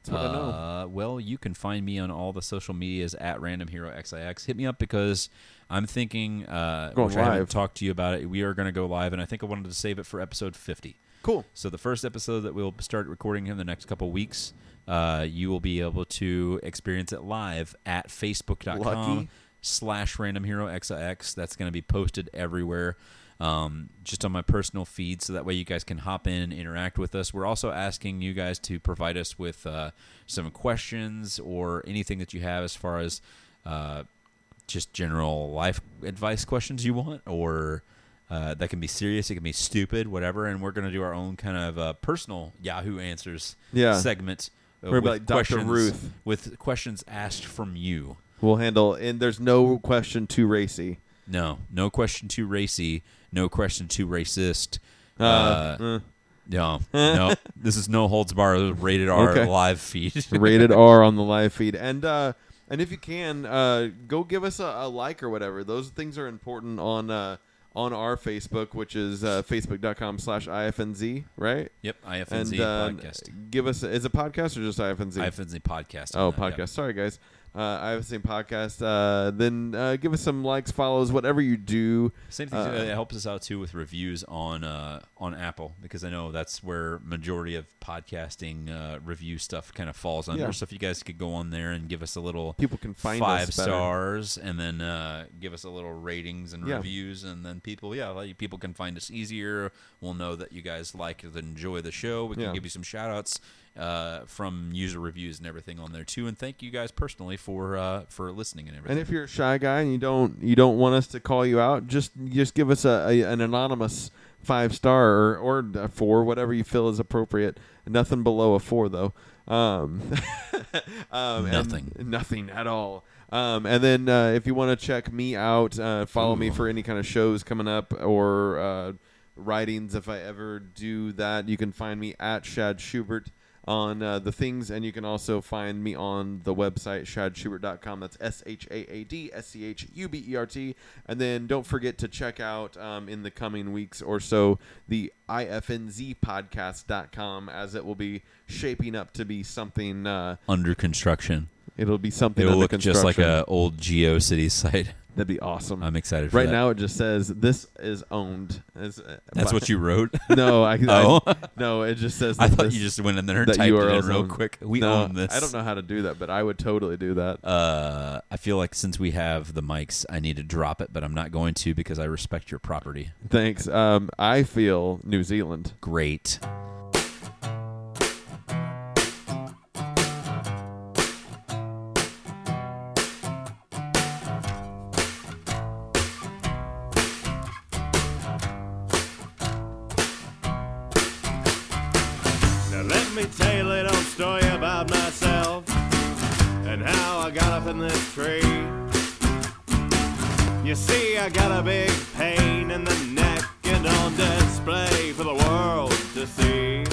Speaker 2: That's what I know.
Speaker 1: Uh, well, you can find me on all the social medias at Random Hero XIX. Hit me up because I'm thinking uh,
Speaker 2: Going
Speaker 1: which I haven't
Speaker 2: live.
Speaker 1: talked to you about it. We are going to go live, and I think I wanted to save it for episode 50.
Speaker 2: Cool.
Speaker 1: So the first episode that we'll start recording in the next couple weeks, uh, you will be able to experience it live at facebook.com
Speaker 2: Lucky.
Speaker 1: slash random hero xix. That's going to be posted everywhere. Um, just on my personal feed, so that way you guys can hop in and interact with us. We're also asking you guys to provide us with uh, some questions or anything that you have as far as uh, just general life advice questions you want, or uh, that can be serious, it can be stupid, whatever. And we're going to do our own kind of uh, personal Yahoo Answers
Speaker 2: Yeah.
Speaker 1: segment. uh,
Speaker 2: We're
Speaker 1: with
Speaker 2: like Dr.
Speaker 1: questions-
Speaker 2: Ruth.
Speaker 1: With questions asked from you.
Speaker 2: We'll handle, and there's no question too racy.
Speaker 1: No, no question too racy, no question too racist. Uh,
Speaker 2: uh.
Speaker 1: No, no. This is no holds bar rated R
Speaker 2: Okay.
Speaker 1: live feed.
Speaker 2: rated R on the live feed. And uh, and if you can, uh, go give us a, a like or whatever. Those things are important on uh, on our Facebook, which is uh, facebook.com slash IFNZ, right?
Speaker 1: yep, IFNZ
Speaker 2: and uh,
Speaker 1: podcast.
Speaker 2: give us is it podcast or just IFNZ?
Speaker 1: IFNZ podcast.
Speaker 2: oh,
Speaker 1: on that,
Speaker 2: podcast.
Speaker 1: yep.
Speaker 2: Sorry, guys. Uh, IFNZ podcast. Uh, then uh, give us some likes, follows, whatever you do.
Speaker 1: Same thing.
Speaker 2: Uh,
Speaker 1: too, it helps us out too with reviews on uh, on Apple because I know that's where majority of podcasting uh, review stuff kind of falls under.
Speaker 2: Yeah.
Speaker 1: So if you guys could go on there and give us a little
Speaker 2: People can find
Speaker 1: five
Speaker 2: us better.
Speaker 1: stars and then uh, give us a little ratings and
Speaker 2: Yeah.
Speaker 1: reviews, and then people yeah like, people can find us easier. We'll know that you guys like and enjoy the show. We can
Speaker 2: Yeah.
Speaker 1: give you some shout outs uh, from user reviews and everything on there too. And thank you guys personally for uh, for listening and everything.
Speaker 2: And if you're a shy guy and you don't you don't want us to call you out, just just give us a, a an anonymous five star or, or a four, whatever you feel is appropriate. Nothing below a four though. Um, um, and
Speaker 1: Nothing.
Speaker 2: nothing at all. Um, and then uh, if you want to check me out, uh, follow me
Speaker 1: Ooh.
Speaker 2: for any kind of shows coming up or uh, writings if I ever do that. You can find me at Shad Schubert on uh, the things, and you can also find me on the website shadschubert.com. That's S H A A D S C H U B E R T. And then don't forget to check out um, in the coming weeks or so the ifnzpodcast.com as it will be shaping up to be something. Uh,
Speaker 1: under construction.
Speaker 2: it'll be something.
Speaker 1: It will
Speaker 2: under
Speaker 1: look just like
Speaker 2: construction.
Speaker 1: a old Geo City site.
Speaker 2: That'd be awesome.
Speaker 1: I'm excited for
Speaker 2: right
Speaker 1: that.
Speaker 2: now, it just says this is owned. It's, uh,
Speaker 1: That's
Speaker 2: by-
Speaker 1: what you wrote.
Speaker 2: No, I, I-
Speaker 1: Oh.
Speaker 2: no. It just says.
Speaker 1: I
Speaker 2: that
Speaker 1: thought
Speaker 2: this-
Speaker 1: you just went in there and
Speaker 2: that
Speaker 1: typed it
Speaker 2: URL
Speaker 1: in
Speaker 2: is
Speaker 1: real
Speaker 2: owned.
Speaker 1: quick. We
Speaker 2: No,
Speaker 1: own this.
Speaker 2: I don't know how to do that, but I would totally do that.
Speaker 1: Uh, I feel like since we have the mics, I need to drop it, but I'm not going to because I respect your property.
Speaker 2: Thanks. Um, I feel New Zealand.
Speaker 1: Great.
Speaker 2: me tell you a little story about myself and how I got up in this tree. You see, I got a big pain in the neck and on display for the world to see.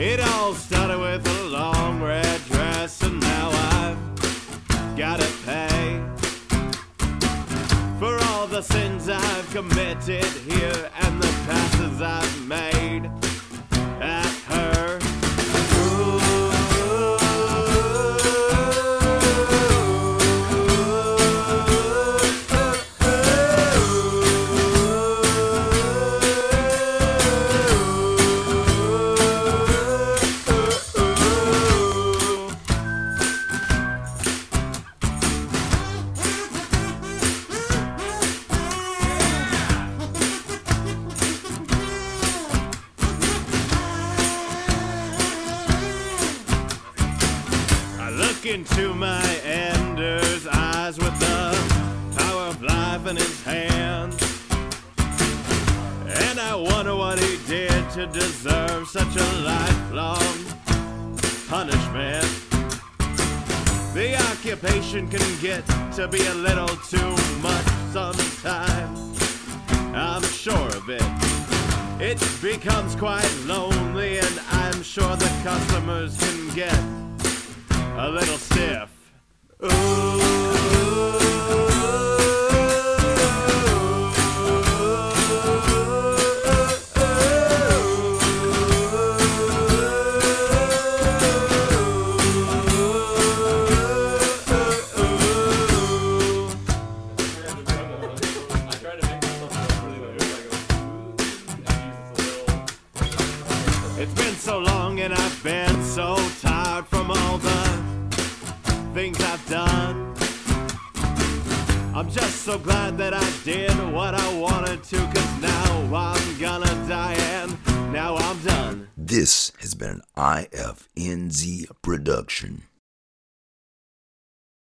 Speaker 2: It all started with a long red dress, and now I've gotta pay for all the sins I've committed here and the passes I've made at her. I look into my ender's eyes with the power of life in his hands. And I wonder what he did to deserve such a lifelong punishment. The occupation can get to be a little too much sometimes. I'm sure of it. It becomes quite lonely, and I'm sure the customers can get a little stiff. It's been so long and I've been so tired from all the things I've done. I'm just so glad that I did what I wanted to, cause now I'm gonna die and now I'm done.
Speaker 5: This has been an IFNZ production.